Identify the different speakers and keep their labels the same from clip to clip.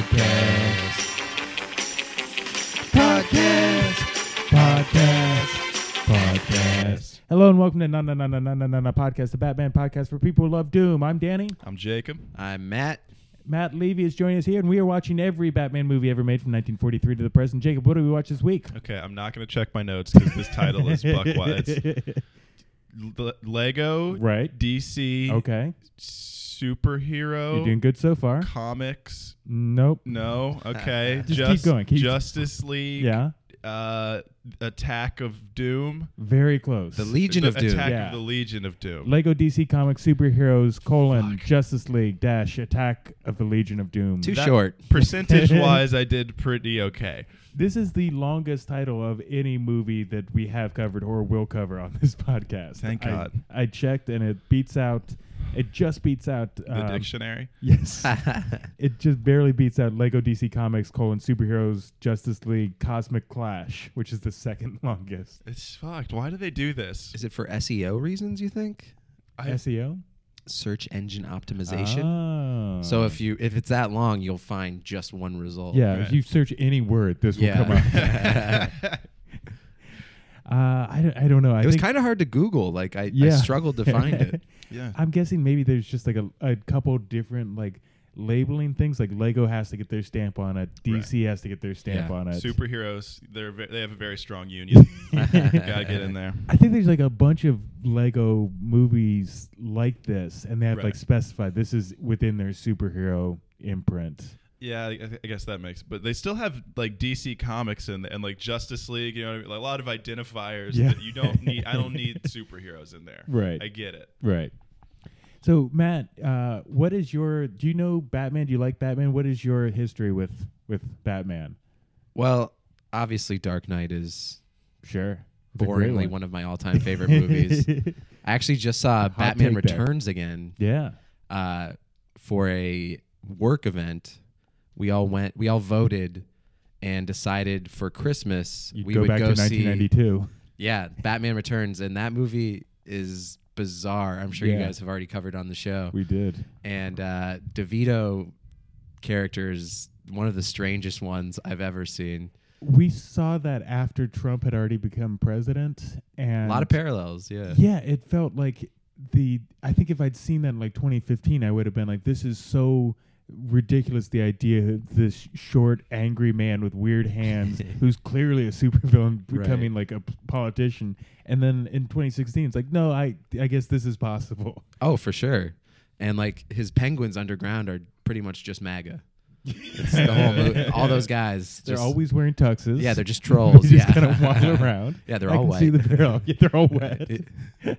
Speaker 1: Podcast. Podcast. Podcast. Podcast.
Speaker 2: Hello and welcome to Na Na Na Na Na Na Na Na Podcast, the Batman podcast for people who love Doom. I'm Danny.
Speaker 1: I'm Jacob.
Speaker 3: I'm Matt.
Speaker 2: Matt Levy is joining us here, and we are watching every Batman movie ever made from 1943 to the present. Jacob, what do we watch this week?
Speaker 1: Okay, I'm not going to check my notes because this title is buckwild. It's L- Lego,
Speaker 2: Right.
Speaker 1: DC,
Speaker 2: Okay.
Speaker 1: superhero,
Speaker 2: You're doing good so far.
Speaker 1: comics.
Speaker 2: Nope.
Speaker 1: No, okay.
Speaker 3: Just
Speaker 2: keep
Speaker 1: Jus-
Speaker 2: going, keep-
Speaker 1: Justice League.
Speaker 2: Yeah.
Speaker 1: Uh, Attack of Doom.
Speaker 2: Very close.
Speaker 3: The Legion
Speaker 1: The
Speaker 3: of Doom.
Speaker 1: Attack
Speaker 2: Yeah.
Speaker 1: of the Legion of Doom.
Speaker 2: Lego DC Comics superheroes colon
Speaker 1: Fuck.
Speaker 2: Justice League dash Attack of the Legion of Doom.
Speaker 3: Too
Speaker 1: That-
Speaker 3: short.
Speaker 1: Percentage wise, I did pretty okay.
Speaker 2: This is the longest title of any movie that we have covered or will cover on this podcast.
Speaker 1: Thank
Speaker 2: I-
Speaker 1: God.
Speaker 2: I, checked and it beats out, it just beats out.
Speaker 1: The
Speaker 2: um,
Speaker 1: dictionary.
Speaker 2: Yes. it just barely beats out Lego DC Comics colon superheroes Justice League Cosmic Clash, which is the second longest.
Speaker 1: It's fucked. Why do they do this?
Speaker 3: Is it for SEO reasons? You think
Speaker 1: I-
Speaker 2: SEO?
Speaker 3: search engine optimization?
Speaker 2: Oh.
Speaker 3: So if you if it's that long, you'll find just one result.
Speaker 2: yeah,
Speaker 1: Right.
Speaker 2: if you search any word, this
Speaker 3: Yeah.
Speaker 2: will come up. Uh, I, don't, I don't know. I
Speaker 3: it was
Speaker 2: think-
Speaker 3: kind of hard to Google. Like I, I
Speaker 2: Yeah.
Speaker 3: struggled to find it.
Speaker 1: yeah.
Speaker 2: I'm guessing maybe there's just like a, a couple different like labeling things. Like Lego has to get their stamp on it. DC has to get their stamp
Speaker 3: Yeah.
Speaker 2: on it.
Speaker 1: Superheroes, they're ve- they have a very strong union. Gotta get in there.
Speaker 2: I think there's like a bunch of Lego movies like this, and they have
Speaker 1: Right.
Speaker 2: like specified this is within their superhero imprint.
Speaker 1: Yeah, I, I guess that makes. But they still have like DC Comics and and like Justice League. You know, what I mean? Like, a lot of identifiers
Speaker 2: Yeah.
Speaker 1: that you don't need. I don't need superheroes in there.
Speaker 2: Right.
Speaker 1: I get it.
Speaker 2: Right. So Matt, uh, what is your? Do you know Batman? Do you like Batman? What is your history with with Batman?
Speaker 3: Well, obviously, Dark Knight is
Speaker 2: Sure. It's a great
Speaker 3: boringly one of my all-time favorite movies. I actually just saw Batman
Speaker 2: take there.
Speaker 3: Returns again
Speaker 2: yeah.
Speaker 3: uh, for a work event. We all went. We all voted and decided for Christmas
Speaker 2: You
Speaker 3: we
Speaker 2: go
Speaker 3: would
Speaker 2: back
Speaker 3: go
Speaker 2: to
Speaker 3: see
Speaker 2: 1992.
Speaker 3: Yeah, Batman Returns, and that movie is bizarre. I'm sure you
Speaker 2: Yeah.
Speaker 3: guys have already covered on the show.
Speaker 2: We did.
Speaker 3: and uh, DeVito character is one of the strangest ones I've ever seen.
Speaker 2: We saw that after Trump had already become president, and
Speaker 3: A lot of parallels, yeah.
Speaker 2: Yeah, it felt like the. I think if I'd seen that in like 2015, I would have been like, "This is so ridiculous." The idea of this short, angry man with weird hands, who's clearly a supervillain,
Speaker 3: Right.
Speaker 2: becoming like a p- politician, and then in 2016, it's like, "No, I, I guess this is possible."
Speaker 3: Oh, for sure. And like his penguins underground are pretty much just MAGA. It's the whole movie. All those guys.
Speaker 2: they're
Speaker 3: just-
Speaker 2: always wering tuxes.
Speaker 3: Yeah, they're just trolls.
Speaker 2: They just
Speaker 3: yeah.
Speaker 2: kind of waddle around.
Speaker 3: Yeah, they're
Speaker 2: I
Speaker 3: all
Speaker 2: can see
Speaker 3: white.
Speaker 2: the parallel. Yeah, they're all wet.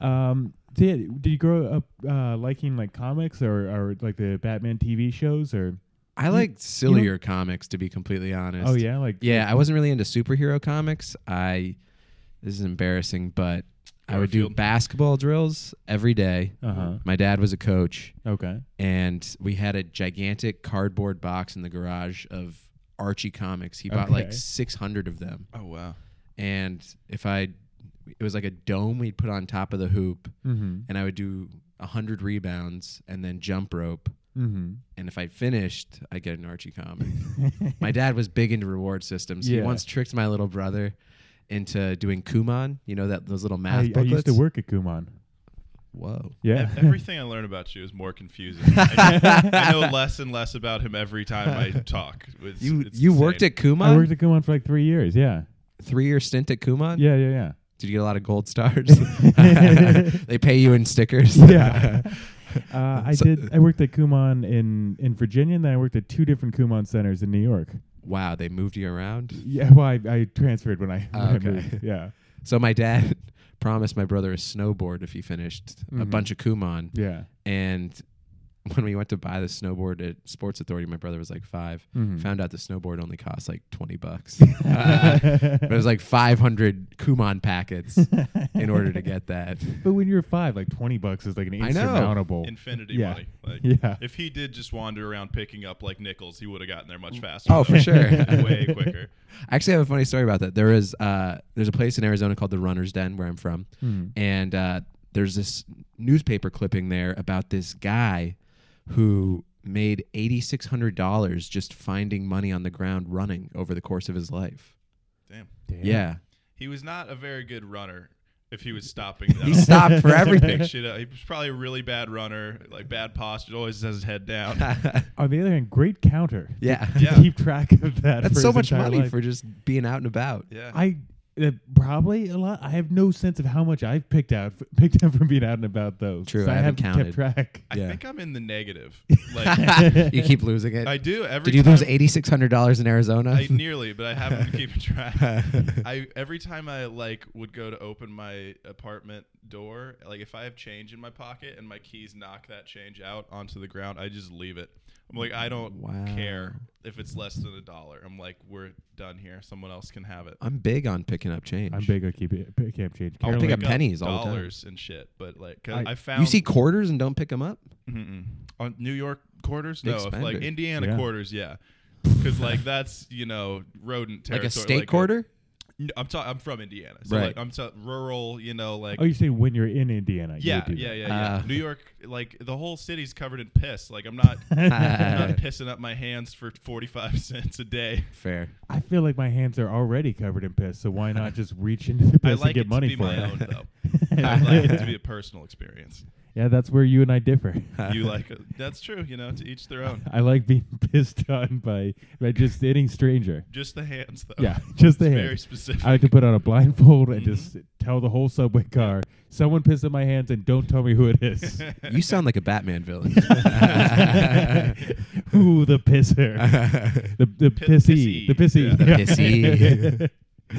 Speaker 2: um, so yeah, did you grow up uh, liking like comics or, or like the Batman TV shows or?
Speaker 3: I like sillier comics, to be completely honest.
Speaker 2: Oh yeah, like
Speaker 3: Yeah, I wasn't really into superhero comics. I this is embarrassing, but I would do
Speaker 1: Garfield.
Speaker 3: basketball drills every day.
Speaker 2: Uh huh.
Speaker 3: My dad was a coach,
Speaker 2: Okay.
Speaker 3: and we had a gigantic cardboard box in the garage of Archie comics. He bought like
Speaker 2: Okay.
Speaker 3: 600 of them,
Speaker 1: Oh wow.
Speaker 3: and if I, it was like a dome we'd put on top of the hoop,
Speaker 2: Mm-hmm.
Speaker 3: and I would do 100 rebounds and then jump rope.
Speaker 2: Mm-hmm.
Speaker 3: And if I finished, I would get an Archie comic. my dad was big into reward systems. He
Speaker 2: Yeah.
Speaker 3: once tricked my little brother into doing Kumon, you know that those little math
Speaker 2: I, I
Speaker 3: booklets.
Speaker 2: used to work at Kumon.
Speaker 3: Whoa.
Speaker 2: Yeah.
Speaker 1: Ev- E, Everything I learn about you is more confusing. I, know- I know less and less about him every time I talk. It's-
Speaker 3: You
Speaker 1: it's
Speaker 3: you worked
Speaker 1: insane.
Speaker 3: at Kumon?
Speaker 2: I worked at Kumon for like three years. Yeah.
Speaker 3: Three year stint at Kumon?
Speaker 2: Yeah. Yeah. Yeah.
Speaker 3: Did you get a lot of gold stars? they pay you in stickers.
Speaker 2: yeah. Uh, I
Speaker 3: So-
Speaker 2: did. I worked at Kumon in in Virginia, and then I worked at two different Kumon centers in New York.
Speaker 3: Wow, they moved you around.
Speaker 2: Yeah. Well, I, I transferred when I,
Speaker 3: Oh,
Speaker 2: when I
Speaker 3: okay.
Speaker 2: moved. Yeah.
Speaker 3: So my dad promised my brother a snowboard if he finished a
Speaker 2: Mhm.
Speaker 3: bunch of Kumon.
Speaker 2: Yeah.
Speaker 3: And when we went to buy the snowboard at Sports Authority, my brother was like five.
Speaker 2: Mhm.
Speaker 3: Found out the snowboard only cost like twenty bucks. Uh,
Speaker 2: Mm-hmm.
Speaker 3: but it was like five hundred Kumon packets in order to get that.
Speaker 2: But when you're five, like twenty bucks is like an
Speaker 3: I know.
Speaker 2: insurmountable.
Speaker 1: Infinity
Speaker 2: Yeah.
Speaker 1: money. Like,
Speaker 2: Yeah.
Speaker 1: If he did just wander around picking up like nickels, he would have gotten there much faster.
Speaker 3: Oh, for
Speaker 1: though.
Speaker 3: sure.
Speaker 1: Way quicker.
Speaker 3: I actually have a funny story about that. There is uh, there's a place in Arizona called the Runner's Den where I'm from,
Speaker 2: Mhm.
Speaker 3: and uh, there's this newspaper clipping there about this guy who made $8,600 just finding money on the ground running over the course of his life.
Speaker 1: Damn.
Speaker 2: Damn.
Speaker 3: Yeah.
Speaker 1: He was not a very good runner. If he was stopping,
Speaker 3: He stopped for
Speaker 1: Big
Speaker 3: everything.
Speaker 1: shit up. He was probably a really bad runner, like bad posture. Always has his head down.
Speaker 2: On the other hand, great counter.
Speaker 3: yeah.
Speaker 1: Yeah.
Speaker 2: Keep track of that.
Speaker 3: That's
Speaker 2: for
Speaker 3: so
Speaker 2: his
Speaker 3: much
Speaker 2: entire
Speaker 3: money
Speaker 2: life.
Speaker 3: for just being out and about.
Speaker 1: Yeah.
Speaker 2: I uh, probably a lot. I have no sense of how much I've picked out picked up from being out and about though.
Speaker 3: True,
Speaker 2: so
Speaker 3: I
Speaker 2: I,
Speaker 3: haven't
Speaker 2: kept track.
Speaker 1: I
Speaker 3: Yeah.
Speaker 1: think I'm in the negative. Like
Speaker 3: you keep losing it.
Speaker 1: I do every.
Speaker 3: Did you lose
Speaker 1: time-
Speaker 3: eighty six hundred dollars in Arizona?
Speaker 1: I nearly, but I haven't been keeping track. I every time I like would go to open my apartment door, like if I have change in my pocket and my keys knock that change out onto the ground, I just leave it. I'm like, I don't
Speaker 3: Wow.
Speaker 1: care if it's less than a dollar. I'm like, we're done here. Someone else can have it.
Speaker 3: I'm big on picking up change.
Speaker 2: I'm big on keeping pick up change.
Speaker 3: I'll
Speaker 2: Carol,
Speaker 3: pick
Speaker 2: like,
Speaker 3: up pennies all the time.
Speaker 1: dollars and shit. But like, 'cause
Speaker 2: I-
Speaker 1: I,
Speaker 2: You
Speaker 1: found
Speaker 3: You see quarters and don't pick them up.
Speaker 1: Mm-mm. On New York quarters?
Speaker 3: Big
Speaker 1: No, if, like
Speaker 3: spender.
Speaker 1: Indiana
Speaker 2: Yeah.
Speaker 1: quarters, yeah. Because like that's you know rodent
Speaker 3: Like
Speaker 1: territory.
Speaker 3: a state
Speaker 1: like uh,
Speaker 3: quarter.
Speaker 1: n- I'm talking. I'm from Indiana, so
Speaker 3: Right.
Speaker 1: like I'm ta- rural. You know, like
Speaker 2: Oh, you're saying when you're in Indiana? you
Speaker 1: yeah,
Speaker 2: would do
Speaker 1: yeah,
Speaker 2: that.
Speaker 1: yeah, yeah,
Speaker 3: Ah.
Speaker 1: New York, like the whole city's covered in piss. Like I'm not, I'm not pissing up my hands for 45 cents a day.
Speaker 3: Fair.
Speaker 2: I feel like my hands are already covered in piss, so why not just reach into the
Speaker 1: I
Speaker 2: piss
Speaker 1: like
Speaker 2: and get
Speaker 1: it
Speaker 2: money
Speaker 1: to be
Speaker 2: for
Speaker 1: my
Speaker 2: it?
Speaker 1: own though. I like it to be a personal experience.
Speaker 2: Yeah, that's where you and I differ.
Speaker 1: You like that's true. You know, to each their own.
Speaker 2: I like being pissed on by by just any stranger.
Speaker 1: Just the hands though.
Speaker 2: Yeah, just the
Speaker 1: It's
Speaker 2: hands.
Speaker 1: Very Mm-hmm. specific.
Speaker 2: I like to put on a blindfold and just tell the whole subway car, someone pissed in my hands and don't tell me who it is.
Speaker 3: You sound like a Batman villain.
Speaker 2: Ooh, the pisser. The, the
Speaker 1: Pi-
Speaker 2: pissy. The
Speaker 1: pissy.
Speaker 2: pissy.
Speaker 1: The
Speaker 3: pissy.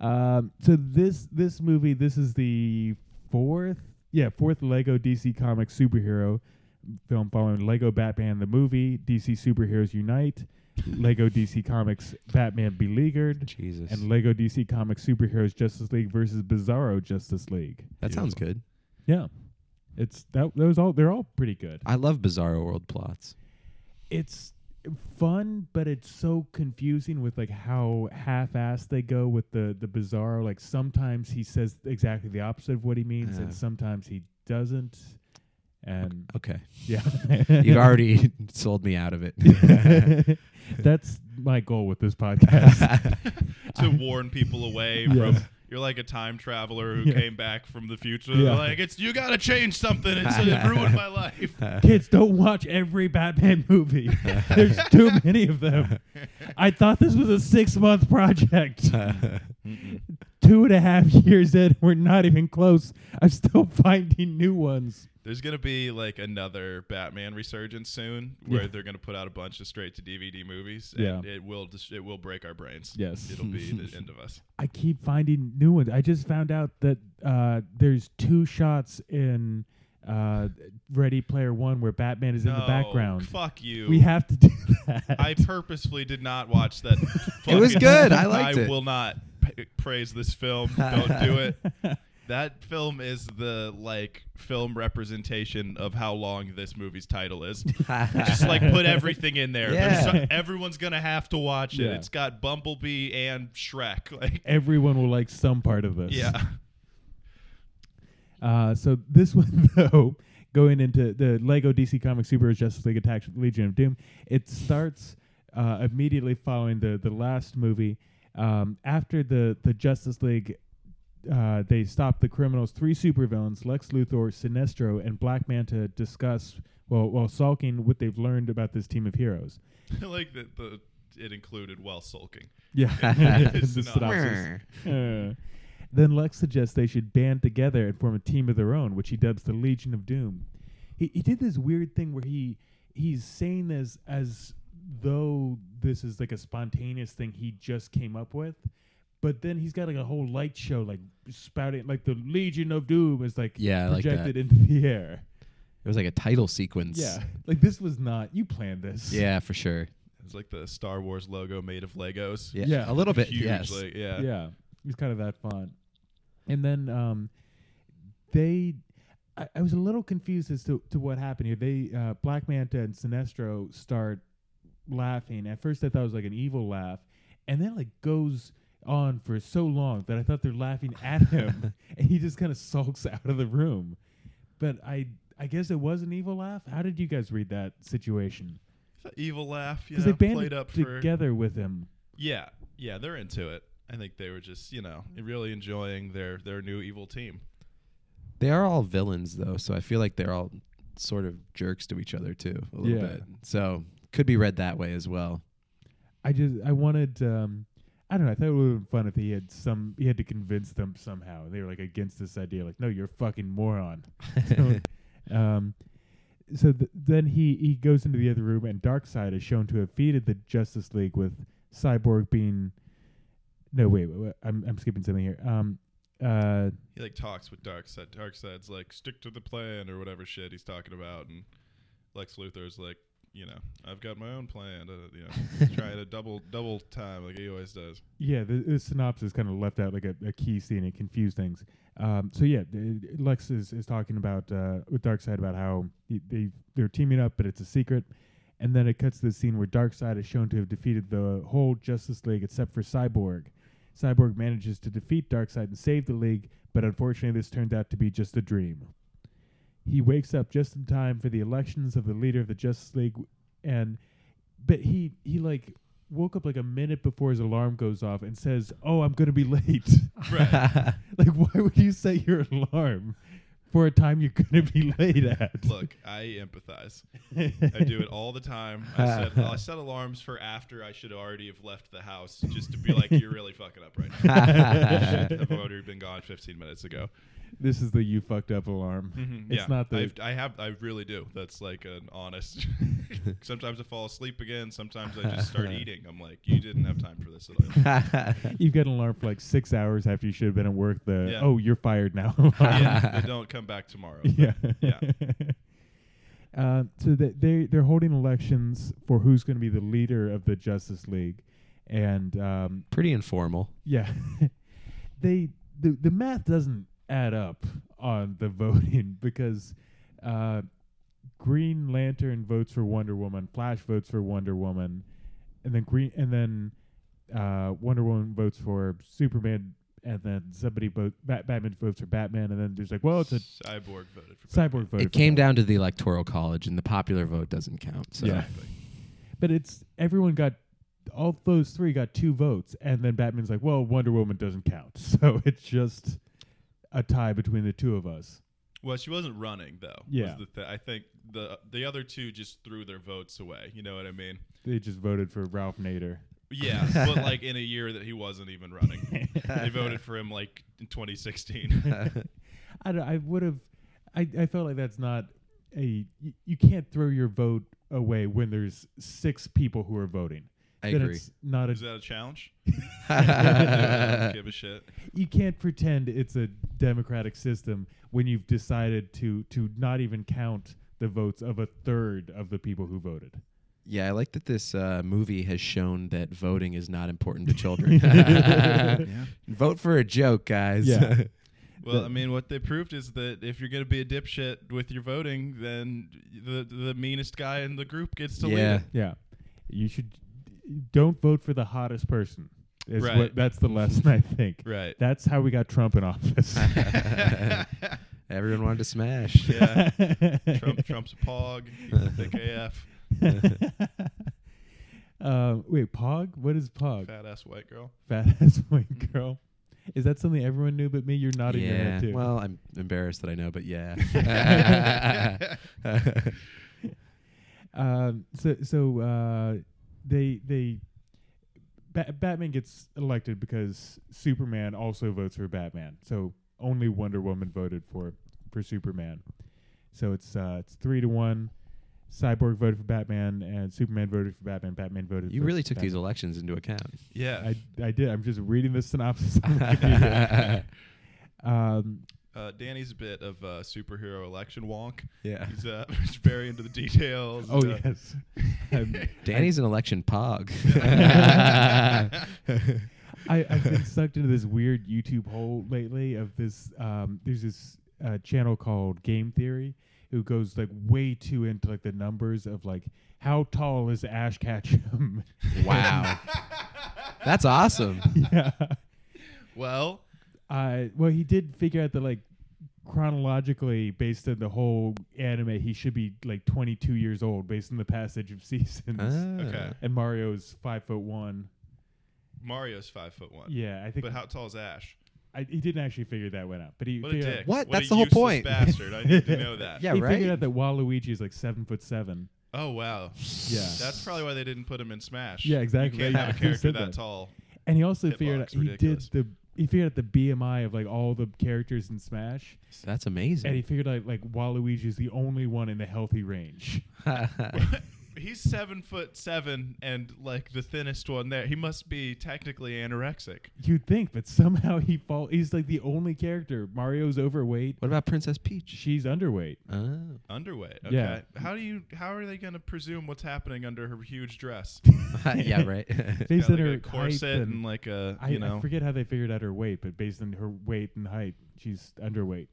Speaker 2: um, so this this movie, this is the fourth, yeah, fourth Lego DC Comics superhero film following Lego Batman the movie, DC Superheroes Unite, Lego DC Comics Batman Beleaguered,
Speaker 3: Jesus.
Speaker 2: and Lego DC Comics Superheroes Justice League versus Bizarro Justice League.
Speaker 3: that sounds good.
Speaker 2: Yeah. It's that those all they're all pretty good.
Speaker 3: I love Bizarro World plots.
Speaker 2: It's fun, but it's so confusing with like how half-assed they go with the the Bizarro. Like sometimes he says exactly the opposite of what he means,
Speaker 3: Yeah.
Speaker 2: and sometimes he doesn't. And
Speaker 3: Okay.
Speaker 2: yeah,
Speaker 3: You've already sold me out of it.
Speaker 2: That's my goal with this podcast.
Speaker 1: to warn people away
Speaker 2: Yes.
Speaker 1: from you're like a time traveler who
Speaker 2: Yeah.
Speaker 1: came back from the future
Speaker 2: Yeah.
Speaker 1: like it's you gotta change something it's it ruined my life
Speaker 2: Kids, don't watch every Batman movie. There's too many of them. I thought this was a six month project. Two and a half years in, we're not even close. I'm still finding new ones.
Speaker 1: there's gonna be like another batman resurgence soon where
Speaker 2: Yeah.
Speaker 1: they're gonna put out a bunch of straight to dvd movies
Speaker 2: Yeah.
Speaker 1: and it will just it will break our brains
Speaker 2: Yes.
Speaker 1: it'll be the end of us
Speaker 2: I keep finding new ones. I just found out that uh, there's two shots in uh, Ready Player One where Batman is in the
Speaker 1: No,
Speaker 2: background.
Speaker 1: fuck you
Speaker 2: We have to do that.
Speaker 1: i purposefully did not watch that
Speaker 3: It was
Speaker 1: fucking-
Speaker 3: good. I liked it.
Speaker 1: will not p- praise this film don't do it That film is the like film representation of how long this movie's title is. Just like put everything in there. There's
Speaker 3: Yeah.
Speaker 1: so- everyone's gonna have to watch it.
Speaker 2: Yeah.
Speaker 1: It's got Bumblebee and Shrek. Like,
Speaker 2: Everyone will like some part of this.
Speaker 1: yeah,
Speaker 2: Uh, so this one though, going into the Lego DC Comics Super Justice League Attack Legion of Doom, it starts uh, immediately following the the last movie. Um, after the the Justice League, uh, they stop the criminals. Three supervillains, Lex Luthor, Sinestro, and Black Manta, discuss while while sulking what they've learned about this team of heroes.
Speaker 1: I like that the it included while sulking.
Speaker 2: Yeah,
Speaker 1: Synopsis.
Speaker 2: The synopsis. Uh, then Lex suggests they should band together and form a team of their own, which he dubs the Legion of Doom. He he did this weird thing where he he's saying this as though this is like a spontaneous thing he just came up with, but then he's got like a whole light show like spouting like the Legion of Doom is like
Speaker 3: Yeah, I like that.
Speaker 2: projected into the air.
Speaker 3: It was like a title sequence.
Speaker 2: Yeah, like this was not you planned this.
Speaker 3: Yeah, for sure.
Speaker 1: It's like the Star Wars logo made of Legos.
Speaker 3: Yeah.
Speaker 2: Yeah.
Speaker 3: A little bit.
Speaker 1: Huge,
Speaker 3: yes.
Speaker 1: like, yeah.
Speaker 2: yeah it was kind of that fun and then um they I, I was a little confused as to, to what happened here they uh black manta and sinestro start laughing at first i thought it was like an evil laugh and then like goes on for so long that i thought they're laughing at him and he just kind of sulks out of the room but i I guess it was an evil laugh. How did you guys read that situation?
Speaker 1: The evil laugh, you
Speaker 2: Because
Speaker 1: know,
Speaker 2: they banded
Speaker 1: played up for
Speaker 2: together with him.
Speaker 1: yeah, yeah. They're into it. I think they were just you know really enjoying their their new evil team.
Speaker 3: They are all villains though, so I feel like they're all sort of jerks to each other too, a little
Speaker 2: Yeah.
Speaker 3: bit. So could be read that way as well.
Speaker 2: I just I wanted um I don't know, I thought it would have been fun if he had some he had to convince them somehow. They were like against this idea, like, no, you're a fucking moron. So, um so th- then he he goes into the other room and Darkseid is shown to have feeded the Justice League with Cyborg being No, wait, wait, wait, I'm I'm skipping something here. Um uh
Speaker 1: He like talks with Darkseid. Darkseid's like stick to the plan or whatever shit he's talking about, and Lex Luthor's like you know I've got my own plan. Uh, you know, he's trying to double double time like he always does.
Speaker 2: Yeah, the, the synopsis kind of left out like a, a key scene. It confused things. Um, so yeah, th- Lex is, is talking about uh, with Darkseid about how he, they they're teaming up, but it's a secret. And then it cuts to the scene where Darkseid is shown to have defeated the whole Justice League except for Cyborg. Cyborg manages to defeat Darkseid and save the League, but unfortunately, this turned out to be just a dream. He wakes up just in time for the elections of the leader of the Justice League, and but he he like woke up like a minute before his alarm goes off and says, "Oh, I'm gonna be late." like, why would you set your alarm for a time you're gonna be late at?
Speaker 1: Look, I empathize. I do it all the time. I set, I set alarms for after I should already have left the house just to be like, you're really fucking up right now. I should have already been gone 15 minutes ago.
Speaker 2: This is the you fucked up alarm.
Speaker 1: Mhm,
Speaker 2: It's
Speaker 1: yeah,
Speaker 2: not the
Speaker 1: I've, I have. I really do. That's like an honest. sometimes I fall asleep again. Sometimes I just start eating. I'm like, you didn't have time for this at all.
Speaker 2: you've got an alarm for like six hours after you should have been at work. The
Speaker 1: Yeah.
Speaker 2: oh, you're fired now.
Speaker 1: yeah, but don't come back tomorrow.
Speaker 2: yeah.
Speaker 1: Yeah.
Speaker 2: Uh, so that they they're holding elections for who's going to be the leader of the Justice League, and um,
Speaker 3: Pretty informal.
Speaker 2: yeah, they the the math doesn't add up on the voting because uh, Green Lantern votes for Wonder Woman, Flash votes for Wonder Woman, and then Green and then uh, Wonder Woman votes for Superman, and then somebody vote Bat- Batman votes for Batman, and then there's like, well, it's a
Speaker 1: Cyborg voted for.
Speaker 2: cyborg vote.
Speaker 3: It came down to the electoral college, and the popular vote doesn't count. So.
Speaker 2: Yeah.
Speaker 1: Exactly.
Speaker 2: But it's everyone got all those three got two votes, and then Batman's like, "Well, Wonder Woman doesn't count." So it's just a tie between the two of us.
Speaker 1: Well, she wasn't running though.
Speaker 2: Yeah.
Speaker 1: was the thi- I think the the other two just threw their votes away. You know what I mean?
Speaker 2: They just voted for Ralph Nader.
Speaker 1: Yeah, but like in a year that he wasn't even running, they voted for him like in 2016.
Speaker 2: I don't, I would have. I I felt like that's not a. You, you can't throw your vote away when there's six people who are voting.
Speaker 3: I
Speaker 2: Then
Speaker 3: agree.
Speaker 2: It's not a.
Speaker 1: Is that a challenge? Give a shit.
Speaker 2: You can't pretend it's a democratic system when you've decided to to not even count the votes of a third of the people who voted.
Speaker 3: Yeah, I like that this uh, movie has shown that voting is not important to children. Vote for a joke, guys.
Speaker 2: Yeah.
Speaker 1: Well, I mean, what they proved is that if you're gonna be a dipshit with your voting, then the the meanest guy in the group gets to
Speaker 3: Yeah.
Speaker 1: lead. it.
Speaker 2: Yeah, you should don't vote for the hottest person. Is
Speaker 1: Right.
Speaker 2: what that's the lesson I think.
Speaker 1: Right.
Speaker 2: That's how we got Trump in office.
Speaker 3: Everyone wanted to smash.
Speaker 1: yeah. Trump Trump's a pog. He's a thick AF.
Speaker 2: uh, wait, Pog? What is Pog?
Speaker 1: Fat ass white girl.
Speaker 2: Fat ass white girl. Is that something everyone knew but me? You're nodding your
Speaker 3: Yeah.
Speaker 2: head too.
Speaker 3: Well, I'm embarrassed that I know, but yeah.
Speaker 2: Um, so so uh, they they ba- Batman gets elected because Superman also votes for Batman. So only Wonder Woman voted for for Superman. So it's uh, it's three to one. Cyborg voted for Batman and Superman voted for Batman. Batman voted.
Speaker 3: you
Speaker 2: for
Speaker 3: really took these
Speaker 2: Batman.
Speaker 3: elections into account.
Speaker 1: Yeah.
Speaker 2: I I did. I'm just reading the synopsis. on Wikipedia. um,
Speaker 1: Uh, Danny's a bit of a superhero election wonk.
Speaker 3: Yeah.
Speaker 1: He's uh, very into the details.
Speaker 2: oh
Speaker 1: Uh,
Speaker 2: yes. Um,
Speaker 3: Danny's an election pog.
Speaker 2: I, I've been sucked into this weird YouTube hole lately of this. Um, there's this uh, channel called Game Theory who goes like way too into like the numbers of like how tall is Ash Ketchum?
Speaker 3: wow. That's awesome.
Speaker 2: yeah.
Speaker 1: Well,
Speaker 2: Uh, well, he did figure out that like chronologically based on the whole anime, he should be like 22 years old based on the passage of seasons.
Speaker 3: Ah,
Speaker 1: Okay.
Speaker 2: And Mario's five foot one.
Speaker 1: Mario's five foot one.
Speaker 2: Yeah, I think
Speaker 1: Uh, But how tall is Ash?
Speaker 2: I, he didn't actually figure that one out, but he
Speaker 1: What a
Speaker 2: figured
Speaker 1: dick!
Speaker 2: Out,
Speaker 3: What?
Speaker 1: a
Speaker 3: That's the whole
Speaker 1: useless
Speaker 3: point.
Speaker 1: Bastard! I need to know that.
Speaker 3: Yeah,
Speaker 2: he
Speaker 3: right.
Speaker 2: figured out that Waluigi is like seven foot seven.
Speaker 1: Oh wow.
Speaker 2: Yeah.
Speaker 1: That's probably why they didn't put him in Smash.
Speaker 2: Yeah, exactly.
Speaker 1: You can't
Speaker 2: Yeah.
Speaker 1: have a
Speaker 2: Who
Speaker 1: character
Speaker 2: said
Speaker 1: that
Speaker 2: that?
Speaker 1: tall.
Speaker 2: And he also
Speaker 1: Hitbox,
Speaker 2: figured out
Speaker 1: ridiculous.
Speaker 2: he did the he figured out the BMI of like all the characters in Smash,
Speaker 3: That's amazing.
Speaker 2: and he figured out like Waluigi is the only one in the healthy range.
Speaker 1: He's seven foot seven and like the thinnest one there. He must be technically anorexic.
Speaker 2: You'd think, but somehow he fall. He's like the only character. Mario's overweight.
Speaker 3: what about Princess Peach?
Speaker 2: She's underweight.
Speaker 3: Oh.
Speaker 1: Underweight. Okay.
Speaker 2: Yeah.
Speaker 1: How do you? How are they going to presume what's happening under her huge dress?
Speaker 3: yeah, right.
Speaker 1: Got,
Speaker 2: Based
Speaker 1: like
Speaker 2: on her
Speaker 1: a corset
Speaker 2: height and,
Speaker 1: and like a
Speaker 2: I,
Speaker 1: you
Speaker 2: I
Speaker 1: know.
Speaker 2: forget how they figured out her weight, but based on her weight and height, she's underweight.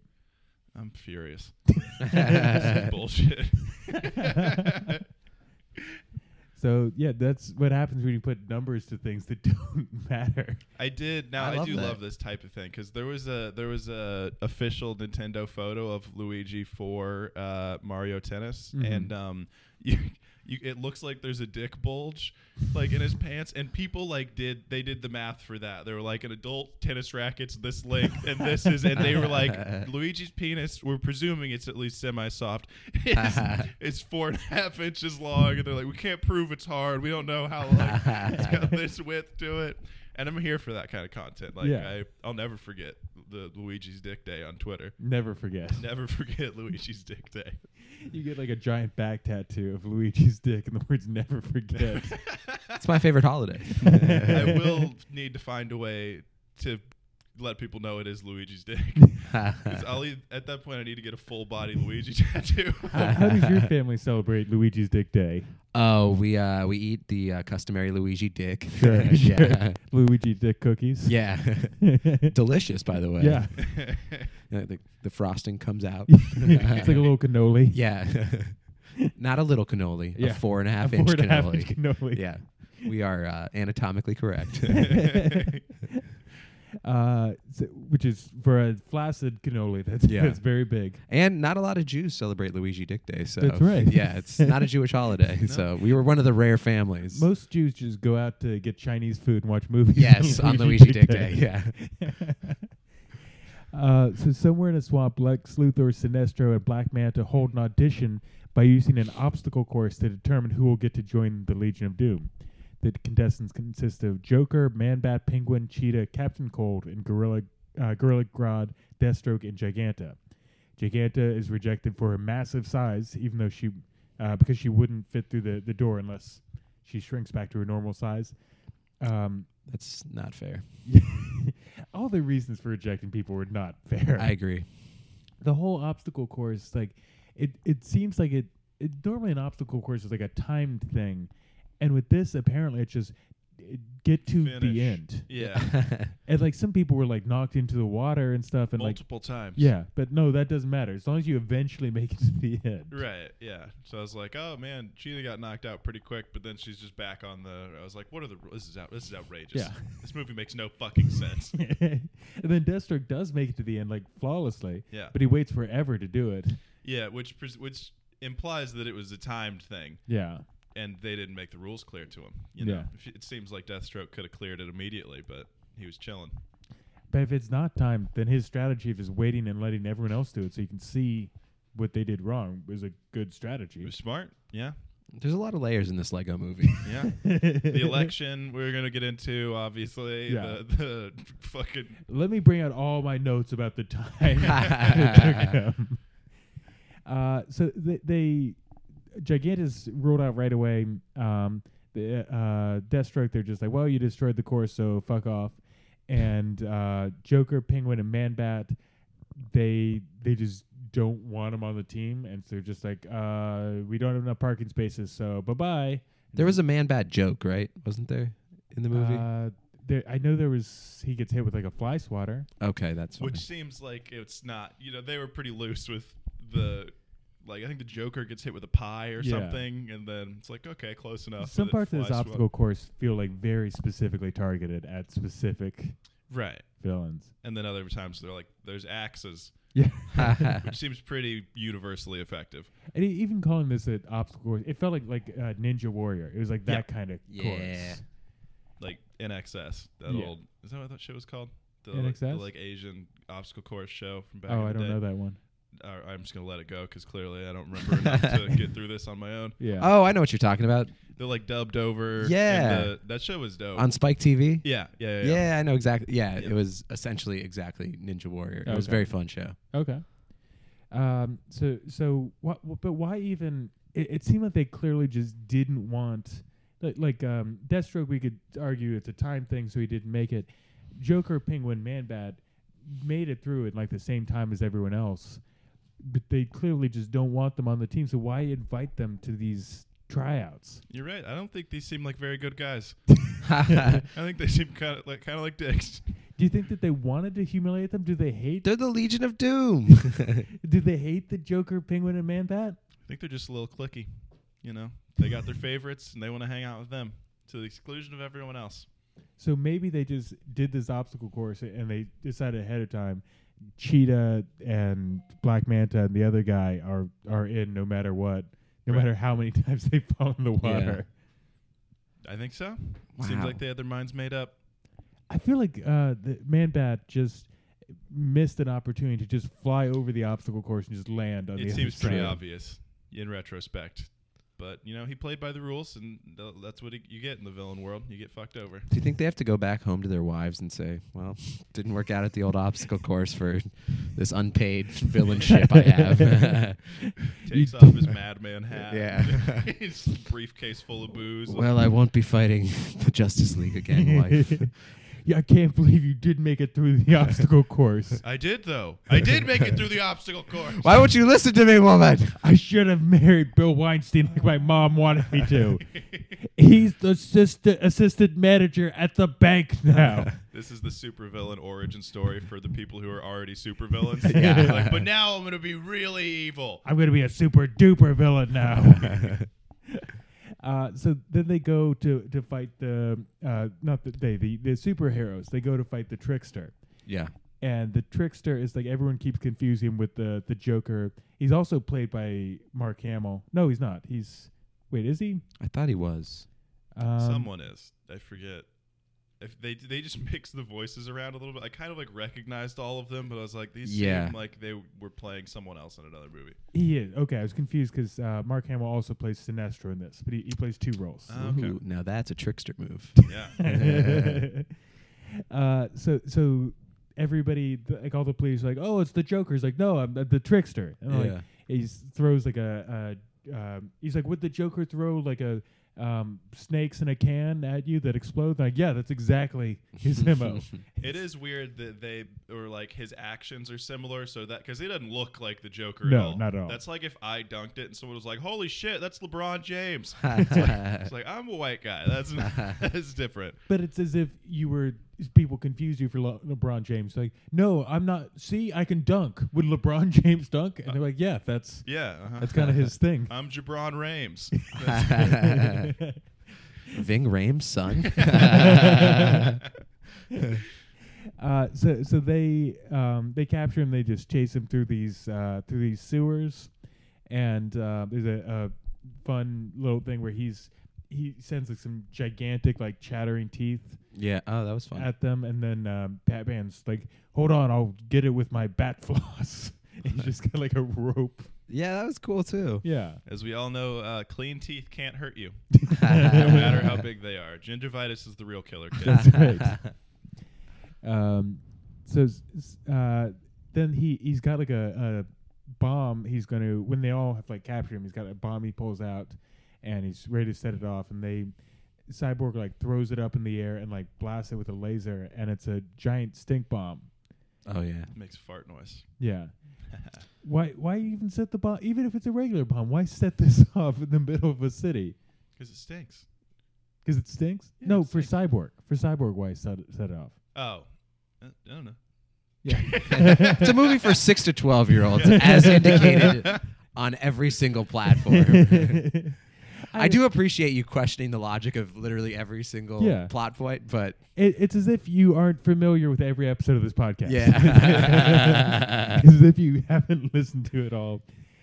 Speaker 1: I'm furious. This is bullshit.
Speaker 2: So yeah, that's what happens when you put numbers to things that don't matter.
Speaker 1: I did. Now
Speaker 3: I
Speaker 1: I,
Speaker 3: love
Speaker 1: do
Speaker 3: that.
Speaker 1: love this type of thing because there was a there was a official Nintendo photo of Luigi for uh, Mario Tennis,
Speaker 3: Mm-hmm.
Speaker 2: Mhm.
Speaker 1: and um, you, you it looks like there's a dick bulge like in his pants, and people like did they did the math for that. They were like an adult tennis racket's this length, and this is, and they were like Luigi's penis. We're presuming it's at least semi soft. Is, is four and a half inches long, and they're like, we can't prove it's hard. We don't know how like it's got this width to it. And I'm here for that kind of content. Like
Speaker 2: Yeah.
Speaker 1: I, I'll never forget the Luigi's Dick Day on Twitter.
Speaker 2: Never forget.
Speaker 1: Never forget Luigi's Dick Day.
Speaker 2: You get like a giant back tattoo of Luigi's dick and the words "Never forget."
Speaker 3: it's my favorite holiday.
Speaker 1: I will need to find a way to let people know it is Luigi's Dick. 'Cause I'll e- at that point I need to get a full body Luigi tattoo.
Speaker 2: how, how does your family celebrate Luigi's Dick Day?
Speaker 3: oh, we uh we eat the uh, customary Luigi dick. yeah.
Speaker 2: Sure. Luigi Dick cookies.
Speaker 3: Yeah. Delicious, by the way.
Speaker 2: yeah.
Speaker 3: Yeah, the, the frosting comes out.
Speaker 2: it's like a little cannoli.
Speaker 3: yeah. Not a little cannoli.
Speaker 2: Yeah.
Speaker 3: A four and a
Speaker 2: A
Speaker 3: half
Speaker 2: four
Speaker 3: inch
Speaker 2: and a half
Speaker 3: cannoli.
Speaker 2: inch cannoli.
Speaker 3: Yeah. We are uh, anatomically correct.
Speaker 2: uh, so- which is for a flaccid cannoli. That's
Speaker 3: Yeah.
Speaker 2: that's very big.
Speaker 3: and not a lot of Jews celebrate Luigi Dick Day. So
Speaker 2: That's right.
Speaker 3: Yeah, it's not a Jewish holiday. So we were one of the rare families.
Speaker 2: Most Jews just go out to get Chinese food and watch movies.
Speaker 3: yes, on Luigi Dick Day. Yeah.
Speaker 2: Uh, so somewhere in a swamp, Lex Luthor, Sinestro, and Black Manta hold an audition by using an obstacle course to determine who will get to join the Legion of Doom. The contestants consist of Joker, Man-Bat, Penguin, Cheetah, Captain Cold, and Gorilla, uh, Gorilla Grodd, Deathstroke, and Giganta. Giganta is rejected for her massive size, even though she, uh, because she wouldn't fit through the, the door unless she shrinks back to her normal size. Um,
Speaker 3: That's not fair.
Speaker 2: all the reasons for rejecting people were not fair
Speaker 3: I agree.
Speaker 2: the whole obstacle course like it it seems like it, it normally an obstacle course is like a timed thing and with this apparently it's just it, get to
Speaker 1: Finish.
Speaker 2: the end
Speaker 1: yeah.
Speaker 2: and like some people were like knocked into the water and stuff and like
Speaker 1: Multiple times.
Speaker 2: yeah but no that doesn't matter as long as you eventually make it to the end
Speaker 1: Right. Yeah. So I was like, oh man, Gina got knocked out pretty quick, but then she's just back on the. I was like, what are the? This is out. This is outrageous.
Speaker 2: Yeah.
Speaker 1: This movie makes no fucking sense.
Speaker 2: and then Deathstroke does make it to the end like flawlessly
Speaker 1: Yeah.
Speaker 2: but he waits forever to do it
Speaker 1: Yeah. Which pres- which implies that it was a timed thing,
Speaker 2: yeah
Speaker 1: and they didn't make the rules clear to him. You
Speaker 2: Yeah.
Speaker 1: know, If it seems like Deathstroke could have cleared it immediately, but he was chilling.
Speaker 2: But if it's not timed, then his strategy of just waiting and letting everyone else do it so you can see what they did wrong is a good
Speaker 1: He
Speaker 2: strategy.
Speaker 1: was smart. Yeah.
Speaker 3: There's a lot of layers in this Lego movie.
Speaker 1: Yeah. the election we are gonna get into, obviously.
Speaker 2: Yeah.
Speaker 1: The, the fucking
Speaker 2: Let me bring out all my notes about the time it took him. Uh, so they, they Gigantus ruled out right away. Um, the uh, Deathstroke, they're just like, well, you destroyed the course, so fuck off. And uh, Joker, Penguin, and Man Bat, they they just don't want him on the team, and so they're just like, uh, we don't have enough parking spaces, so bye bye.
Speaker 3: there was a man bat joke, right? Wasn't there in the movie?
Speaker 2: Uh, there, I know there was. He gets hit with like a fly swatter.
Speaker 3: okay, that's fine.
Speaker 1: Which seems like it's not. You know, they were pretty loose with the. Like I think the Joker gets hit with a pie or
Speaker 2: Yeah.
Speaker 1: something, and then it's like okay, close enough.
Speaker 2: Some
Speaker 1: but it
Speaker 2: parts of this
Speaker 1: flies
Speaker 2: obstacle
Speaker 1: through-
Speaker 2: course feel like very specifically targeted at specific
Speaker 1: right?
Speaker 2: villains.
Speaker 1: And then other times they're like, "There's axes."
Speaker 2: Yeah.
Speaker 1: which seems pretty universally effective.
Speaker 2: And e- even calling this an obstacle course, it felt like like uh, Ninja Warrior. It was like that kind of
Speaker 3: Yeah.
Speaker 2: course.
Speaker 1: Like NXS, that
Speaker 2: Yeah.
Speaker 1: old is that what that shit was called? The, Like, the
Speaker 2: NXS?
Speaker 1: like Asian obstacle course show from back.
Speaker 2: Oh, I
Speaker 1: in the
Speaker 2: don't
Speaker 1: day.
Speaker 2: know that one.
Speaker 1: Uh, I'm just gonna let it go because clearly I don't remember enough to get through this on my own.
Speaker 2: Yeah.
Speaker 3: Oh, I know what you're talking about.
Speaker 1: They're like dubbed over. and
Speaker 3: Yeah.
Speaker 1: the- that show was dope.
Speaker 3: On Spike TV?
Speaker 1: yeah, Oh. yeah, yeah, yeah.
Speaker 3: Yeah, I know exactly. Yeah,
Speaker 1: Yeah.
Speaker 3: it was essentially exactly Ninja Warrior. It was a
Speaker 2: Okay.
Speaker 3: very fun show.
Speaker 2: Okay. Um. So so what? But why even? It, it seemed like they clearly just didn't want. Like, like um, Deathstroke, we could argue it's a time thing, so he didn't make it. Joker, Penguin, Man Bat made it through at like the same time as everyone else, but they clearly just don't want them on the team. So why invite them to these tryouts?
Speaker 1: You're right. I don't think these seem like very good guys. I think they seem kind of like kind of like dicks.
Speaker 2: Do you think that they wanted to humiliate them? Do they hate?
Speaker 3: They're the Legion of Doom.
Speaker 2: Do they hate the Joker, Penguin, and Man Bat?
Speaker 1: I think they're just a little clicky. You know, they got their favorites and they want to hang out with them to the exclusion of everyone else.
Speaker 2: So maybe they just did this obstacle course and they decided ahead of time Cheetah and Black Manta and the other guy are are in no matter what, no
Speaker 1: Right.
Speaker 2: matter how many times they fall in the water.
Speaker 1: I think so. Seems
Speaker 3: Wow.
Speaker 1: like they had their minds made up.
Speaker 2: I feel like uh the Man Bat just missed an opportunity to just fly over the obstacle course and just land on the
Speaker 1: it seems
Speaker 2: other
Speaker 1: pretty
Speaker 2: side.
Speaker 1: obvious in retrospect. But you know, he played by the rules, and th- that's what he, you get in the villain world. You get fucked over.
Speaker 3: Do you think they have to go back home to their wives and say, "Well, didn't work out at the old obstacle course for this unpaid villain ship I have"?
Speaker 1: Takes off his madman hat.
Speaker 3: Yeah.
Speaker 1: his briefcase full of booze.
Speaker 3: well, I won't be fighting the Justice League again, wife.
Speaker 2: yeah, I can't believe you did make it through the obstacle course.
Speaker 1: I did though. I did make it through the obstacle course.
Speaker 3: Why won't you listen to me, woman?
Speaker 2: I should have married Bill Weinstein like my mom wanted me to. He's the assistant assistant manager at the bank now.
Speaker 1: This is the supervillain origin story for the people who are already supervillains.
Speaker 3: Yeah.
Speaker 1: Like, but now I'm gonna be really evil.
Speaker 2: I'm gonna be a super duper villain now. uh, so then they go to to fight the uh, not the they the, the superheroes. They go to fight the trickster,
Speaker 3: yeah,
Speaker 2: and the trickster is like everyone keeps confusing him with the the Joker. He's also played by Mark Hamill. No, he's not. He's wait, is he?
Speaker 3: I thought he was.
Speaker 2: Um,
Speaker 1: Someone is. I forget. If they they just mix the voices around a little bit. I kind of like recognized all of them, but I was like, these
Speaker 3: Yeah.
Speaker 1: seem like they were playing someone else in another movie.
Speaker 2: He is okay. I was confused because uh, Mark Hamill also plays Sinestro in this, but he, he plays two roles.
Speaker 1: Oh, okay.
Speaker 3: Ooh, now that's a trickster move.
Speaker 1: Yeah.
Speaker 2: uh, so so everybody th- like all the police are like oh it's the Joker. He's like no I'm the, the trickster. And
Speaker 3: Yeah.
Speaker 2: like he s- throws like a, a um, he's like would the Joker throw like a um, snakes in a can at you that explode? Like yeah that's exactly his mo.
Speaker 1: It is weird that they or like his actions are similar, so that because he doesn't look like the Joker at
Speaker 2: No,
Speaker 1: all.
Speaker 2: not at all.
Speaker 1: That's like if I dunked it and someone was like, "Holy shit, that's LeBron James."
Speaker 3: yeah,
Speaker 1: It's like I'm a white guy. That's not, that's different.
Speaker 2: But it's as if you were people confused you for Le- LeBron James. Like no I'm not. See I can dunk. Would LeBron James dunk? And they're like yeah that's
Speaker 1: Yeah, uh-huh.
Speaker 2: that's kind of his thing.
Speaker 1: I'm Jabron Rames.
Speaker 3: Ving Rhames' son.
Speaker 2: Uh, so so they um, they capture him. They just chase him through these uh, through these sewers, and uh, there's a, a fun little thing where he's he sends like some gigantic like chattering teeth
Speaker 3: yeah. Oh, that was fun.
Speaker 2: at them, and then um, Batman's like, "Hold on, I'll get it with my bat floss." he's just got like a rope.
Speaker 3: yeah, that was cool too.
Speaker 2: Yeah.
Speaker 1: As we all know, uh, clean teeth can't hurt you, no matter how big they are. Gingivitis is the real killer. Kid.
Speaker 2: That's great. Um, so s- s- uh, then he he's got like a, a bomb. He's going to when they all have like captured him. He's got a bomb he pulls out, and he's ready to set it off. And they cyborg like throws it up in the air and like blasts it with a laser, and it's a giant stink bomb.
Speaker 3: Oh yeah.
Speaker 1: Makes fart noise.
Speaker 2: Yeah. Why why even set the bomb? Even if it's a regular bomb, why set this off in the middle of a city?
Speaker 1: Because it stinks.
Speaker 2: Because it stinks.
Speaker 1: Yeah,
Speaker 2: no,
Speaker 1: it
Speaker 2: for cyborg. For cyborg, why set it, set it off?
Speaker 1: Oh, Uh, I don't know.
Speaker 3: It's a movie for six to twelve year olds, as indicated on every single platform. I do appreciate you questioning the logic of literally every single
Speaker 2: Yeah.
Speaker 3: plot point, but
Speaker 2: It, it's as if you aren't familiar with every episode of this podcast.
Speaker 3: Yeah.
Speaker 2: it's as if you haven't listened to it all.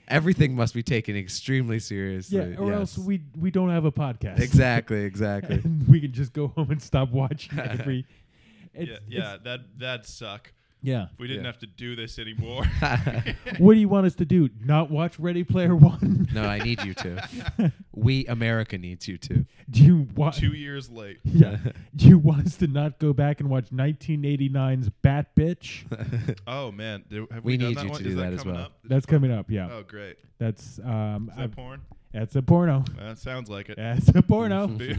Speaker 3: everything must be taken extremely seriously.
Speaker 2: Yeah, or else
Speaker 3: yes.
Speaker 2: we we don't have a podcast.
Speaker 3: exactly, exactly.
Speaker 2: And we can just go home and stop watching every. It's,
Speaker 1: yeah,
Speaker 2: it's-
Speaker 1: yeah, that that'd suck.
Speaker 2: yeah.
Speaker 1: If we didn't
Speaker 3: Yeah.
Speaker 1: have to do this anymore.
Speaker 2: What do you want us to do? Not watch Ready Player One?
Speaker 3: no, I need you to. We America needs you to.
Speaker 2: do you want?
Speaker 1: Two years late.
Speaker 2: Yeah. do you want us to not go back and watch 1989's Bat Bitch?
Speaker 1: Oh man, do, have we,
Speaker 3: We
Speaker 1: done
Speaker 3: need
Speaker 1: that
Speaker 3: you
Speaker 1: one?
Speaker 3: to do
Speaker 1: Is
Speaker 3: that as
Speaker 1: coming
Speaker 3: well.
Speaker 1: Up?
Speaker 2: That's coming up. Yeah.
Speaker 1: Oh great, is
Speaker 2: That's um.
Speaker 1: that
Speaker 2: I've-
Speaker 1: porn?
Speaker 2: that's a porno.
Speaker 1: That sounds like it.
Speaker 2: That's a porno.
Speaker 1: Dude.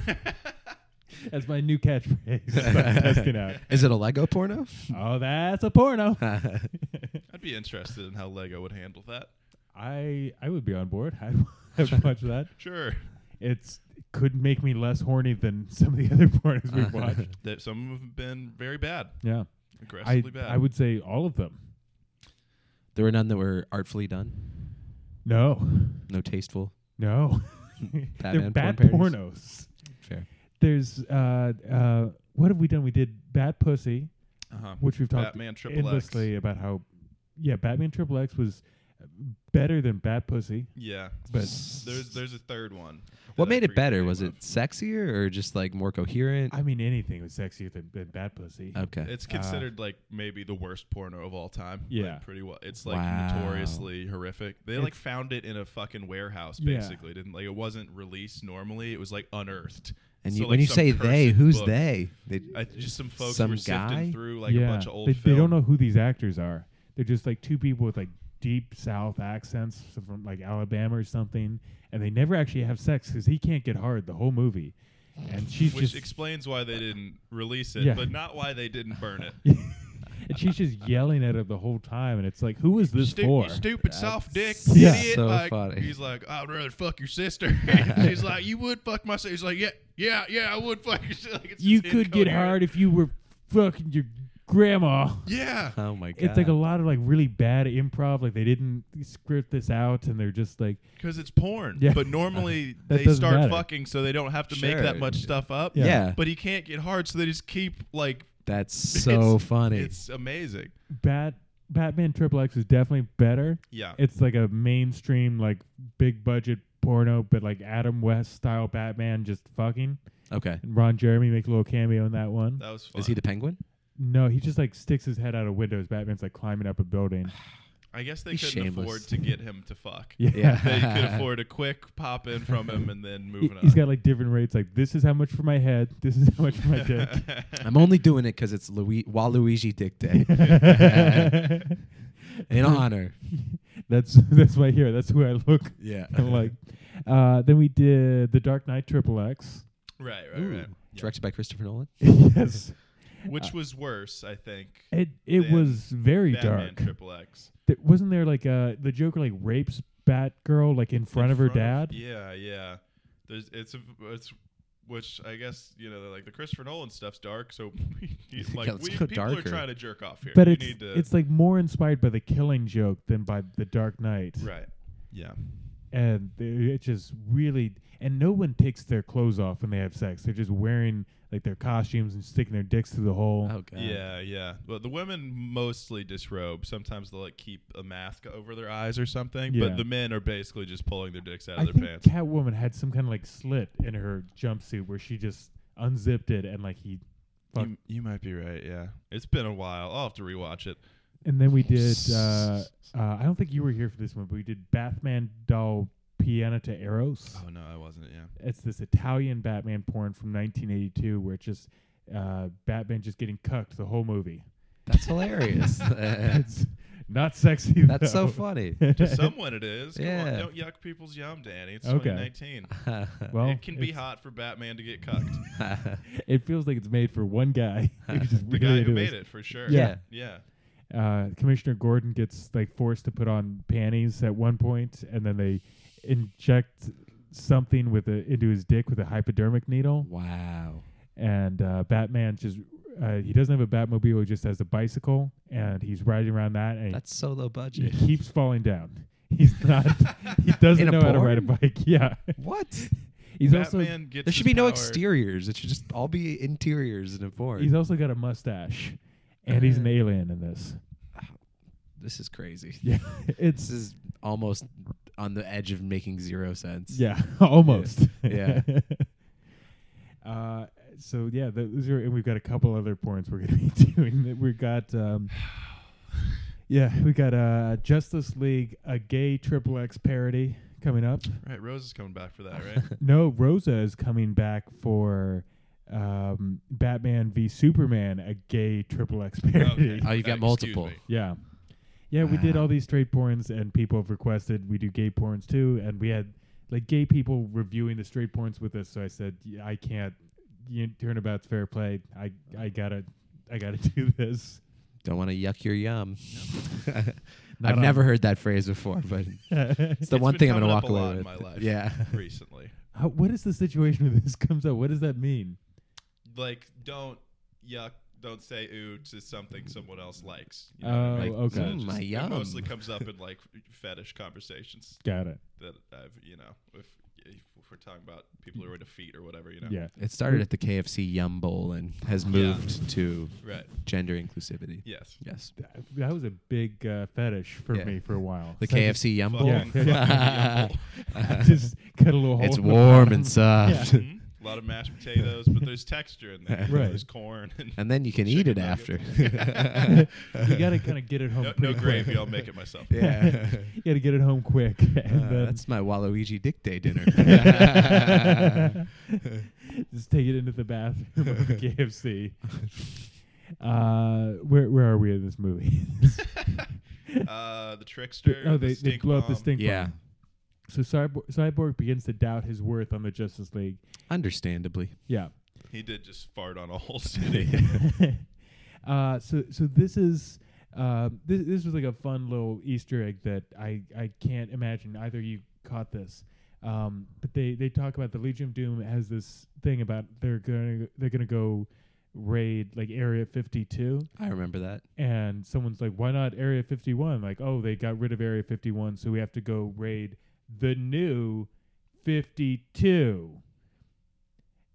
Speaker 2: That's my new catchphrase. Start testing out.
Speaker 3: Is it a Lego porno?
Speaker 2: Oh, that's a porno.
Speaker 1: I'd be interested in how Lego would handle that.
Speaker 2: I I would be on board. I'd, I'd watch that.
Speaker 1: Sure,
Speaker 2: It's could make me less horny than some of the other pornos we've watched.
Speaker 1: that some have been very bad,
Speaker 2: Yeah, I
Speaker 1: aggressively bad.
Speaker 2: I would say all of them.
Speaker 3: There were none that were artfully done,
Speaker 2: No,
Speaker 3: no tasteful.
Speaker 2: no, they're
Speaker 3: Batman porn
Speaker 2: bad
Speaker 3: parodies?
Speaker 2: pornos.
Speaker 3: Fair.
Speaker 2: There's uh uh what have we done? We did Bat Pussy,
Speaker 1: uh-huh.
Speaker 2: which we've talked
Speaker 1: Batman Triple X.
Speaker 2: endlessly about how yeah Batman Triple X was better than Bat Pussy,
Speaker 1: Yeah,
Speaker 2: but
Speaker 1: there's there's a third one.
Speaker 3: What
Speaker 1: that I
Speaker 3: made it
Speaker 1: forget the
Speaker 3: better?
Speaker 1: name
Speaker 3: Was
Speaker 1: of.
Speaker 3: it sexier or just like more coherent?
Speaker 2: I mean anything was sexier than, than Bat Pussy.
Speaker 3: okay.
Speaker 1: It's considered like maybe the worst porno of all time. Like,
Speaker 2: Yeah.
Speaker 1: pretty well. It's like
Speaker 3: Wow.
Speaker 1: notoriously horrific. They like
Speaker 2: It's-
Speaker 1: found it in a fucking warehouse,
Speaker 2: Yeah.
Speaker 1: basically. Didn't like it wasn't released normally. It was like unearthed.
Speaker 3: and
Speaker 1: So,
Speaker 3: you,
Speaker 1: like,
Speaker 3: when you
Speaker 1: some
Speaker 3: say they,
Speaker 1: cursed
Speaker 3: who's
Speaker 1: book-
Speaker 3: they? They-
Speaker 1: I, just some folks
Speaker 3: Some
Speaker 1: were
Speaker 3: guy?
Speaker 1: sifting through like a bunch of old.
Speaker 2: they,
Speaker 1: film.
Speaker 2: they don't know who these actors are. They're just like two people with like deep South accents from like Alabama or something, and they never actually have sex because he can't get hard the whole movie, and she's
Speaker 1: which
Speaker 2: just
Speaker 1: explains why they didn't release it,
Speaker 2: Yeah.
Speaker 1: but not why they didn't burn it.
Speaker 2: and she's just yelling at him the whole time, and it's like, who is this
Speaker 1: Stu- you
Speaker 2: for?
Speaker 1: stupid soft dick
Speaker 3: so
Speaker 2: Yeah.
Speaker 1: idiot. like,
Speaker 3: funny.
Speaker 1: He's like, I'd rather fuck your sister. She's like, you would fuck my sister. He's like, yeah, yeah, yeah, I would fuck your sister. Like, it's
Speaker 2: you
Speaker 1: just
Speaker 2: could get
Speaker 1: incoherent.
Speaker 2: hard if you were fucking your grandma.
Speaker 1: Yeah.
Speaker 3: oh my god.
Speaker 2: It's like a lot of like really bad improv. Like they didn't script this out, and they're just like,
Speaker 1: Because it's porn.
Speaker 2: Yeah.
Speaker 1: But normally
Speaker 2: That
Speaker 1: they
Speaker 2: doesn't
Speaker 1: start
Speaker 2: matter.
Speaker 1: fucking so they don't have to make
Speaker 3: Sure.
Speaker 1: that much stuff up.
Speaker 2: Yeah.
Speaker 3: yeah.
Speaker 1: But he can't get hard, so they just keep like
Speaker 3: That's so funny.
Speaker 1: it's amazing.
Speaker 2: Bat Batman Triple X is definitely better.
Speaker 1: Yeah.
Speaker 2: it's like a mainstream like big budget porno but like adam west style batman just fucking
Speaker 3: okay.
Speaker 2: and ron jeremy makes a little cameo in that one
Speaker 1: that was fun.
Speaker 3: Is he the penguin?
Speaker 2: no he just like sticks his head out of windows batman's like climbing up a building
Speaker 1: I guess they
Speaker 3: He's
Speaker 1: couldn't
Speaker 3: shameless.
Speaker 1: afford to get him to fuck.
Speaker 2: yeah,
Speaker 1: They could afford a quick pop in from him and then
Speaker 2: He,
Speaker 1: moving on.
Speaker 2: has got like different rates like this is how much for my head this is how much for my dick
Speaker 3: I'm only doing it because it's Lui- Waluigi Dick Day in honor.
Speaker 2: that's that's my hero that's who i look
Speaker 3: Yeah.
Speaker 2: i'm like uh then we did the dark knight triple x
Speaker 1: right, right,
Speaker 3: Ooh.
Speaker 1: right. Yeah.
Speaker 3: Directed by Christopher Nolan.
Speaker 2: yes
Speaker 1: Which
Speaker 2: Uh,
Speaker 1: was worse, I think.
Speaker 2: it it
Speaker 1: Then
Speaker 2: was very
Speaker 1: Batman
Speaker 2: dark
Speaker 1: Triple X.
Speaker 2: Th- wasn't there like uh the Joker like rapes Batgirl like in front of her dad?
Speaker 1: yeah, yeah. There's it's a, it's which I guess you know like the Christopher Nolan stuff's dark, so he's like
Speaker 3: let's
Speaker 1: we,
Speaker 3: go
Speaker 1: people are
Speaker 3: darker.
Speaker 1: trying to jerk off here.
Speaker 2: But
Speaker 1: you
Speaker 2: it's
Speaker 1: need to,
Speaker 2: it's like more inspired by the Killing Joke than by the Dark Knight,
Speaker 1: right. Yeah,
Speaker 2: and it it just really and no one takes their clothes off when they have sex. They're just wearing like their costumes and sticking their dicks through the hole.
Speaker 3: Oh god.
Speaker 1: yeah, yeah. Well, the women mostly disrobe. Sometimes they'll like keep a mask over their eyes or something.
Speaker 2: Yeah.
Speaker 1: But the men are basically just pulling their dicks out
Speaker 2: I
Speaker 1: of
Speaker 2: think
Speaker 1: their pants.
Speaker 2: Catwoman had some kind of like slit in her jumpsuit where she just unzipped it and like he, fuck.
Speaker 1: You, you might be right. Yeah, it's been a while. I'll have to rewatch it.
Speaker 2: and then we did. Uh, uh, I don't think you were here for this one, but we did Bathman doll piano to Eros.
Speaker 1: Oh no, I wasn't. Yeah,
Speaker 2: it's this Italian Batman porn from 1982 where it's just uh, Batman just getting cucked the whole movie.
Speaker 3: That's hilarious.
Speaker 2: it's not sexy.
Speaker 3: That's so
Speaker 2: though.
Speaker 3: funny.
Speaker 1: to someone it is. Come on,
Speaker 3: Yeah.
Speaker 1: don't yuck people's yum, Danny. It's
Speaker 2: Okay.
Speaker 1: 2019.
Speaker 2: Well,
Speaker 1: it can be
Speaker 2: it's-
Speaker 1: hot for Batman to get cucked.
Speaker 2: It feels like it's made for one guy. He's just
Speaker 1: the
Speaker 2: really
Speaker 1: guy who
Speaker 2: into
Speaker 1: made
Speaker 2: this.
Speaker 1: it for sure.
Speaker 2: Yeah.
Speaker 1: Yeah.
Speaker 2: Uh, Commissioner Gordon gets like forced to put on panties at one point, and then they inject something with a into his dick with a hypodermic needle,
Speaker 3: wow.
Speaker 2: and uh, Batman just. Uh, he doesn't have a Batmobile; he just has a bicycle, and he's riding around that, and he
Speaker 3: That's so low
Speaker 2: he
Speaker 3: budget.
Speaker 2: keeps falling down. He's not. he doesn't
Speaker 3: In a
Speaker 2: know how to ride a
Speaker 3: barn?
Speaker 2: bike. Yeah,
Speaker 3: what?
Speaker 2: He's also
Speaker 1: Batman gets
Speaker 3: There
Speaker 1: his
Speaker 3: should be no
Speaker 1: power-
Speaker 3: exteriors. It should just all be interiors in a Ford.
Speaker 2: he's also got a mustache, and he's
Speaker 3: Uh-huh.
Speaker 2: an alien in this.
Speaker 3: this is crazy.
Speaker 2: Yeah,
Speaker 3: This
Speaker 2: it's
Speaker 3: is almost on the edge of making zero sense.
Speaker 2: yeah, almost.
Speaker 3: Yeah.
Speaker 2: uh, so yeah, tho- those are, and we've got a couple other points we're gonna be doing. We've got um, yeah, we got uh, Justice League, a gay triple X parody coming up.
Speaker 1: Right, Rose is coming back for that, right?
Speaker 2: No, Rosa is coming back for um, Batman v Superman, a gay triple X parody.
Speaker 3: Oh, you got
Speaker 1: Excuse
Speaker 3: multiple.
Speaker 1: me.
Speaker 2: Yeah. Yeah, we did
Speaker 3: Wow.
Speaker 2: all these straight porns, and people have requested we do gay porns too. And we had like gay people reviewing the straight porns with us. So I said, "Y- I can't. You, turnabout's fair play. I I gotta I gotta do this.
Speaker 3: Don't want to yuck your yum.
Speaker 2: Not
Speaker 3: I've
Speaker 2: on-
Speaker 3: never heard that phrase before, but it's the
Speaker 1: It's
Speaker 3: one
Speaker 1: been
Speaker 3: thing I'm gonna walk
Speaker 1: coming up a
Speaker 3: away
Speaker 1: lot
Speaker 3: with.
Speaker 1: in my life.
Speaker 3: Yeah.
Speaker 1: recently.
Speaker 2: How, what is the situation when this comes up? What does that mean?
Speaker 1: Like, don't yuck, don't say ooh to something someone else likes. You
Speaker 2: Oh,
Speaker 1: know what I mean?
Speaker 2: okay.
Speaker 1: it
Speaker 3: "Mm,
Speaker 1: just-
Speaker 3: my
Speaker 1: it
Speaker 3: yum."
Speaker 1: mostly comes up in like fetish conversations
Speaker 2: Got it.
Speaker 1: that I've, you know, if, if we're talking about people who are into feet or whatever, you know.
Speaker 2: Yeah.
Speaker 3: It started at the KFC Yum Bowl and has moved to
Speaker 1: Right.
Speaker 3: gender inclusivity.
Speaker 1: Yes.
Speaker 3: Yes.
Speaker 2: Th- That was a big uh, fetish for
Speaker 3: Yeah.
Speaker 2: me for a while.
Speaker 3: The
Speaker 2: So I just-
Speaker 3: KFC Yum Bowl.
Speaker 1: Fucking,
Speaker 2: Yeah.
Speaker 1: fucking yum bowl.
Speaker 2: I just cut a little hole.
Speaker 3: It's
Speaker 2: in the
Speaker 3: warm
Speaker 2: bottom.
Speaker 3: and soft.
Speaker 2: Yeah.
Speaker 1: Mhm. A lot of mashed potatoes, but there's texture in there.
Speaker 2: Mm-hmm. Right.
Speaker 1: There's corn and
Speaker 3: And then you can eat it
Speaker 1: Chicken
Speaker 3: after.
Speaker 2: you gotta kind of get it home.
Speaker 1: no, no
Speaker 2: Oh, pretty quick.
Speaker 1: gravy. I'll make it myself.
Speaker 3: yeah.
Speaker 2: you gotta get it home quick. And
Speaker 3: Uh,
Speaker 2: then
Speaker 3: that's my Waluigi Dick Day dinner.
Speaker 2: just take it into the bathroom of the KFC. Uh, where where are we in this movie?
Speaker 1: Uh, the trickster.
Speaker 2: oh, they,
Speaker 1: the
Speaker 2: they
Speaker 1: stink
Speaker 2: blow up the
Speaker 1: bomb.
Speaker 2: stink
Speaker 3: yeah.
Speaker 2: bomb. So Cyborg, Cyborg begins to doubt his worth on the Justice League.
Speaker 3: Understandably.
Speaker 2: Yeah.
Speaker 1: He did just fart on a whole city.
Speaker 2: uh, so so this is uh, this this was like a fun little Easter egg that I I can't imagine either you caught this. Um, but they they talk about the Legion of Doom has this thing about they're gonna they're gonna go raid like Area 52
Speaker 3: I remember that.
Speaker 2: and someone's like why not Area 51 like oh they got rid of Area 51 so we have to go raid the new 52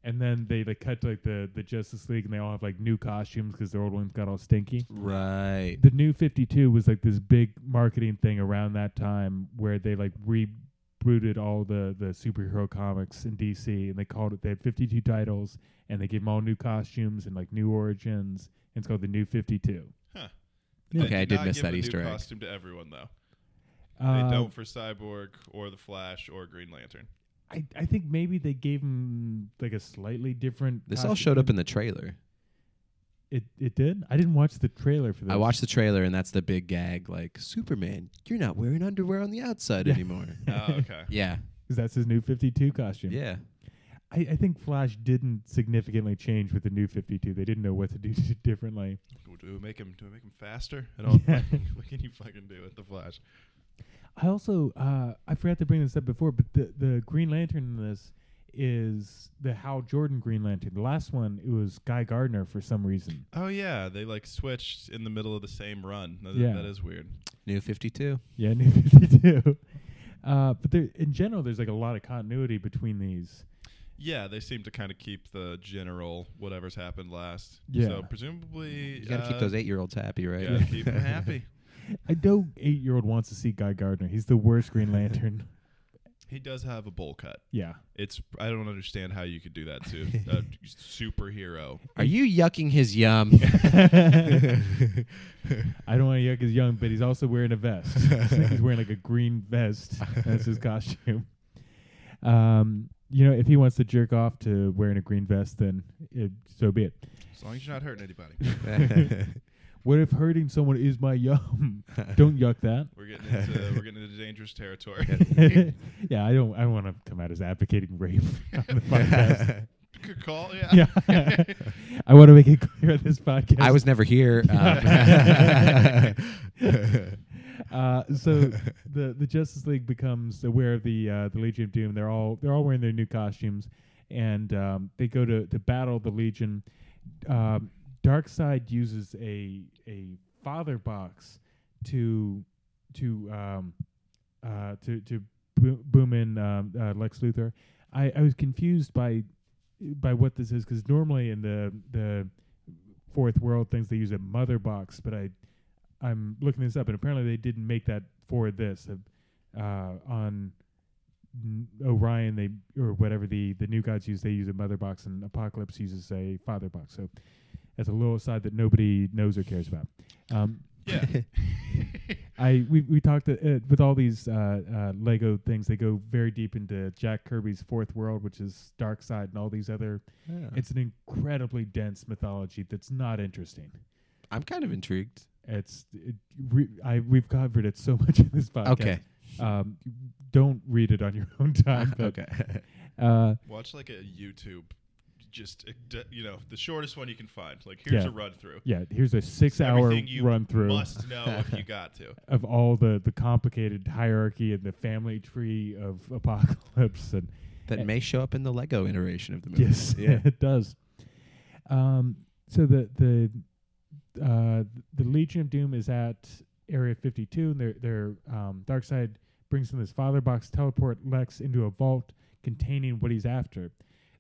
Speaker 2: and then they like cut to like the the Justice League and they all have like new costumes because their old ones got all stinky
Speaker 3: Right.
Speaker 2: the new 52 was like this big marketing thing around that time where they like rebooted all the the superhero comics in DC and they called it they had 52 titles and they gave them all new costumes and like new origins and it's called the new 52
Speaker 1: Huh.
Speaker 3: Okay,
Speaker 1: They
Speaker 3: I did
Speaker 1: not
Speaker 3: miss
Speaker 1: give
Speaker 3: that
Speaker 1: the
Speaker 3: Easter
Speaker 1: new
Speaker 3: egg.
Speaker 1: costume to everyone though.
Speaker 2: Uh,
Speaker 1: they don't for Cyborg or the Flash or Green Lantern.
Speaker 2: I, I think maybe they gave him like a slightly different
Speaker 3: This
Speaker 2: costume.
Speaker 3: all showed up in the trailer.
Speaker 2: it it did I didn't watch the trailer for this
Speaker 3: I watched the trailer, and that's the big gag. Like Superman, you're not wearing underwear on the outside
Speaker 2: Yeah.
Speaker 3: anymore.
Speaker 1: Oh, okay.
Speaker 3: Yeah,
Speaker 2: 'Cause that's his new 52 costume
Speaker 3: yeah.
Speaker 2: I, I think Flash didn't significantly change with the new 52 they didn't know what to do differently
Speaker 1: do we make him? Do we make him faster? I don't.
Speaker 2: Yeah.
Speaker 1: what can you fucking do with the Flash?
Speaker 2: I also uh, I forgot to bring this up before, but the the Green Lantern in this is the Hal Jordan Green Lantern. The last one it was Guy Gardner for some reason.
Speaker 1: Oh yeah, they like switched in the middle of the same run. That,
Speaker 2: Yeah.
Speaker 1: that is weird.
Speaker 3: New Fifty Two.
Speaker 2: Yeah, New Fifty Two. Uh, but there, in general, there's like a lot of continuity between these.
Speaker 1: Yeah, they seem to kind of keep the general whatever's happened last.
Speaker 2: Yeah.
Speaker 1: So presumably,
Speaker 3: You gotta
Speaker 1: uh,
Speaker 3: keep those eight-year-olds happy, right?
Speaker 1: gotta keep 'em happy.
Speaker 2: I know eight year old wants to see Guy Gardner. He's the worst Green Lantern.
Speaker 1: He does have a bowl cut.
Speaker 2: yeah,
Speaker 1: It's I don't understand how you could do that to a superhero.
Speaker 3: Are you yucking his yum?
Speaker 2: I don't want to yuck his young, but he's also wearing a vest. I think he's wearing like a green vest. That's his costume. Um, you know, if he wants to jerk off to wearing a green vest, then it, so be it.
Speaker 1: As long as you're not hurting anybody,
Speaker 2: What if hurting someone is my yum? don't yuck that.
Speaker 1: we're getting into we're getting into dangerous territory.
Speaker 2: yeah, I don't. I don't want to come out as advocating rape on the podcast.
Speaker 1: Good call. Yeah.
Speaker 2: yeah, I want to make it clear on this podcast.
Speaker 3: I was never here.
Speaker 2: Yeah.
Speaker 3: Um,
Speaker 2: Uh, so the the Justice League becomes aware of the uh, the Legion of Doom. They're all they're all wearing their new costumes, and um, they go to to battle the Legion. Um, Darkseid uses a a father box to to um, uh, to to bo- boom in um, uh, Lex Luthor. I, I was confused by by what this is because normally in the the fourth world things they use a mother box, but I I'm looking this up and apparently they didn't make that for this uh, uh, on n- Orion they or whatever the the new gods use they use a mother box and Apocalypse uses a father box. So that's a little aside that nobody knows or cares about. Um,
Speaker 1: Yeah.
Speaker 2: I we we talked uh, uh, with all these uh, uh, Lego things. They go very deep into Jack Kirby's Fourth World, which is Dark Side, and all these other.
Speaker 3: Uh-huh.
Speaker 2: It's an incredibly dense mythology that's not interesting.
Speaker 3: I'm kind of intrigued.
Speaker 2: It's it, re, I we've covered it so much in this podcast.
Speaker 3: Okay.
Speaker 2: um, don't read it on your own time. But,
Speaker 3: okay.
Speaker 2: uh,
Speaker 1: Watch like a YouTube, just uh, d- you know, the shortest one you can find. Like here's
Speaker 2: Yeah.
Speaker 1: a run through.
Speaker 2: yeah, here's a six-hour
Speaker 1: Everything you
Speaker 2: run through.
Speaker 1: Must know if you got to.
Speaker 2: of all the the complicated hierarchy and the family tree of apocalypse and
Speaker 1: Eh.
Speaker 3: that may show up in the Lego iteration of the movie.
Speaker 2: yes
Speaker 3: Yeah.
Speaker 2: it does um so the the uh the legion of doom is at area 52 and their their um dark side brings in this father box teleport lex into a vault containing what he's after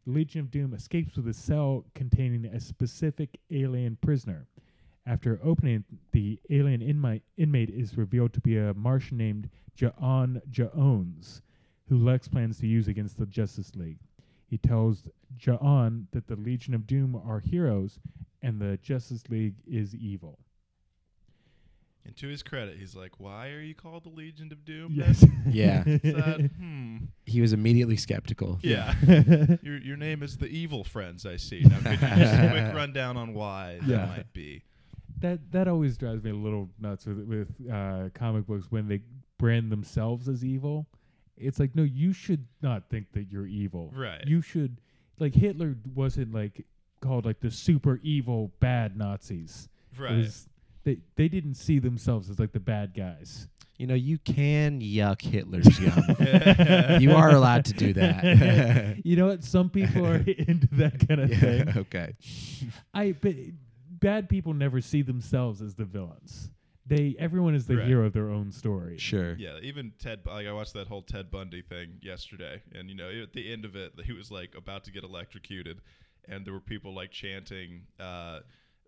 Speaker 2: the legion of doom escapes with a cell containing a specific alien prisoner after opening it, the alien inmate, inmate is revealed to be a martian named jaon jaones who lex plans to use against the justice league he tells Ja'an that the Legion of Doom are heroes and the Justice League is evil.
Speaker 1: And to his credit, he's like, "Why are you called the Legion of Doom?"
Speaker 3: Yeah.
Speaker 1: then, Zod?" hmm.
Speaker 3: He was immediately skeptical.
Speaker 1: Yeah. your your name is the Evil Friends. I see. Now, could you just a quick rundown on why
Speaker 2: Yeah.
Speaker 1: that might be?
Speaker 2: that that always drives me a little nuts with with uh, comic books when they brand themselves as evil. It's like, no, you should not think that you're evil.
Speaker 1: Right.
Speaker 2: You should like Hitler wasn't like called like the super evil bad Nazis. It
Speaker 1: Right.
Speaker 2: was- they they didn't see themselves as like the bad guys.
Speaker 3: You know, you can yuck Hitler's yum. you are allowed to do that.
Speaker 2: you know what? Some people are into that kind of
Speaker 3: yeah.
Speaker 2: thing.
Speaker 3: Okay.
Speaker 2: I but bad people never see themselves as the villains. They everyone is the
Speaker 1: Right.
Speaker 2: hero of their own story.
Speaker 3: Sure.
Speaker 1: Yeah, even Ted. Bu- Like I watched that whole Ted Bundy thing yesterday, and you know, at the end of it, he was like about to get electrocuted, and there were people like chanting, uh,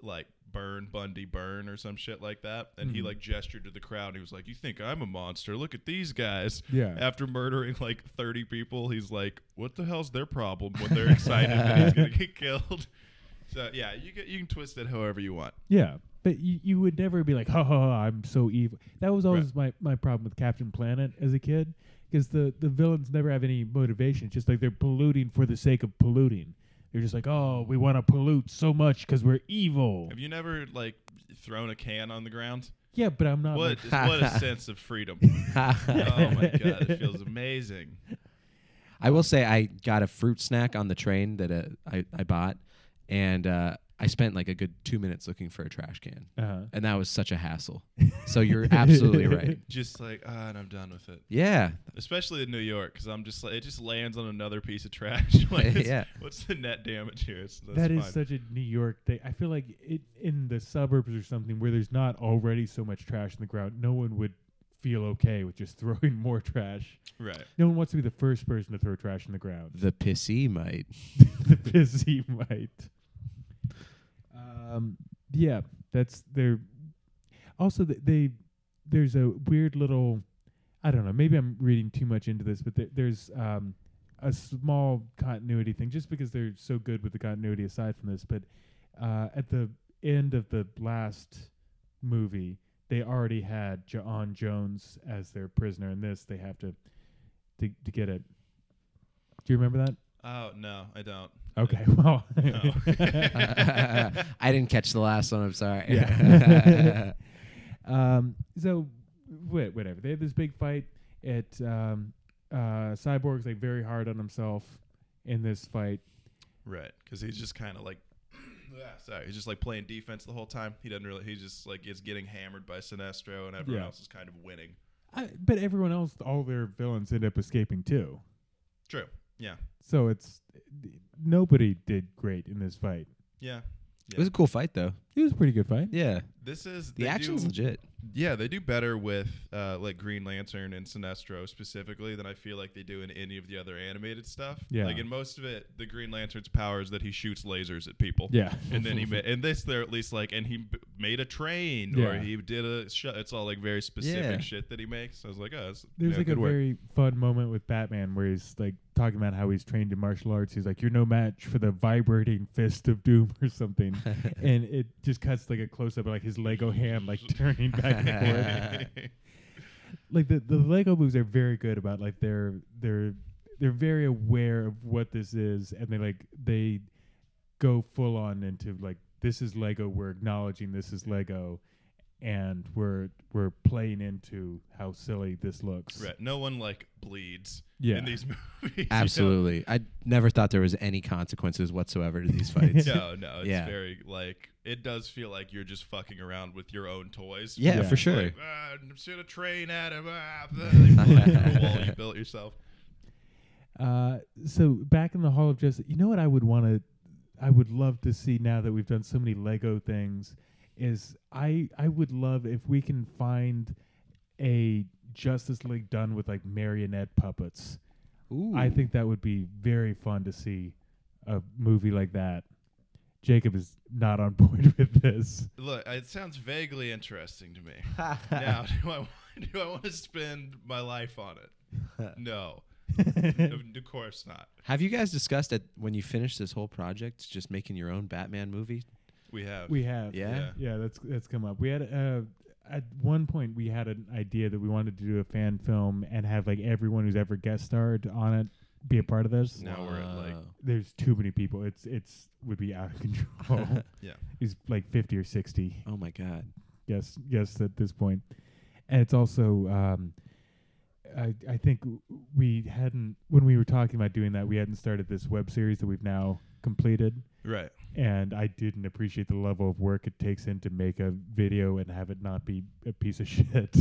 Speaker 1: like "Burn Bundy, burn" or some shit like that. And
Speaker 2: Mm-hmm.
Speaker 1: he like gestured to the crowd. And he was like, "You think I'm a monster? Look at these guys."
Speaker 2: Yeah.
Speaker 1: After murdering like 30 people, he's like, "What the hell's their problem?" When they're excited that he's gonna get killed. So yeah, you get, you can twist it however you want.
Speaker 2: Yeah. But you, you would never be like, ha ha, ha I'm so evil. That was always my, my problem with Captain Planet as a kid, because the, the villains never have any motivation. It's just like they're polluting for the sake of polluting. They're just like, oh, we want to pollute so much because we're evil.
Speaker 1: Have you never like thrown a can on the ground?
Speaker 2: Yeah, but I'm not.
Speaker 1: What
Speaker 2: like-
Speaker 1: what a sense of freedom. oh my god, it feels amazing.
Speaker 3: I will say I got a fruit snack on the train that uh, I, I bought, and uh, I spent like a good two minutes looking for a trash can,
Speaker 2: Uh-huh.
Speaker 3: and that was such a hassle. so you're absolutely right.
Speaker 1: Just like ah, and I'm done with it.
Speaker 3: Yeah,
Speaker 1: Especially in New York, because I'm just like it just lands on another piece of trash. like, it's-
Speaker 3: Yeah.
Speaker 1: What's the net damage here? It's, that's
Speaker 2: That is
Speaker 1: fine.
Speaker 2: such a New York thing. I feel like it in the suburbs or something where there's not already so much trash in the ground, no one would feel okay with just throwing more trash.
Speaker 1: right.
Speaker 2: No one wants to be the first person to throw trash in the ground.
Speaker 3: the pissy might.
Speaker 2: the busy might. Um, yeah, that's their. Also, th- they there's a weird little. I don't know. Maybe I'm reading too much into this, but there, there's um, a small continuity thing. Just because they're so good with the continuity, aside from this, but uh, at the end of the last movie, they already had John Jones as their prisoner. In this, they have to to, to get it. Do you remember that?
Speaker 1: Oh no, I don't.
Speaker 2: Okay. Well.
Speaker 1: No.
Speaker 3: I didn't catch the last one. I'm sorry.
Speaker 2: Yeah. um. So, wha- whatever. They had this big fight at um, uh, Cyborg's like very hard on himself in this fight.
Speaker 1: Right, because he's just kind of like. ah, Sorry, he's just like playing defense the whole time. He doesn't really. He just like is getting hammered by Sinestro, and everyone
Speaker 2: Yeah.
Speaker 1: else is kind of winning.
Speaker 2: I, but everyone else, all their villains end up escaping too.
Speaker 1: True. Yeah.
Speaker 2: So it's nobody did great in this fight.
Speaker 1: Yeah.
Speaker 3: It was a cool fight though.
Speaker 2: It was a pretty good fight.
Speaker 3: Yeah,
Speaker 1: This is
Speaker 3: The
Speaker 1: they
Speaker 3: action's
Speaker 1: do-
Speaker 3: legit.
Speaker 1: Yeah, they do better with uh, like Green Lantern and Sinestro specifically than I feel like they do in any of the other animated stuff.
Speaker 2: Yeah.
Speaker 1: like in most of it, the Green Lantern's power is that he shoots lasers at people.
Speaker 2: Yeah.
Speaker 1: and then he ma- and this they're at least like and he b- made a train or
Speaker 2: Yeah.
Speaker 1: he did a sh- it's all like very specific
Speaker 3: Yeah.
Speaker 1: shit that he makes. I was like, oh, that's,
Speaker 2: There's
Speaker 1: yeah,
Speaker 2: like a
Speaker 1: good work.
Speaker 2: very fun moment with Batman where he's like talking about how he's trained in martial arts. He's like, "You're no match for the vibrating fist of doom" or something, and it just cuts like a close up of like his Lego hand like turning back and forth. Like the the Lego movies are very good about like they're they're they're very aware of what this is, and they like they go full on into like this is Lego. We're acknowledging this is Lego. And we're we're playing into how silly this looks.
Speaker 1: right. No one like bleeds
Speaker 2: Yeah.
Speaker 1: in these movies. you know?
Speaker 3: Absolutely. I never thought there was any consequences whatsoever to these fights.
Speaker 1: No, no, it's
Speaker 3: Yeah.
Speaker 1: very like it does feel like you're just fucking around with your own toys.
Speaker 3: Yeah,
Speaker 2: Yeah.
Speaker 3: for sure.
Speaker 1: Like, ah, shoot a train at him. Ah, blah, blah, blah, the wall you built yourself.
Speaker 2: Uh, so back in the Hall of Justice, you know what I would want to, I would love to see now that we've done so many Lego things, is I I would love if we can find a Justice League done with like marionette puppets.
Speaker 3: Ooh.
Speaker 2: I think that would be very fun to see a movie like that. Jacob is not on board with this.
Speaker 1: Look, it sounds vaguely interesting to me. now, do I do I want to spend my life on it? No, of course not.
Speaker 3: Have you guys discussed that when you finish this whole project, just making your own Batman movie?
Speaker 1: We have.
Speaker 2: We have
Speaker 3: Yeah.
Speaker 1: Yeah.
Speaker 2: Yeah, that's that's come up. We had uh, at one point we had an idea that we wanted to do a fan film and have like everyone who's ever guest starred on it be a part of this.
Speaker 1: No. Now we're at, like-
Speaker 3: Wow.
Speaker 2: There's too many people. It's it's would be out of control.
Speaker 1: Yeah.
Speaker 2: It's like 50 or 60
Speaker 3: Oh my god.
Speaker 2: guess guess at this point. And it's also um I I think w- we hadn't when we were talking about doing that, we hadn't started this web series that we've now completed
Speaker 1: right.
Speaker 2: and I didn't appreciate the level of work it takes in to make a video and have it not be a piece of shit.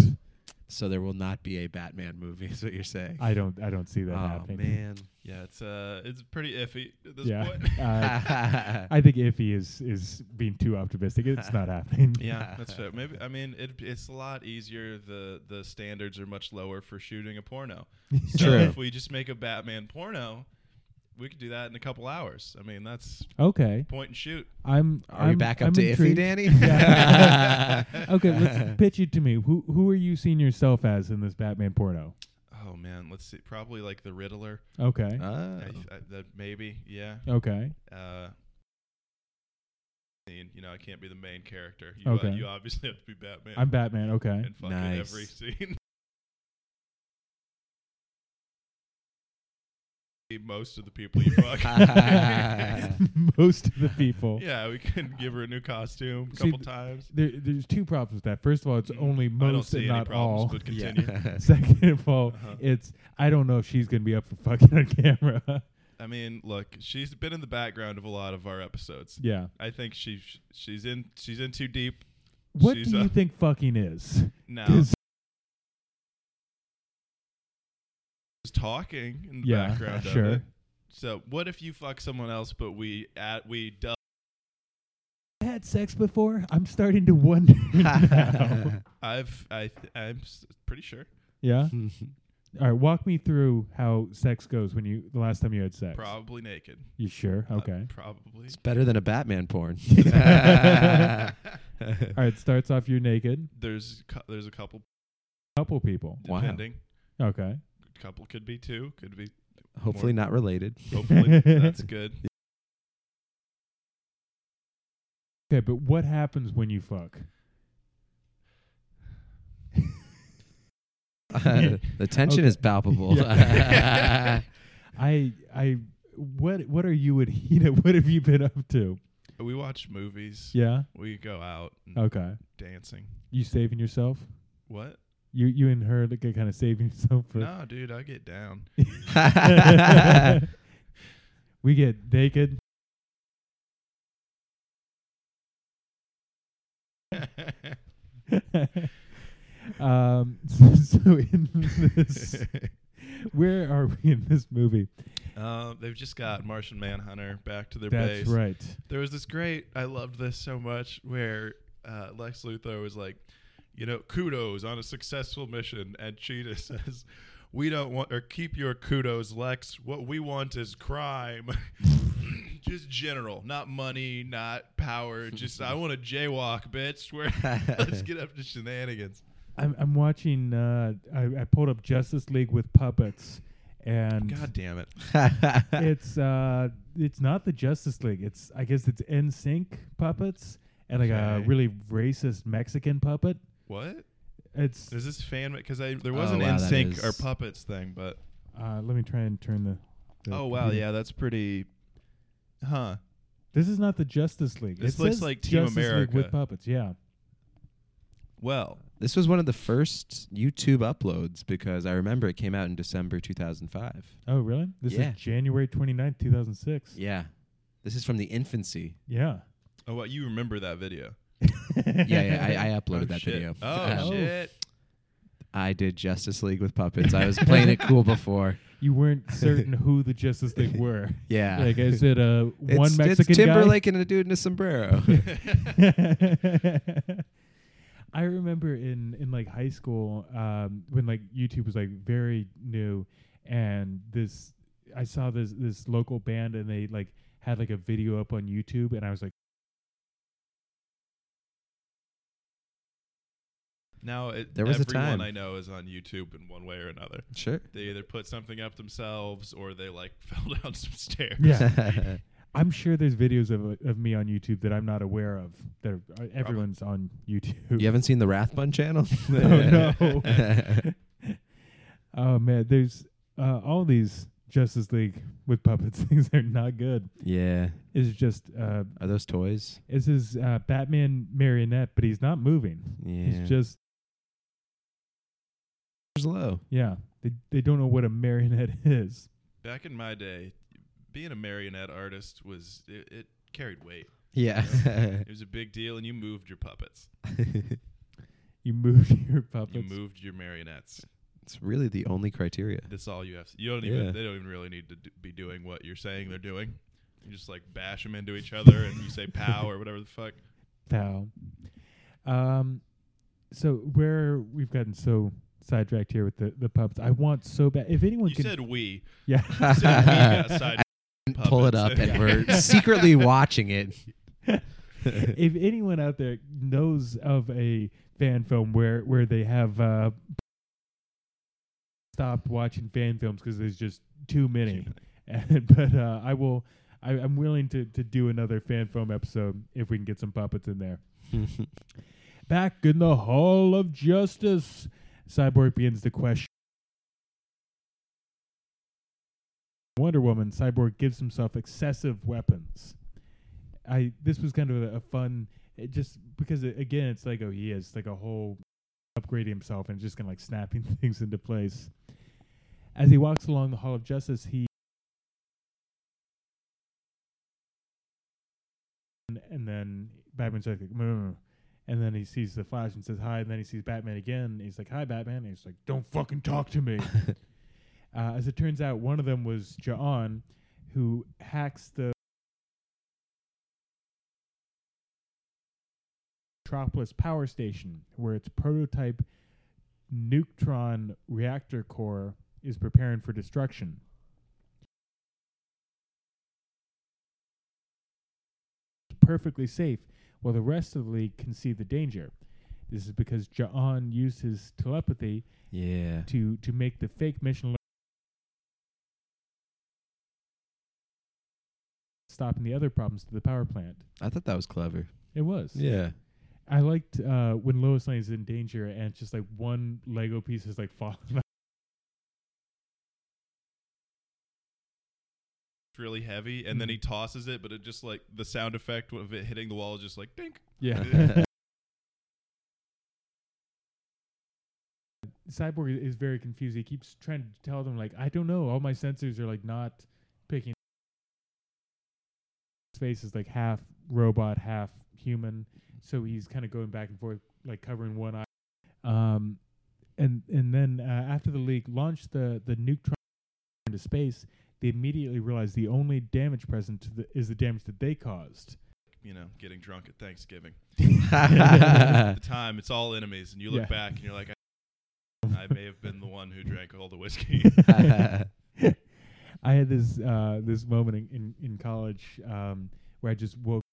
Speaker 3: So there will not be a Batman movie, is what you're saying.
Speaker 2: I don't I don't see that
Speaker 3: oh
Speaker 2: happening.
Speaker 3: man.
Speaker 1: Yeah, it's uh, it's pretty iffy at this
Speaker 2: Yeah.
Speaker 1: point.
Speaker 2: Uh, I think iffy is is being too optimistic. It's not happening.
Speaker 1: Yeah, that's fair. Maybe I mean it, it's a lot easier. The the standards are much lower for shooting a porno. So
Speaker 3: True.
Speaker 1: if we just make a Batman porno, we could do that in a couple hours. I mean that's
Speaker 2: Okay.
Speaker 1: point and shoot.
Speaker 2: I'm
Speaker 3: Are we
Speaker 2: I'm-
Speaker 3: back up
Speaker 2: I'm
Speaker 3: to iffy,
Speaker 2: intrigued.
Speaker 3: Danny?
Speaker 2: Yeah. okay, let's pitch it to me. Who who are you seeing yourself as in this Batman porno? Oh,
Speaker 1: Oh man, let's see. Probably like the Riddler.
Speaker 2: Okay.
Speaker 3: Oh.
Speaker 1: I, I, that maybe yeah.
Speaker 2: okay.
Speaker 1: Uh, and, you know I can't be the main character. You, uh,
Speaker 2: Okay.
Speaker 1: you obviously have to be Batman.
Speaker 2: I'm Batman. Okay.
Speaker 1: in fucking
Speaker 3: Nice.
Speaker 1: every scene. Most of the people you fuck.
Speaker 2: Most of the people.
Speaker 1: yeah, we can give her a new costume a
Speaker 2: See,
Speaker 1: couple times.
Speaker 2: There, there's two problems with that. First of all, it's
Speaker 3: Mm-hmm.
Speaker 2: only
Speaker 1: I don't
Speaker 2: most
Speaker 1: see
Speaker 2: and
Speaker 1: any
Speaker 2: not
Speaker 1: problems,
Speaker 2: all.
Speaker 1: but
Speaker 3: Yeah.
Speaker 1: continue.
Speaker 2: Second of all,
Speaker 1: Uh-huh.
Speaker 2: it's I don't know if she's gonna be up for fucking on camera.
Speaker 1: I mean, look, she's been in the background of a lot of our episodes.
Speaker 2: yeah.
Speaker 1: I think she she's in she's in too deep
Speaker 2: What
Speaker 1: She's
Speaker 2: do you
Speaker 1: a-
Speaker 2: think fucking is?
Speaker 1: now.
Speaker 2: 'Cause-
Speaker 1: Just talking in the
Speaker 2: Yeah,
Speaker 1: background
Speaker 2: sure.
Speaker 1: of it. So, what if you fuck someone else, but we at we dub
Speaker 2: I had sex before. I'm starting to wonder now.
Speaker 1: I've I I'm s- pretty sure.
Speaker 2: yeah. All right. Walk me through how sex goes when you the last time you had sex.
Speaker 1: Probably naked.
Speaker 2: You sure?
Speaker 1: Uh,
Speaker 2: Okay.
Speaker 1: probably.
Speaker 3: it's better than a Batman porn.
Speaker 2: all right. Starts off you're naked.
Speaker 1: There's cou- there's a couple
Speaker 2: Couple people.
Speaker 3: Wow.
Speaker 1: depending.
Speaker 2: Okay.
Speaker 1: Couple could be two, could be.
Speaker 3: Hopefully not related.
Speaker 1: Hopefully that's good.
Speaker 2: Okay. But what happens when you fuck?
Speaker 3: the tension
Speaker 2: Okay.
Speaker 3: is palpable.
Speaker 2: Yeah. I I what what are you and Hina? What have you been up to?
Speaker 1: We watch movies.
Speaker 2: Yeah.
Speaker 1: We go out and
Speaker 2: Okay.
Speaker 1: dancing.
Speaker 2: You saving yourself?
Speaker 1: What?
Speaker 2: You you and her like kind of saving yourself for.
Speaker 1: No, dude, I get down.
Speaker 2: we get naked. um. So, in this, where are we in this movie?
Speaker 1: um, they've just got Martian Manhunter back to their
Speaker 2: That's
Speaker 1: base.
Speaker 2: right.
Speaker 1: There was this great. I loved this so much. Where uh, Lex Luthor was like, you know, kudos on a successful mission, and Cheetah says. We don't want or keep your kudos, Lex. What we want is crime. just general, not money, not power. Just I want a jaywalk, bitch. Where let's get up to shenanigans.
Speaker 2: I'm, I'm watching. Uh, I, I pulled up Justice League with puppets, and
Speaker 1: God damn it.
Speaker 2: it's uh, it's not the Justice League. It's I guess it's NSYNC puppets and like a
Speaker 1: Okay.
Speaker 2: really racist Mexican puppet.
Speaker 1: What
Speaker 2: It's
Speaker 1: is this fan? Because I there
Speaker 3: Oh,
Speaker 1: was an
Speaker 3: wow, that
Speaker 1: NSYNC or
Speaker 3: is-
Speaker 1: puppets thing, but
Speaker 2: uh, let me try and turn the. the
Speaker 1: oh wow,
Speaker 2: computer.
Speaker 1: yeah, that's pretty. Huh.
Speaker 2: This is not the Justice League.
Speaker 1: This
Speaker 2: it
Speaker 1: looks
Speaker 2: says
Speaker 1: like Team
Speaker 2: Justice League
Speaker 1: America.
Speaker 2: with puppets. Yeah.
Speaker 1: Well,
Speaker 3: this was one of the first YouTube uploads because I remember it came out in December 2005.
Speaker 2: Oh really? This
Speaker 3: Yeah.
Speaker 2: is January 29th, 2006.
Speaker 3: Yeah. This is from the infancy.
Speaker 2: Yeah.
Speaker 1: oh well, you remember that video?
Speaker 3: Yeah, yeah I, I uploaded
Speaker 1: oh,
Speaker 3: that
Speaker 1: shit.
Speaker 3: video.
Speaker 1: Oh
Speaker 3: Uh,
Speaker 2: Oh.
Speaker 1: shit!
Speaker 3: I did Justice League with puppets. I was playing it cool before.
Speaker 2: you weren't certain who the Justice League were.
Speaker 3: Yeah.
Speaker 2: Like is it uh,
Speaker 3: it's,
Speaker 2: one Mexican
Speaker 3: it's
Speaker 2: guy?
Speaker 3: Timberlake and a dude in a sombrero.
Speaker 2: I remember in in like high school um, when like YouTube was like very new, and this I saw this this local band and they like had like a video up on YouTube, and I was like,
Speaker 1: Now it,
Speaker 3: There was a
Speaker 1: everyone
Speaker 3: time.
Speaker 1: I know is on YouTube in one way or another.
Speaker 3: sure.
Speaker 1: They either put something up themselves or they like fell down some stairs.
Speaker 2: yeah, I'm sure there's videos of uh, of me on YouTube that I'm not aware of. That are, uh, everyone's on YouTube.
Speaker 3: you haven't seen the Rathbun channel?
Speaker 2: oh no. oh man, there's uh, all these Justice League with puppets things are not good.
Speaker 3: yeah.
Speaker 2: It's just uh,
Speaker 3: Are those toys?
Speaker 2: This is uh, Batman marionette, but he's not moving.
Speaker 3: Yeah.
Speaker 2: He's just
Speaker 3: low.
Speaker 2: yeah. They they don't know what a marionette is.
Speaker 1: Back in my day, being a marionette artist was it, it carried weight.
Speaker 3: Yeah.
Speaker 1: It was a big deal, and you moved your puppets.
Speaker 2: You move your
Speaker 1: You
Speaker 2: puppets.
Speaker 1: moved your marionettes.
Speaker 3: it's really the only criteria.
Speaker 1: That's all you have. To, you don't even.
Speaker 3: Yeah.
Speaker 1: They don't even really need to do, be doing what you're saying they're doing. You just like bash them into each other, and you say "pow" or whatever the fuck.
Speaker 2: Thou. Um, so where we've gotten so sidetracked here with the the puppets, I want so bad. If anyone
Speaker 1: You
Speaker 2: can,
Speaker 1: said "we."
Speaker 2: yeah,
Speaker 1: You said we got side
Speaker 3: Pull it up,
Speaker 1: puppets.
Speaker 3: and we're secretly watching it.
Speaker 2: if anyone out there knows of a fan film where where they have uh, stopped watching fan films because there's just too many. And, but uh, I will. I, I'm willing to to do another fan film episode if we can get some puppets in there. Back in the Hall of Justice, Cyborg begins to question. Wonder Woman, Cyborg gives himself excessive weapons. I this was kind of a, a fun, it just because it, again it's like oh he is like a whole upgrading himself and just kind of like snapping things into place. As he walks along the Hall of Justice, he and, and then Batman's like, "Mm, mm." and then he sees the Flash and says hi, and then he sees Batman again. And he's like, "Hi, Batman." And he's like, "Don't fucking talk to me." uh, as it turns out, one of them was Ja'on, who hacks the Metropolis power station, where its prototype Neutron reactor core is preparing for destruction. Perfectly safe, while the rest of the league can see the danger. This is because Ja'on used his telepathy
Speaker 3: yeah.
Speaker 2: to to make the fake mission alert stopping the other problems to the power plant.
Speaker 3: I thought that was clever.
Speaker 2: It was.
Speaker 3: Yeah.
Speaker 2: I liked uh, when Lois Lane is in danger and it's just like one Lego piece is like falling. out.
Speaker 1: It's really heavy, and then he tosses it, but it just like the sound effect of it hitting the wall is just like dink.
Speaker 2: Yeah. Cyborg i- is very confused. He keeps trying to tell them like, I don't know. All my sensors are like not picking. His face is like half robot, half human. So he's kind of going back and forth, like covering one eye. Um, and and then uh, after the leak launched the the neutron into space, they immediately realized the only damage present to the, is the damage that they caused.
Speaker 1: you know, getting drunk at Thanksgiving.
Speaker 3: yeah.
Speaker 1: At the time, it's all enemies, and you look
Speaker 2: Yeah.
Speaker 1: back and you're like, I, I may have been the one who drank all the whiskey.
Speaker 2: I had this uh, this moment in in, in college um, where I just woke,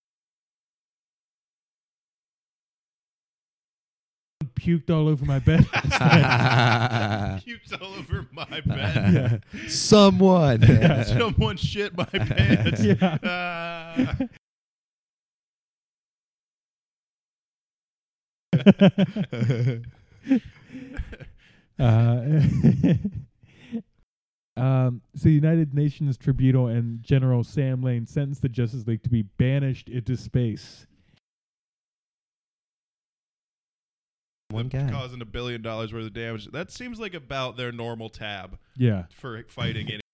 Speaker 2: puked all over my bed.
Speaker 1: Puked all over my bed.
Speaker 2: Yeah.
Speaker 3: Someone.
Speaker 1: Someone shit my pants.
Speaker 2: Yeah.
Speaker 1: Ah.
Speaker 2: Uh, um, so the United Nations Tribunal and General Sam Lane sentenced the Justice League to be banished into space.
Speaker 3: One
Speaker 1: They're
Speaker 3: guy.
Speaker 1: causing a billion dollars worth of damage. That seems like about their normal tab
Speaker 2: Yeah.
Speaker 1: for fighting any.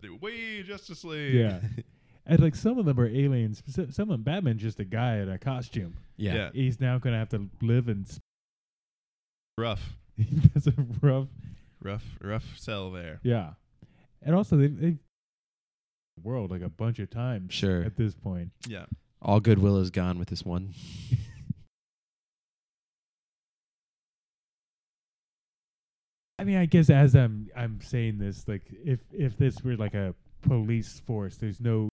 Speaker 1: The Way Justice League.
Speaker 2: Yeah. and like some of them are aliens. S- Some of them, Batman's just a guy in a costume.
Speaker 1: yeah,
Speaker 3: yeah.
Speaker 2: He's now gonna have to live in. Sp-
Speaker 1: rough,
Speaker 2: that's a rough.
Speaker 1: rough, rough sell there.
Speaker 2: Yeah. And also they they world like a bunch of times
Speaker 3: Sure.
Speaker 2: at this point.
Speaker 1: Yeah,
Speaker 3: All goodwill is gone with this one.
Speaker 2: I mean, I guess as I'm I'm saying this, like if if this were like a police force, there's no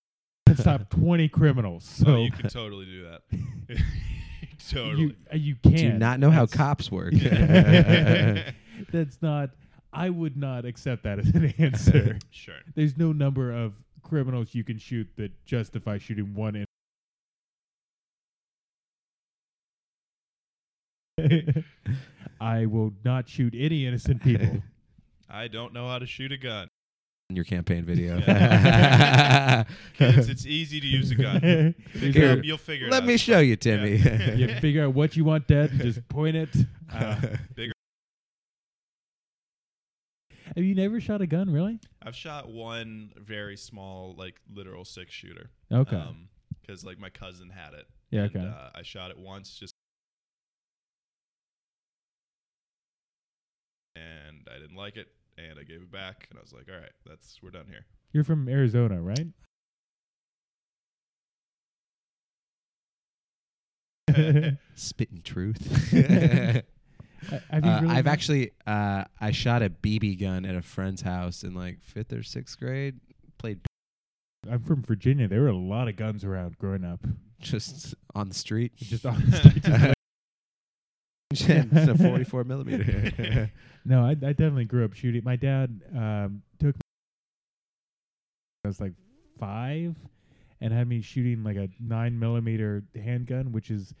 Speaker 2: can stop twenty criminals. So
Speaker 1: oh, you can totally do that. totally.
Speaker 2: you uh, you can't.
Speaker 3: Do you not know how
Speaker 2: That's-
Speaker 3: cops work?
Speaker 2: Yeah. That's not. I would not accept that as an answer.
Speaker 1: sure.
Speaker 2: there's no number of criminals you can shoot that justify shooting one. In- I will not shoot any innocent people.
Speaker 1: I don't know how to shoot a gun.
Speaker 3: In your campaign video.
Speaker 1: Yeah. Kids, it's easy to use a gun. Figure
Speaker 3: Here.
Speaker 1: out- you'll figure it
Speaker 3: Let
Speaker 1: out.
Speaker 3: me show you, Timmy.
Speaker 1: Yeah.
Speaker 2: you figure out what you want dead and just point it. Uh, have you never shot a gun, really?
Speaker 1: I've shot one very small, like literal six shooter.
Speaker 2: Okay.
Speaker 1: Because like my cousin had it.
Speaker 2: yeah,
Speaker 1: Um, and,
Speaker 2: okay.
Speaker 1: Uh, I shot it once, just and I didn't like it, and I gave it back, and I was like, all right, that's we're done here.
Speaker 2: You're from Arizona, right?
Speaker 3: Spitting truth.
Speaker 2: Ha- have you
Speaker 3: Uh,
Speaker 2: really
Speaker 3: I've
Speaker 2: not-
Speaker 3: actually uh, I shot a BB gun at a friend's house in like fifth or sixth grade. Played
Speaker 2: I'm from Virginia. There were a lot of guns around growing up.
Speaker 3: just on the street.
Speaker 2: Just honestly, just like-
Speaker 3: it's a 44 millimeter.
Speaker 2: no, I, I definitely grew up shooting. My dad um, took me. I was like five, and had me shooting like a nine millimeter handgun, which is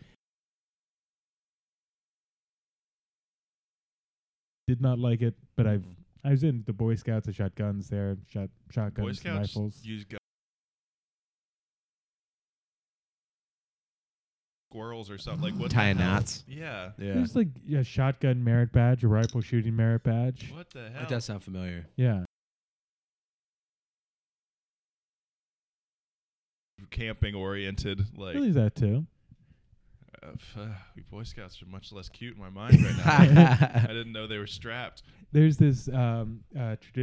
Speaker 2: did not like it. But I've I was in the Boy Scouts. I shot guns there, shot shotguns,
Speaker 1: Boy Scouts
Speaker 2: rifles.
Speaker 1: use guns. Squirrels or something like what? the
Speaker 3: Tying
Speaker 1: hell?
Speaker 3: knots.
Speaker 1: Yeah.
Speaker 3: yeah,
Speaker 2: There's like a shotgun merit badge, a rifle shooting merit badge.
Speaker 1: What the hell?
Speaker 3: that does sound familiar.
Speaker 2: Yeah.
Speaker 1: Camping oriented, like
Speaker 2: really that too.
Speaker 1: uh, f- uh, we Boy Scouts are much less cute in my mind right now. I didn't know they were strapped.
Speaker 2: There's this um uh tradition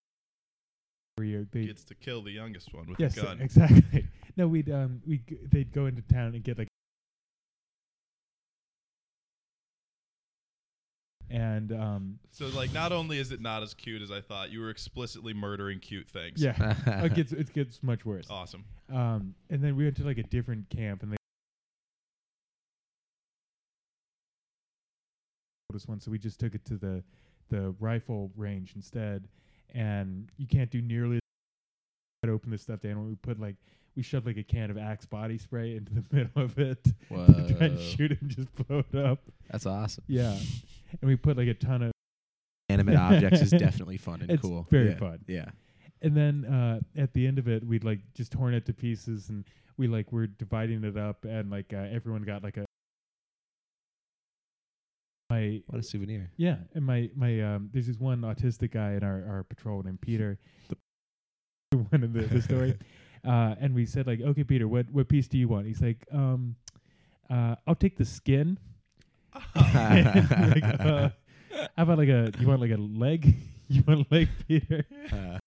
Speaker 2: where you they
Speaker 1: Gets to kill the youngest one with
Speaker 2: yes
Speaker 1: a gun.
Speaker 2: exactly. No, we'd um we they'd go into town and get like and um
Speaker 1: So like, not only is it not as cute as I thought, you were explicitly murdering cute things.
Speaker 2: yeah. it gets it gets much worse.
Speaker 1: Awesome.
Speaker 2: Um, and then we went to like a different camp, and they this one, so we just took it to the the rifle range instead. And you can't do nearly cut open this stuffed animal. We put like we shoved like a can of Axe body spray into the middle of it to try
Speaker 3: Whoa.
Speaker 2: and shoot it and just blow it up.
Speaker 3: That's awesome.
Speaker 2: Yeah, and we put like a ton of
Speaker 3: Animate objects is definitely fun and
Speaker 2: It's
Speaker 3: cool.
Speaker 2: very
Speaker 3: yeah.
Speaker 2: fun.
Speaker 3: Yeah.
Speaker 2: and then uh, at the end of it, we'd like just torn it to pieces, and we like were dividing it up, and like uh, everyone got like a my
Speaker 3: What a souvenir.
Speaker 2: yeah, and my my um, there's this one autistic guy in our our patrol named Peter, the one in the, the story, uh, and we said like, okay, Peter, what what piece do you want? He's like, um, uh, I'll take the skin. like, uh, how about like a you want like a leg? you want a leg, Peter?
Speaker 3: Uh,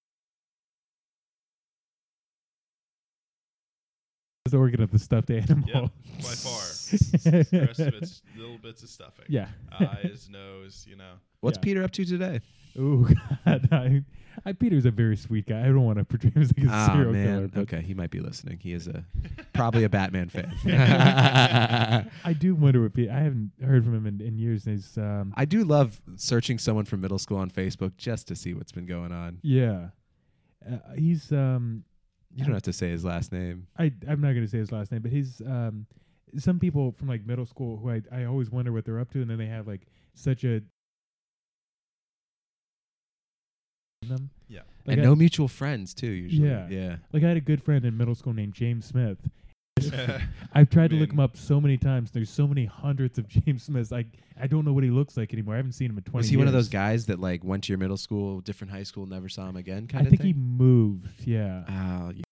Speaker 2: largest organ of the stuffed animal.
Speaker 1: Yep, by far. the rest of it's little bits of stuffing.
Speaker 2: Yeah.
Speaker 1: Eyes, nose, you know.
Speaker 3: What's
Speaker 2: Yeah.
Speaker 3: Peter up to today?
Speaker 2: Oh God, I, I Peter's a very sweet guy. I don't want to portray him as like a
Speaker 3: Ah,
Speaker 2: serial killer.
Speaker 3: man.
Speaker 2: But
Speaker 3: okay, he might be listening. He is a probably a Batman fan.
Speaker 2: I do wonder what Peter. I haven't heard from him in, in years. And he's um,
Speaker 3: I do love searching someone from middle school on Facebook just to see what's been going on.
Speaker 2: yeah, uh, he's um,
Speaker 3: You don't have to say his last name.
Speaker 2: I I'm not gonna say his last name, but he's um, some people from like middle school who I I always wonder what they're up to, and then they have like such a. Them.
Speaker 1: Yeah.
Speaker 2: Like
Speaker 3: and
Speaker 2: I,
Speaker 3: no mutual friends too. Usually,
Speaker 2: Yeah.
Speaker 3: yeah.
Speaker 2: like I had a good friend in middle school named James Smith. I've tried to look
Speaker 1: Man.
Speaker 2: him up so many times. There's so many hundreds of James Smiths. I I don't know what he looks like anymore. I haven't seen him in 20
Speaker 3: Was he
Speaker 2: years.
Speaker 3: one of those guys that like went to your middle school, different high school, never saw him again?
Speaker 2: I
Speaker 3: Kind of
Speaker 2: think he
Speaker 3: thing?
Speaker 2: moved. Yeah.
Speaker 3: Oh, yeah.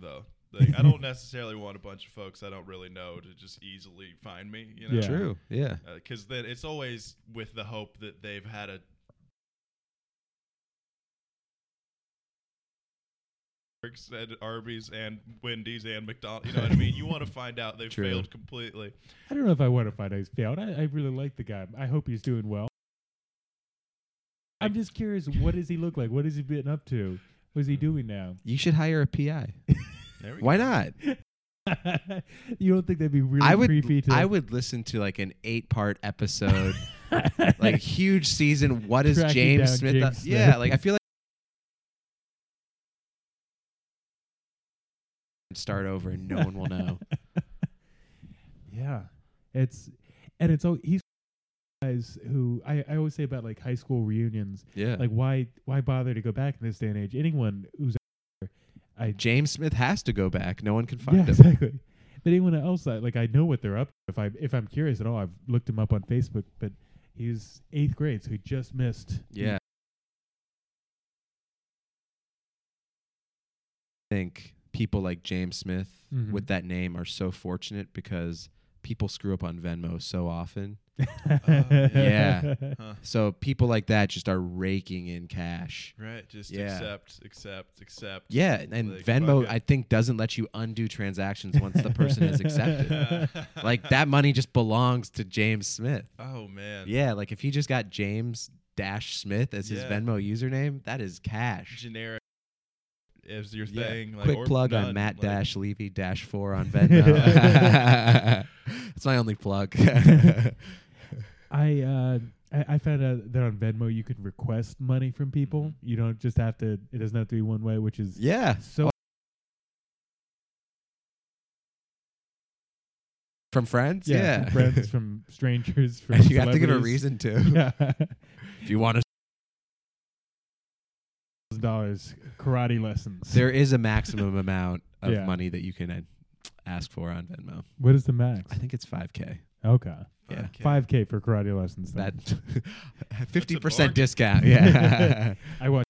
Speaker 1: Though. Like, I don't necessarily want a bunch of folks I don't really know to just easily find me, you know?
Speaker 2: Yeah.
Speaker 3: True. Yeah.
Speaker 1: Because then Uh, it's always with the hope that they've had a. Works at Arby's and Wendy's and McDonald's. You know what I mean? You want to find out they've
Speaker 3: True.
Speaker 1: failed completely.
Speaker 2: I don't know if I want to find out he's failed. I, I really like the guy. I hope he's doing well. I'm just curious. What does he look like? What has he been up to? What is he doing now?
Speaker 3: You should hire a PI.
Speaker 1: Hmm. There we
Speaker 3: Why
Speaker 1: go.
Speaker 3: not?
Speaker 2: you don't think that'd be really
Speaker 3: I would.
Speaker 2: creepy? To
Speaker 3: I would listen to like an eight-part episode, like huge season. What is
Speaker 2: Tracking
Speaker 3: James
Speaker 2: down
Speaker 3: Smith?
Speaker 2: James
Speaker 3: up-
Speaker 2: Smith.
Speaker 3: Yeah. Like I feel like start over and no one will know.
Speaker 2: Yeah, it's and it's all he's guys who I, I always say about like high school reunions,
Speaker 3: Yeah.
Speaker 2: like why why bother to go back in this day and age? Anyone who's out there, I
Speaker 3: James Smith has to go back. No one can find
Speaker 2: yeah
Speaker 3: him.
Speaker 2: exactly. But anyone else that like I know what they're up to. If I if I'm curious at all, I've looked him up on Facebook. But he's eighth grade, so he just missed.
Speaker 3: Yeah. I think people like James Smith
Speaker 2: Mhm.
Speaker 3: with that name are so fortunate because people screw up on Venmo so often. yeah.
Speaker 1: Huh.
Speaker 3: So people like that just are raking in cash.
Speaker 1: Right. Just
Speaker 3: Yeah.
Speaker 1: accept, accept, accept.
Speaker 3: Yeah, and
Speaker 1: Like,
Speaker 3: Venmo
Speaker 1: fuck it.
Speaker 3: I think doesn't let you undo transactions once the person has accepted. Like that money just belongs to James Smith.
Speaker 1: Oh man.
Speaker 3: Yeah, like if he just got James Dash Smith as his
Speaker 1: Yeah.
Speaker 3: Venmo username, that is cash.
Speaker 1: Generic is your
Speaker 3: Yeah.
Speaker 1: thing. Like,
Speaker 3: Quick
Speaker 1: or
Speaker 3: plug on
Speaker 1: none,
Speaker 3: Matt
Speaker 1: like-
Speaker 3: Dash Levy Dash Four on Venmo. That's my only plug.
Speaker 2: I uh I, I found out that on Venmo you can request money from people. You don't just have to. It doesn't have to be one way, which is
Speaker 3: Mm-hmm. yeah, Oh,
Speaker 2: so
Speaker 3: from friends.
Speaker 2: yeah,
Speaker 3: Yeah,
Speaker 2: From friends from strangers from
Speaker 3: you have to give a
Speaker 2: celebrities.
Speaker 3: reason to.
Speaker 2: yeah
Speaker 3: If you want to,
Speaker 2: dollars karate lessons
Speaker 3: there is a maximum amount of
Speaker 2: Yeah.
Speaker 3: money that you can uh, ask for on Venmo.
Speaker 2: what is the max
Speaker 3: I think it's five k.
Speaker 2: okay
Speaker 3: Yeah,
Speaker 1: Fuck yeah.
Speaker 2: 5k for karate lessons then.
Speaker 3: that fifty
Speaker 1: bargain.
Speaker 3: percent discount. Yeah,
Speaker 2: i want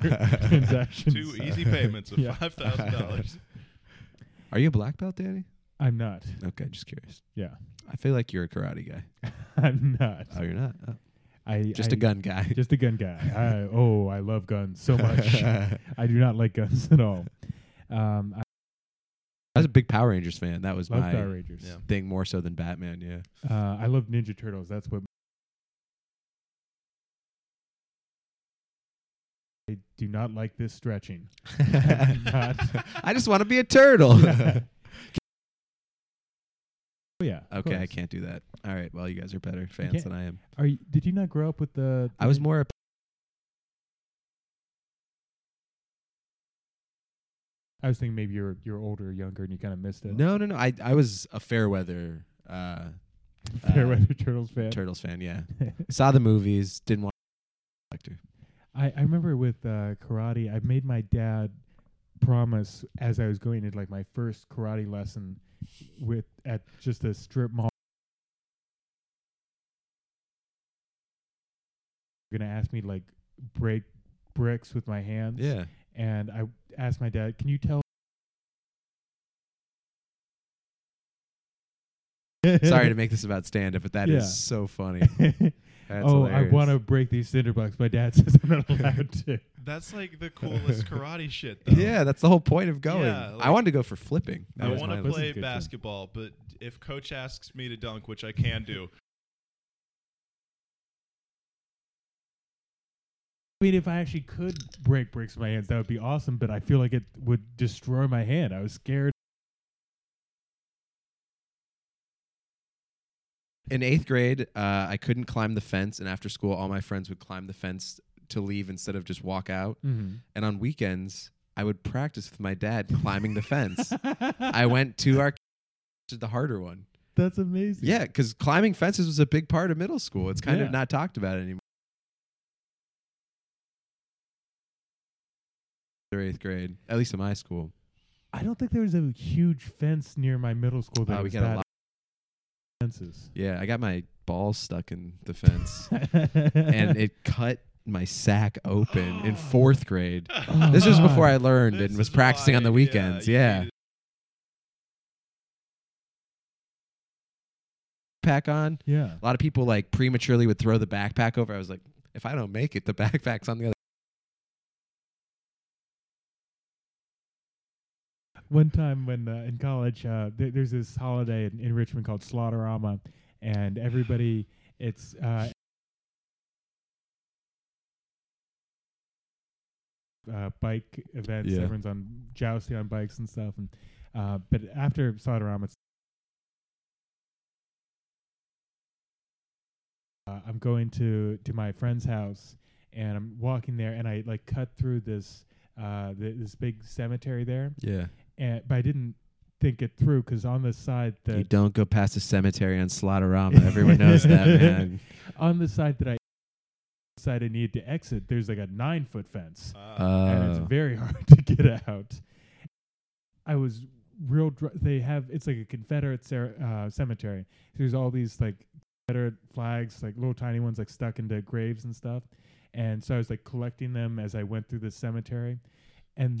Speaker 2: transactions
Speaker 1: Two easy payments of
Speaker 2: Yeah.
Speaker 1: five thousand dollars.
Speaker 3: are you a black belt, Danny?
Speaker 2: i'm not
Speaker 3: Okay, just curious.
Speaker 2: Yeah.
Speaker 3: I feel like you're a karate guy.
Speaker 2: i'm not
Speaker 3: Oh, you're not. Oh,
Speaker 2: i
Speaker 3: just
Speaker 2: a
Speaker 3: a gun guy.
Speaker 2: just a gun guy I, oh i love guns so much i do not like guns at all um i
Speaker 3: I was a big Power Rangers fan. That was
Speaker 2: love
Speaker 3: my
Speaker 2: Power Rangers.
Speaker 1: Yeah.
Speaker 3: thing more so than Batman. Yeah.
Speaker 2: Uh, I love Ninja Turtles. That's what. I do not like this stretching. not-
Speaker 3: I just want to be a turtle.
Speaker 2: Yeah. oh yeah. of
Speaker 3: okay, I
Speaker 2: course.
Speaker 3: can't do that. All right. Well, you guys are better
Speaker 2: can't-
Speaker 3: fans than I am.
Speaker 2: Are you, did you not grow up with the?
Speaker 3: I was more. a-
Speaker 2: I was thinking maybe you're you're older, or younger, and you kind of missed it.
Speaker 3: No, no, no. I I was a Fairweather uh,
Speaker 2: Fairweather Turtles fan.
Speaker 3: Turtles fan. Yeah. Saw the movies. Didn't want. Collector.
Speaker 2: I, I remember with uh, karate, I made my dad promise as I was going into like my first karate lesson with at just a strip mall. You're gonna ask me to, like break bricks with my hands.
Speaker 3: Yeah.
Speaker 2: And I asked my dad, "Can you tell?"
Speaker 3: Sorry to make this about stand up, but that is
Speaker 2: Yeah.
Speaker 3: so funny.
Speaker 2: make.
Speaker 3: That's
Speaker 2: oh, I
Speaker 3: hilarious.
Speaker 2: want to break these cinder blocks. My dad says I'm not allowed to.
Speaker 1: That's like the coolest karate shit. Though.
Speaker 3: yeah, that's the whole point of going.
Speaker 1: Yeah, like-
Speaker 3: I wanted to go for flipping. That
Speaker 1: I
Speaker 3: was
Speaker 1: want
Speaker 3: my
Speaker 1: to
Speaker 2: This is
Speaker 1: play
Speaker 2: good, too.
Speaker 1: basketball, but if coach asks me to dunk, which I can do,
Speaker 2: I mean, if I actually could break bricks with my hands, that would be awesome. But I feel like it would destroy my hand. I was scared.
Speaker 3: in eighth grade, uh, I couldn't climb the fence, and after school, all my friends would climb the fence to leave instead of just walk out. And on weekends, I would practice with my dad climbing the fence. I went to our to the harder one.
Speaker 2: That's amazing.
Speaker 3: Yeah, because climbing fences was a big part of middle school. It's kind
Speaker 2: Yeah.
Speaker 3: of not talked about anymore. Or Eighth grade, at least in my school,
Speaker 2: I don't think there was a huge fence near my middle
Speaker 1: Oh,
Speaker 2: school that
Speaker 3: Uh, we
Speaker 2: was
Speaker 3: got a
Speaker 2: that
Speaker 3: lot.
Speaker 2: fences.
Speaker 3: Yeah, I got my balls stuck in the fence, and it cut my sack open in fourth grade. This was before I learned
Speaker 1: Oh, This
Speaker 3: and was
Speaker 1: is
Speaker 3: practicing on
Speaker 1: why,
Speaker 3: the
Speaker 1: yeah,
Speaker 3: weekends.
Speaker 1: you
Speaker 3: Yeah.
Speaker 1: need
Speaker 3: Pack on.
Speaker 2: yeah.
Speaker 3: A lot of people like prematurely would throw the backpack over. I was like, if I don't make it, the backpack's on the other.
Speaker 2: One time when uh, in college, uh, th- there's this holiday in, in Richmond called Slaughterama, and everybody, it's uh, uh, bike events.
Speaker 3: Yeah.
Speaker 2: Everyone's on jousting on bikes and stuff. And uh, but after Slaughterama, it's uh, I'm going to to my friend's house, and I'm walking there, and I like cut through this uh, th- this big cemetery there
Speaker 3: Yeah.
Speaker 2: and but I didn't think it through because on the side
Speaker 3: You
Speaker 2: that
Speaker 3: don't go past the cemetery on Slaughterama. Everyone knows that, man.
Speaker 2: on the side that I side I needed to exit, there's like a nine foot fence,
Speaker 1: Uh,
Speaker 2: and it's
Speaker 3: Uh,
Speaker 2: very hard to get out. I was real. Dr- they have it's like a Confederate cer- uh, cemetery. There's all these like Confederate flags, like little tiny ones, like stuck into graves and stuff. And so I was like collecting them as I went through the cemetery, and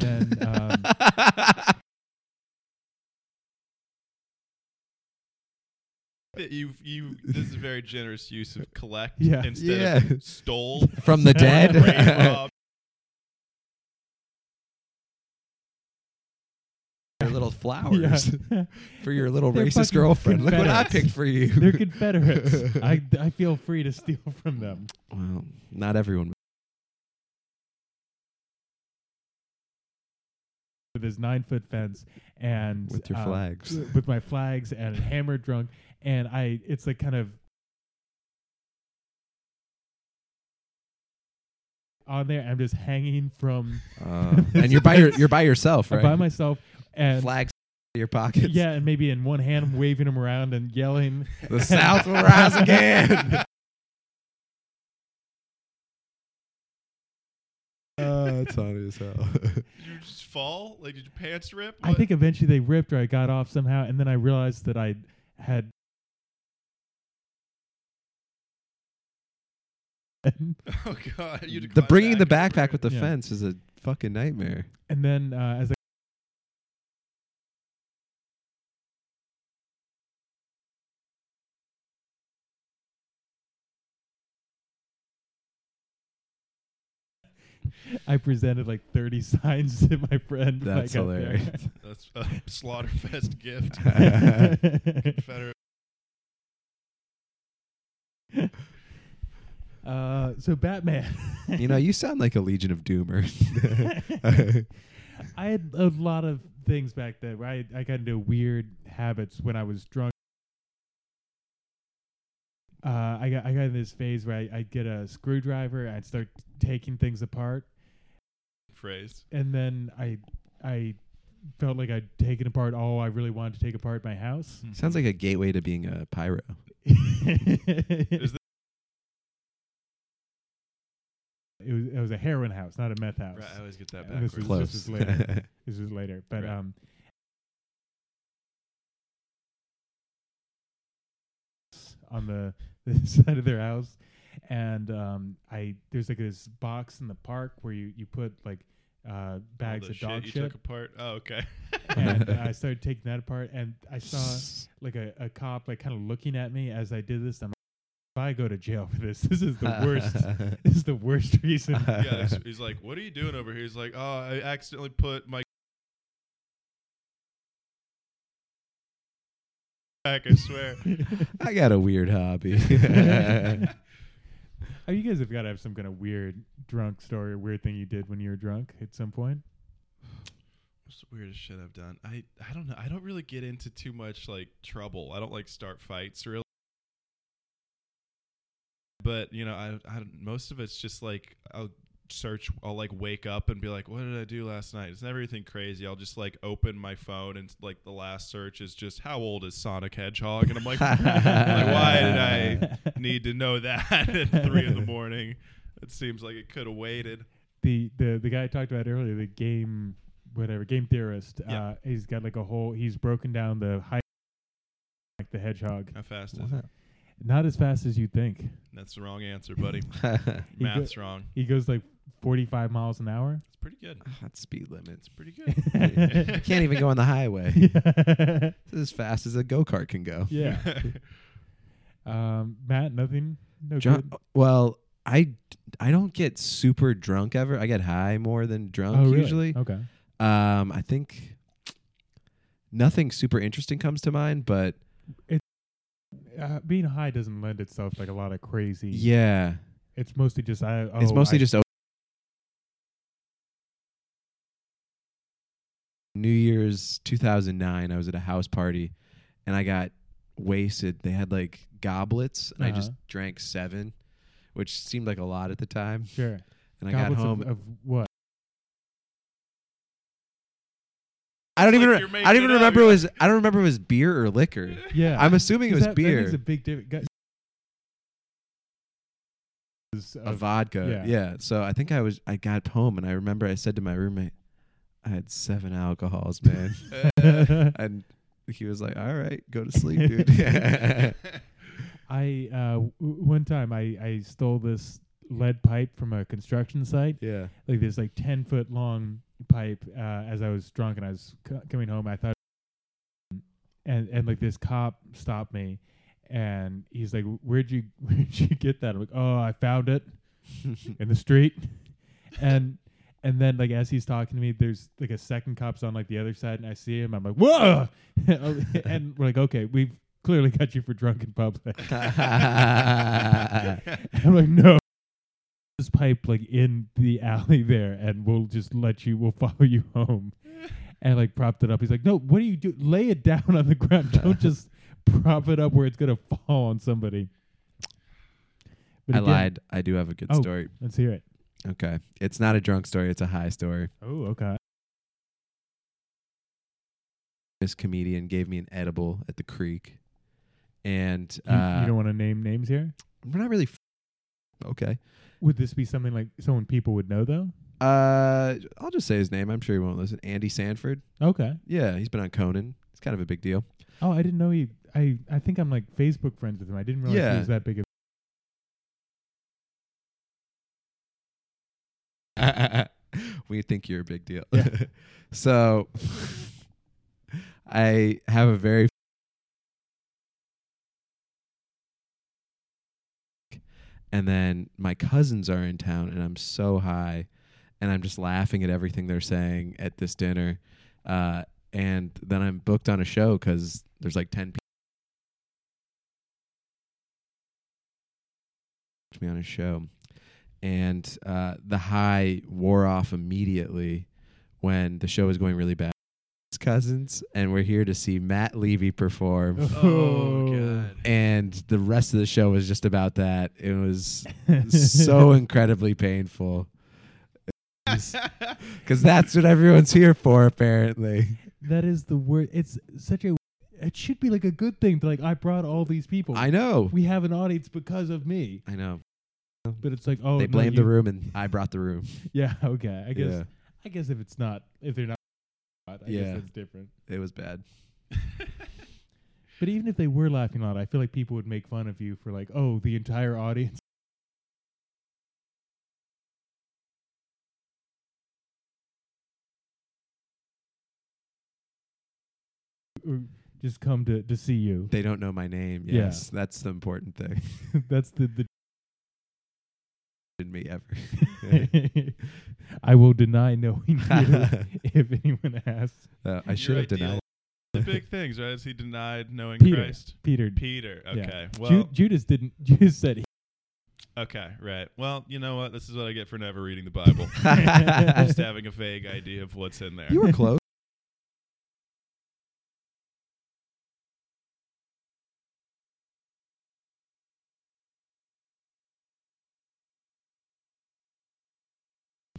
Speaker 2: then. Um,
Speaker 1: you you this is a very generous use of collect
Speaker 2: Yeah.
Speaker 1: instead
Speaker 3: Yeah.
Speaker 1: of stole
Speaker 3: From the dead.
Speaker 1: rape, rob.
Speaker 3: your little flowers
Speaker 2: yeah.
Speaker 3: for your little
Speaker 2: They're
Speaker 3: racist
Speaker 2: fucking
Speaker 3: girlfriend. Look what I
Speaker 2: Confederates.
Speaker 3: picked for you.
Speaker 2: They're Confederates. I, I feel free to steal from them.
Speaker 3: well, not everyone.
Speaker 2: With his nine foot fence and
Speaker 3: With your
Speaker 2: uh,
Speaker 3: flags.
Speaker 2: with my flags and hammer drunk, and I it's like kind of on there. I'm just hanging from
Speaker 3: Uh, and you're by your, you're by yourself, right?
Speaker 2: by myself and
Speaker 3: flags in your pockets.
Speaker 2: yeah, and maybe in one hand I'm waving them around and yelling.
Speaker 3: The South will rise again. uh, that's funny as hell.
Speaker 1: Did you just fall? Like did your pants rip?
Speaker 2: I
Speaker 1: What-
Speaker 2: think eventually they ripped or I got off somehow, and then I realized that I had.
Speaker 1: Oh god, you had to
Speaker 3: the
Speaker 1: climb
Speaker 3: bringing the
Speaker 1: back
Speaker 3: backpack with the
Speaker 2: Yeah.
Speaker 3: fence is a fucking nightmare.
Speaker 2: And then uh, as I I presented like 30 signs to my friend. when I
Speaker 3: That's
Speaker 2: got there.
Speaker 3: hilarious.
Speaker 1: That's a slaughterfest gift. Confederate.
Speaker 2: uh, so Batman.
Speaker 3: you know, you sound like a Legion of Doomer.
Speaker 2: I had a lot of things back then. Where I I got into weird habits when I was drunk. Uh, I got I got in this phase where I, I'd get a screwdriver, I'd start taking things apart,
Speaker 1: phrase.
Speaker 2: and then I I felt like I'd taken apart all I really wanted to take apart my
Speaker 1: Hmm.
Speaker 2: house.
Speaker 3: Sounds like a gateway to being a pyro.
Speaker 2: it was it was a heroin house, not a meth house.
Speaker 1: Right, I always get that
Speaker 2: Yeah, this
Speaker 1: backwards.
Speaker 2: is-
Speaker 3: Close.
Speaker 2: is later. This was later, but
Speaker 1: Right.
Speaker 2: um, on the, the side of their house, and um, I there's like this box in the park where you you put like uh
Speaker 1: All
Speaker 2: bags
Speaker 1: the
Speaker 2: of dog
Speaker 1: you
Speaker 2: shit,
Speaker 1: took apart. Oh, okay.
Speaker 2: and I started taking that apart, and I saw like a, a cop like kind of looking at me as I did this. I'm I go to jail for this, this is the worst. this is the worst reason.
Speaker 1: Yeah, he's, he's like, "What are you doing over here?" He's like, "Oh, I accidentally put my back." I swear.
Speaker 3: I got a weird hobby.
Speaker 2: Oh, you guys have got to have some kind of weird drunk story or weird thing you did when you were drunk at some point.
Speaker 1: What's the weirdest shit I've done? I I don't know. I don't really get into too much like trouble. I don't like start fights really. But you know, I I don't- most of it's just like I'll search. I'll like wake up and be like, what did I do last night? It's never anything crazy. I'll just like open my phone and like the last search is just how old is Sonic Hedgehog? And I'm like, I'm like why did I need to know that at three in the morning? It seems like it could have waited.
Speaker 2: the the the guy I talked about earlier, the game whatever game theorist.
Speaker 1: Yeah.
Speaker 2: Uh, he's got like a whole. He's broken down the high like the hedgehog.
Speaker 1: How fast is it?
Speaker 2: Not as fast as you think.
Speaker 1: That's the wrong answer, buddy.
Speaker 2: You go-
Speaker 1: Math's wrong.
Speaker 2: He goes like 45 miles an hour.
Speaker 1: It's pretty good.
Speaker 3: Hot speed limits.
Speaker 1: It's pretty good.
Speaker 3: You can't even go on the highway.
Speaker 2: yeah.
Speaker 3: This is as fast as a go kart can go.
Speaker 2: yeah. Um, Matt, nothing. No
Speaker 3: Drunk,
Speaker 2: good.
Speaker 3: well, I I don't get super drunk ever. I get high more than drunk
Speaker 2: Oh,
Speaker 3: uh,
Speaker 2: really? Oh.
Speaker 3: usually.
Speaker 2: Okay.
Speaker 3: Um, I think nothing super interesting comes to mind, but
Speaker 2: Uh, being high doesn't lend itself like a lot of crazy.
Speaker 3: yeah,
Speaker 2: It's mostly just I. Oh,
Speaker 3: it's mostly
Speaker 2: I-
Speaker 3: just o- New Year's 2009. I was at a house party, and I got wasted. They had like goblets, and I just
Speaker 2: Uh-huh.
Speaker 3: drank seven, which seemed like a lot at the time.
Speaker 2: sure.
Speaker 3: And I got
Speaker 2: Goblets of-
Speaker 3: home.
Speaker 2: of, what?
Speaker 3: I don't
Speaker 1: Like
Speaker 3: even.
Speaker 1: you're
Speaker 3: Re-
Speaker 1: making
Speaker 3: I don't even
Speaker 1: it up.
Speaker 3: remember it was. I don't remember if it was beer or liquor.
Speaker 2: Yeah.
Speaker 3: I'm assuming it
Speaker 2: 'Cause
Speaker 3: was
Speaker 2: that, That
Speaker 3: beer.
Speaker 2: makes a big difference.
Speaker 3: a vodka.
Speaker 2: yeah.
Speaker 3: Yeah. So I think I was I got home and I remember I said to my roommate, I had seven alcohols, man. and he was like, All right, go to sleep, dude.
Speaker 2: I uh, w- one time I, I stole this lead pipe from a construction site.
Speaker 3: yeah.
Speaker 2: Like this like ten foot long pipe. Uh, as I was drunk and I was c- coming home, I thought, and and like this cop stopped me, and he's like, "Where'd you where'd you get that?" I'm like, "Oh, I found it in the street," and. And then, like as he's talking to me, there's like a second cop's on like the other side, and I see him. I'm like, "Whoa!" and we're like, "Okay, we've clearly got you for drunk in public." I'm like, no. This pipe like in the alley there, and we'll just let you. We'll follow you home. And like propped it up. He's like, no, what do you do? Lay it down on the ground. Don't just prop it up where it's gonna fall on somebody. But
Speaker 3: I
Speaker 2: again-
Speaker 3: lied. I do have a good
Speaker 2: Oh.
Speaker 3: story.
Speaker 2: Let's hear it.
Speaker 3: Okay. It's not a drunk story, it's a high story.
Speaker 2: Oh, okay.
Speaker 3: This comedian gave me an edible at the creek. And
Speaker 2: You, you
Speaker 3: uh,
Speaker 2: don't want to name names here.
Speaker 3: we're not really f- okay.
Speaker 2: Would this be something like someone people would know though?
Speaker 3: Uh, I'll just say his name. I'm sure he won't listen. Andy Sanford.
Speaker 2: Okay.
Speaker 3: Yeah, he's been on Conan. It's kind of a big deal.
Speaker 2: Oh, I didn't know he. I I think I'm like Facebook friends with him. I didn't realize
Speaker 3: Yeah.
Speaker 2: he was that big of.
Speaker 3: we think you're a big deal.
Speaker 2: Yeah.
Speaker 3: so I have a very and then my cousins are in town and I'm so high and I'm just laughing at everything they're saying at this dinner. Uh, and then I'm booked on a show because there's like 10 people. Me on a show, and uh, the high wore off immediately when the show was going really bad. It's Cousins, and we're here to see Matt Levy perform,
Speaker 1: oh god.
Speaker 3: and the rest of the show was just about that. It was so incredibly painful because that's what everyone's here for, apparently.
Speaker 2: That is the word. It's such a. It should be like a good thing. To like I brought all these people.
Speaker 3: I know,
Speaker 2: we have an audience because of me.
Speaker 3: I know.
Speaker 2: But it's like oh,
Speaker 3: they
Speaker 2: no,
Speaker 3: blamed the
Speaker 2: you-
Speaker 3: room, and I brought the room.
Speaker 2: Yeah. Okay. I guess.
Speaker 3: Yeah,
Speaker 2: I guess if it's not, if they're not, I
Speaker 3: Yeah.
Speaker 2: guess that's different.
Speaker 3: it was bad.
Speaker 2: But even if they were laughing loud, I feel like people would make fun of you for like oh, the entire audience. just come to to see you.
Speaker 3: They don't know my name.
Speaker 2: Yeah.
Speaker 3: Yes, that's the important thing
Speaker 2: That's the the
Speaker 3: in me ever.
Speaker 2: I will deny knowing you if anyone asks.
Speaker 3: Uh, I
Speaker 1: Your
Speaker 3: should have denied.
Speaker 1: The big things, right? Is he denied knowing
Speaker 2: Peter.
Speaker 1: Christ?
Speaker 2: Peter.
Speaker 1: Peter.
Speaker 2: Yeah.
Speaker 1: Okay.
Speaker 2: Ju-
Speaker 1: Well.
Speaker 2: Judas didn't. Judas said he
Speaker 1: okay. Right. Well, you know what? This is what I get for never reading the Bible. Just having a vague idea of what's in there.
Speaker 3: you were close.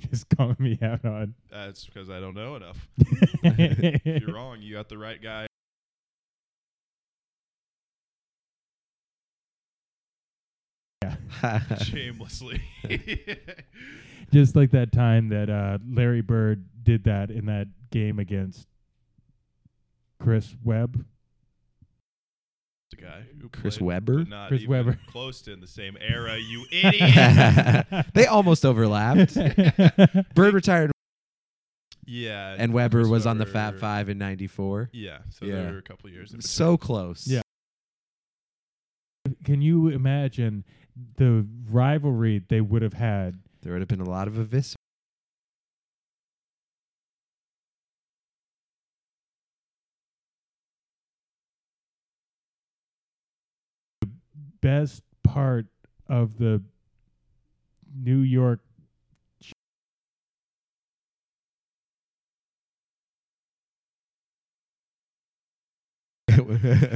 Speaker 2: just calling me out on.
Speaker 1: That's because I don't know enough. If
Speaker 2: You're
Speaker 1: you're wrong. You got the right guy. shamelessly.
Speaker 2: Just like that time that uh, Larry Bird did that in that game against Chris Webb.
Speaker 1: the guy who
Speaker 3: Chris
Speaker 1: played,
Speaker 3: Webber?
Speaker 1: but not
Speaker 2: Chris
Speaker 1: even
Speaker 2: Webber.
Speaker 1: close to in the same era. You idiot.
Speaker 3: they almost overlapped. Bird retired
Speaker 1: yeah,
Speaker 3: and Weber
Speaker 1: Chris
Speaker 3: was on the Fat
Speaker 1: Webber-
Speaker 3: Five in '94.
Speaker 1: Yeah, so
Speaker 3: Yeah.
Speaker 1: there were a couple years. in
Speaker 3: So close.
Speaker 2: Yeah. Can you imagine the rivalry they would have had?
Speaker 3: There would have been a lot of eviscer.
Speaker 2: Best part of the New York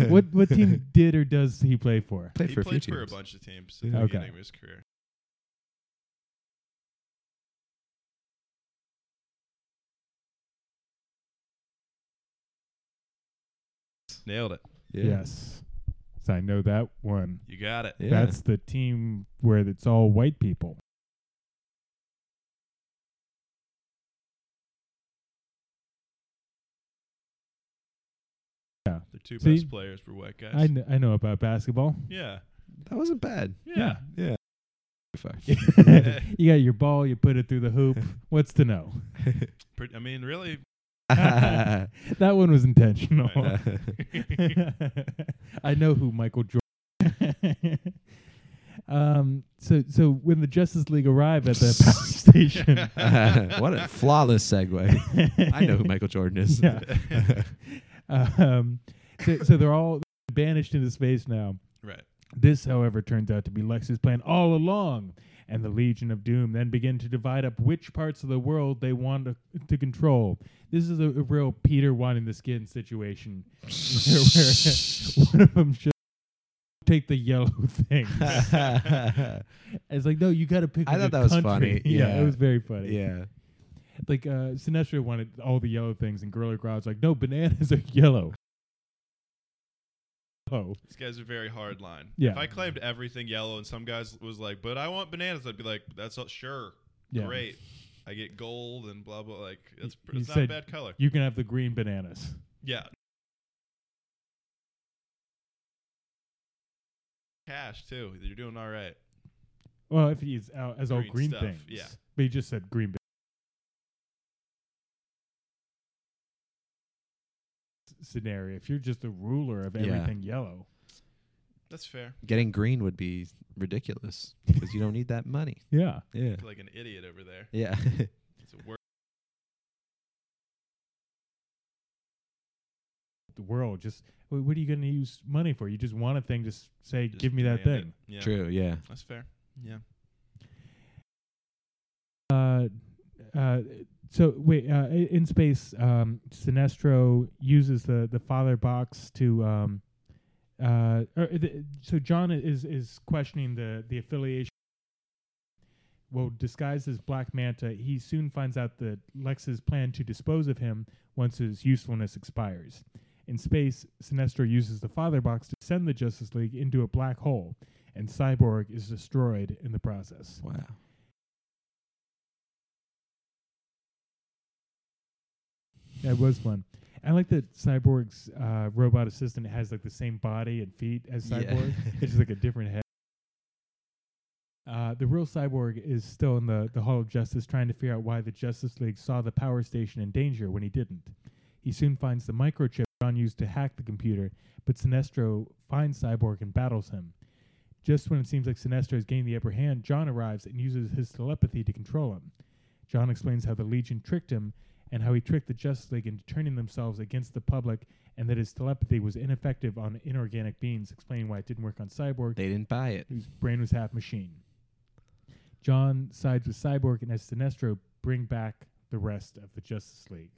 Speaker 2: what what team did or does he play for?
Speaker 3: Played
Speaker 1: He
Speaker 3: for a few
Speaker 1: played
Speaker 3: teams.
Speaker 1: for a bunch of teams at
Speaker 3: Yeah.
Speaker 1: the
Speaker 2: Okay.
Speaker 1: beginning of his career. Nailed it.
Speaker 3: Yeah.
Speaker 2: Yes. So I know that one.
Speaker 1: You got it.
Speaker 3: Yeah.
Speaker 2: That's the team where it's all white people.
Speaker 1: The two
Speaker 2: See,
Speaker 1: best players were white guys.
Speaker 2: I kn- I know about basketball.
Speaker 1: yeah.
Speaker 3: that wasn't bad.
Speaker 1: Yeah.
Speaker 3: Yeah.
Speaker 2: you got your ball, you put it through the hoop. What's to know?
Speaker 1: Pretty, I mean, really,
Speaker 3: Fuck.
Speaker 2: That one was intentional.
Speaker 1: I
Speaker 2: I know who Michael Jordan. um. So so when the Justice League arrive at the power station,
Speaker 3: what a flawless segue. I know who Michael Jordan is.
Speaker 2: Yeah. um. So, so they're all banished into space now.
Speaker 1: right.
Speaker 2: This, however, turns out to be Lex's plan all along, and the Legion of Doom then begin to divide up which parts of the world they want to, to control. This is a, a real Peter wanting the skin situation, where, where one of them should take the yellow thing. it's like, no, you got to pick.
Speaker 3: I
Speaker 2: like,
Speaker 3: thought
Speaker 2: a
Speaker 3: that was
Speaker 2: country.
Speaker 3: funny.
Speaker 2: Yeah.
Speaker 3: Yeah.
Speaker 2: it was very funny.
Speaker 3: yeah.
Speaker 2: like uh, Sinestro wanted all the yellow things, and Gorilla Grodd's like, no, bananas are yellow. Oh,
Speaker 1: These guys are very hard line.
Speaker 2: Yeah.
Speaker 1: If I claimed everything yellow and some guys was like, but I want bananas, I'd be like, that's all, sure,
Speaker 2: yeah.
Speaker 1: great. I get gold and blah, blah. Like, it's,
Speaker 2: Y- you
Speaker 1: it's not a
Speaker 2: said-
Speaker 1: bad color.
Speaker 2: You can have the green bananas.
Speaker 1: Yeah. Cash, too. You're doing all right.
Speaker 2: Well, if he's out as all
Speaker 1: Green
Speaker 2: green
Speaker 1: stuff,
Speaker 2: things.
Speaker 1: yeah.
Speaker 2: But he just said green. ba- Scenario. If you're just the ruler of
Speaker 3: Yeah.
Speaker 2: everything yellow,
Speaker 1: That's fair.
Speaker 3: Getting green would be ridiculous because you don't need that money.
Speaker 2: yeah.
Speaker 3: Yeah.
Speaker 1: I feel like an idiot over there.
Speaker 3: Yeah.
Speaker 1: It's a word.
Speaker 2: The world just. wh- What are you going to use money for? You just want a thing. Just say,
Speaker 1: Just
Speaker 2: give me that
Speaker 1: demand
Speaker 2: thing.
Speaker 1: it. Yeah.
Speaker 3: True. Yeah.
Speaker 1: That's fair. Yeah.
Speaker 2: Uh, uh, so wait. Uh, i- in space, um, Sinestro uses the the father box to. Um, uh, or the, so John is is questioning the the affiliation. Well, disguised as Black Manta, he soon finds out that Lex's plan to dispose of him once his usefulness expires. In space, Sinestro uses the Father Box to send the Justice League into a black hole, and Cyborg is destroyed in the process.
Speaker 3: Wow.
Speaker 2: That was fun. I like that Cyborg's uh, robot assistant has like the same body and feet as
Speaker 3: Yeah.
Speaker 2: Cyborg. it's just like a different head. Uh, the real cyborg is still in the, the Hall of Justice trying to figure out why the Justice League saw the power station in danger when he didn't. He soon finds the microchip John used to hack the computer, but Sinestro finds Cyborg and battles him. Just when it seems like Sinestro has gained the upper hand, John arrives and uses his telepathy to control him. John explains how the Legion tricked him and how he tricked the Justice League into turning themselves against the public and that his telepathy was ineffective on inorganic beings, explaining why it didn't work on Cyborg
Speaker 3: They didn't buy it.
Speaker 2: whose brain was half machine. John sides with Cyborg and has Sinestro bring back the rest of the Justice League.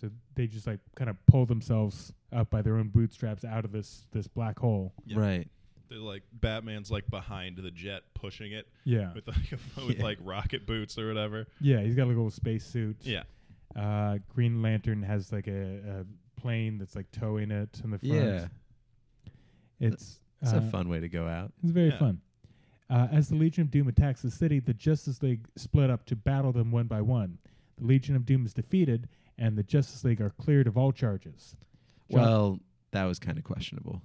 Speaker 2: So they just like kind of pull themselves up by their own bootstraps out of this this black hole.
Speaker 1: Yeah.
Speaker 3: Right.
Speaker 1: They're like Batman's like behind the jet pushing it
Speaker 2: Yeah.
Speaker 1: with like a, with
Speaker 3: Yeah.
Speaker 1: like rocket boots or whatever.
Speaker 2: Yeah, he's got like a little spacesuit.
Speaker 1: Yeah.
Speaker 2: Uh, Green Lantern has like a, a plane that's like towing it in the front.
Speaker 3: Yeah.
Speaker 2: It's
Speaker 3: It's
Speaker 2: uh,
Speaker 3: a fun way to go out.
Speaker 2: It's very
Speaker 1: Yeah.
Speaker 2: fun. Uh, as the Legion of Doom attacks the city, the Justice League split up to battle them one by one. The Legion of Doom is defeated, and the Justice League are cleared of all charges. John-
Speaker 3: Well, that was kind of questionable.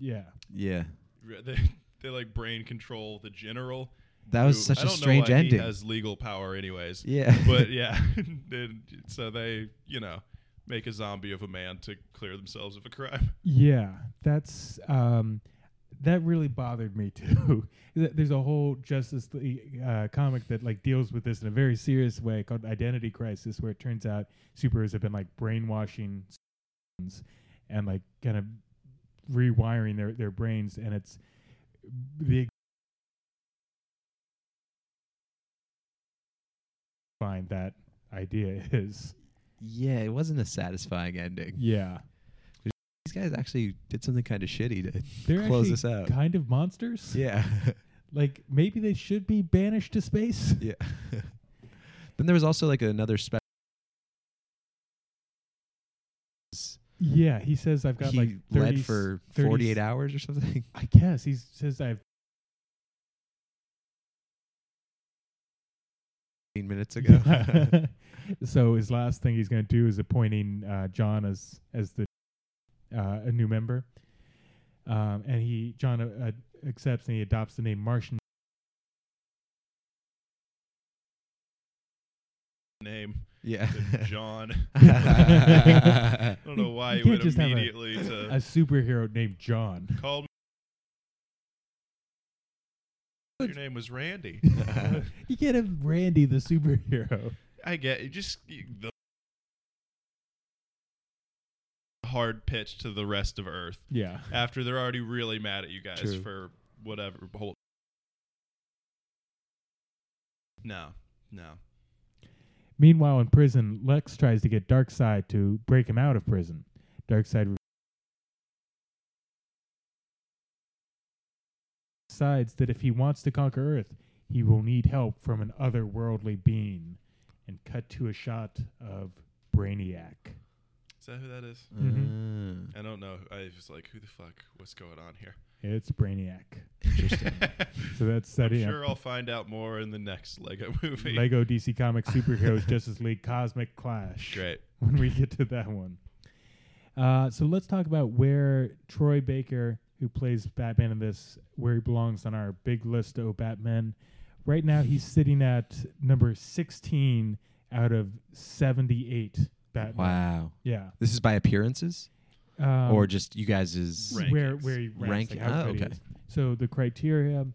Speaker 2: yeah,
Speaker 3: Yeah.
Speaker 1: Re- They, they like brain control the general.
Speaker 3: That was
Speaker 1: who-
Speaker 3: such
Speaker 1: I
Speaker 3: a
Speaker 1: don't know
Speaker 3: strange
Speaker 1: why
Speaker 3: ending.
Speaker 1: He has legal power, anyways.
Speaker 3: yeah.
Speaker 1: But yeah, then- so they you know make a zombie of a man to clear themselves of a crime.
Speaker 2: yeah, that's um, that really bothered me too. Th- There's a whole Justice League uh, comic that like deals with this in a very serious way called Identity Crisis, where it turns out superheroes have been like brainwashing s- and like kind of rewiring their their brains, and it's the find that idea is
Speaker 3: yeah, it wasn't a satisfying ending.
Speaker 2: yeah
Speaker 3: These guys actually did something kind of shitty to
Speaker 2: they're
Speaker 3: close
Speaker 2: actually
Speaker 3: this out.
Speaker 2: kind of monsters
Speaker 3: Yeah.
Speaker 2: like maybe they should be banished to space
Speaker 3: yeah. then there was also like another special.
Speaker 2: yeah he says i've got
Speaker 3: he
Speaker 2: like 30
Speaker 3: led for
Speaker 2: 30
Speaker 3: 48 hours or something.
Speaker 2: i guess he says i've
Speaker 3: 15 minutes ago.
Speaker 2: so his last thing he's going to do is appointing uh, John as as the uh, a new member, um, and he John uh, uh, accepts and he adopts the name Martian.
Speaker 1: Name
Speaker 3: yeah.
Speaker 1: John.
Speaker 3: I
Speaker 1: I don't know why
Speaker 2: You
Speaker 1: he
Speaker 2: can't
Speaker 1: went
Speaker 2: just have a-
Speaker 1: immediately
Speaker 2: A
Speaker 1: to
Speaker 2: superhero named John.
Speaker 1: call. me. Your name was Randy.
Speaker 2: you can't have Randy the superhero.
Speaker 1: I get it. Just y- the hard pitch to the rest of Earth
Speaker 2: Yeah,
Speaker 1: after they're already really mad at you guys
Speaker 3: True.
Speaker 1: for whatever. Whole no, no.
Speaker 2: Meanwhile, in prison, Lex tries to get Darkseid to break him out of prison. Darkseid re- decides that if he wants to conquer Earth, he will need help from an otherworldly being. And cut to a shot of Brainiac.
Speaker 1: Is that who that is?
Speaker 2: Mm-hmm.
Speaker 3: Uh,
Speaker 1: I don't know. I was like, who the fuck? What's going on here?
Speaker 2: It's Brainiac.
Speaker 3: Interesting.
Speaker 2: So that's
Speaker 1: I'm
Speaker 2: setting
Speaker 1: sure
Speaker 2: up
Speaker 1: I'll find out more in the next Lego movie.
Speaker 2: Lego DC Comics Superheroes Justice League Cosmic Clash.
Speaker 1: Great.
Speaker 2: when we get to that one. Uh, so let's talk about where Troy Baker, who plays Batman in this, where he belongs on our big list of Batman. Right now, he's sitting at number 16 out of 78 Batman.
Speaker 3: Wow.
Speaker 2: Yeah.
Speaker 3: This is by appearances
Speaker 2: Um,
Speaker 3: or just you guys' is
Speaker 1: Right.
Speaker 2: where
Speaker 1: rankings.
Speaker 2: where he ranks,
Speaker 3: Ranking-
Speaker 2: like how
Speaker 3: oh,
Speaker 2: good he
Speaker 3: okay.
Speaker 2: is. So the criteria: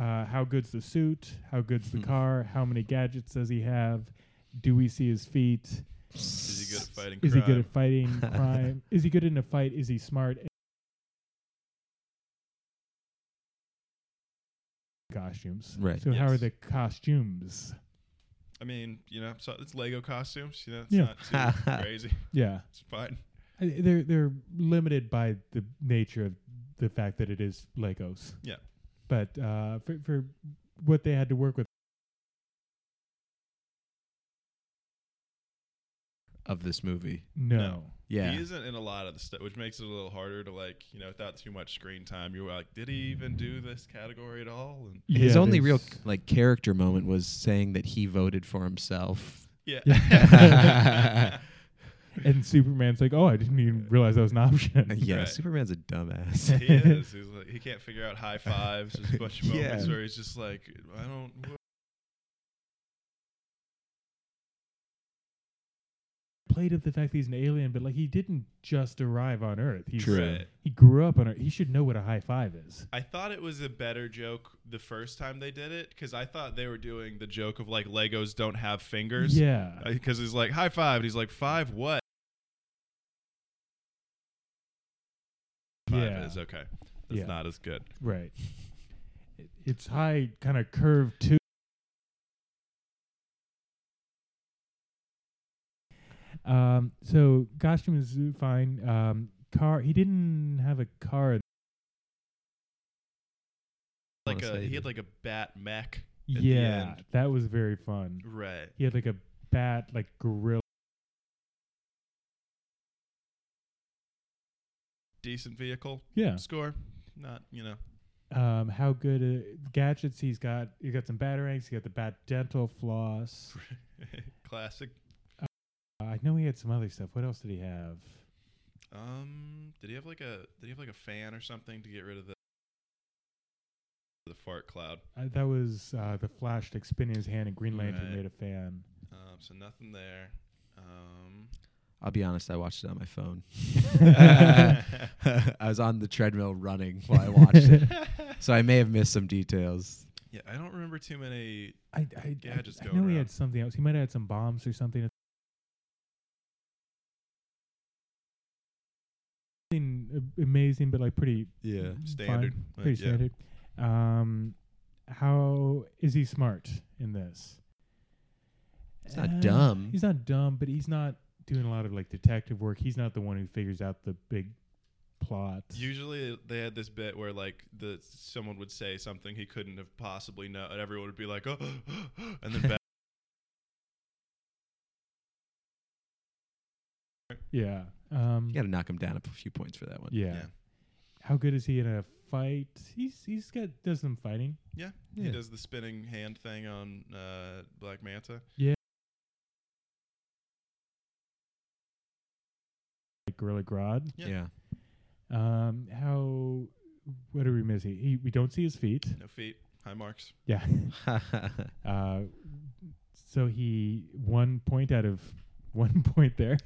Speaker 2: uh, how good's the suit? How good's the
Speaker 3: Hmm.
Speaker 2: car? How many gadgets does he have? Do we see his feet?
Speaker 1: Is he good at fighting
Speaker 2: Is he
Speaker 1: crime?
Speaker 2: good at fighting crime? Is he good in a fight? Is he smart? Costumes.
Speaker 3: Right.
Speaker 2: So how are
Speaker 1: Yes.
Speaker 2: the costumes?
Speaker 1: I mean, you know, so it's Lego costumes. You know, it's
Speaker 2: Yeah.
Speaker 1: not too crazy.
Speaker 2: Yeah.
Speaker 1: It's fine.
Speaker 2: I- They're they're limited by the nature of the fact that it is Legos.
Speaker 1: Yeah.
Speaker 2: But uh, for for what they had to work with,
Speaker 3: of this movie?
Speaker 2: no.
Speaker 3: Yeah.
Speaker 1: He isn't in a lot of the stuff, which makes it a little harder to like, you know, without too much screen time. You were like, did he even do this category at all? And
Speaker 3: His
Speaker 2: Yeah,
Speaker 3: only real
Speaker 2: there's-
Speaker 3: like character moment was saying that he voted for himself.
Speaker 1: yeah,
Speaker 3: yeah,
Speaker 2: and Superman's like, oh, I didn't even realize that was an option.
Speaker 1: Right.
Speaker 3: Superman's a dumbass.
Speaker 1: he is. He's like, he can't figure out high fives. There's a bunch of
Speaker 3: Yeah.
Speaker 1: moments where he's just like, I don't. What?
Speaker 2: played up the fact that he's an alien, but like he didn't just arrive on Earth. He's,
Speaker 3: True.
Speaker 1: Right.
Speaker 2: He grew up on Earth. He should know what a high five is.
Speaker 1: I thought it was a better joke the first time they did it because I thought they were doing the joke of like Legos don't have fingers.
Speaker 2: Yeah.
Speaker 1: Because he's like high five, and he's like five what? Five
Speaker 2: Yeah.
Speaker 1: is okay. That's
Speaker 2: Yeah.
Speaker 1: not as good.
Speaker 2: Right. It, it's high, kind of curved too. Um, so costume is uh, fine. Um, car. He didn't have a car.
Speaker 1: Like
Speaker 3: Honestly,
Speaker 1: a,
Speaker 3: I
Speaker 1: he had
Speaker 3: do.
Speaker 1: like a bat mech. the
Speaker 2: Yeah,
Speaker 1: end.
Speaker 2: that was very fun.
Speaker 1: Right.
Speaker 2: He had like a bat, like gorilla.
Speaker 1: Decent vehicle.
Speaker 2: Yeah.
Speaker 1: Score. Not you know.
Speaker 2: Um, how good uh, gadgets he's got? He got some batarangs. He got the bat dental floss.
Speaker 1: Classic.
Speaker 2: Uh, I know he had some other stuff. What else did he have?
Speaker 1: Um, did he have like a did he have like a fan or something to get rid of the the fart cloud?
Speaker 2: Uh, that was uh, the Flash like spinning his hand, and Green Lantern
Speaker 1: Right.
Speaker 2: made a fan.
Speaker 1: Um, so nothing there. Um,
Speaker 3: I'll be honest, I watched it on my phone.
Speaker 1: I
Speaker 3: I was on the treadmill running while I watched it. So I may have missed some details.
Speaker 1: yeah, I don't remember too many.
Speaker 2: I, I, I,
Speaker 1: Gadgets
Speaker 2: I
Speaker 1: going
Speaker 2: know he
Speaker 1: around.
Speaker 2: had something else. He might have had some bombs or something. Nothing a- amazing, but like pretty
Speaker 3: Yeah.
Speaker 1: Standard.
Speaker 2: fine,
Speaker 1: Like,
Speaker 2: pretty
Speaker 1: yeah.
Speaker 2: standard. Um, how is he smart in this?
Speaker 3: He's not
Speaker 2: Uh,
Speaker 3: dumb.
Speaker 2: He's not dumb, but he's not doing a lot of like detective work. He's not the one who figures out the big plot.
Speaker 1: Usually they had this bit where like the someone would say something he couldn't have possibly known, and everyone would be like, "Oh," and then back.
Speaker 2: yeah. Um,
Speaker 3: You got to knock him down a p- few points for that one.
Speaker 2: yeah.
Speaker 1: Yeah.
Speaker 2: How good is he in a fight? He's he's got does some fighting.
Speaker 1: Yeah,
Speaker 3: Yeah.
Speaker 1: he does the spinning hand thing on uh, Black Manta.
Speaker 2: Like Gorilla Grodd.
Speaker 1: Yeah.
Speaker 3: Yeah.
Speaker 2: Um, how? What are we missing? He, we don't see his feet.
Speaker 1: No feet, high marks.
Speaker 2: Yeah. Uh, so he one point out of one point there.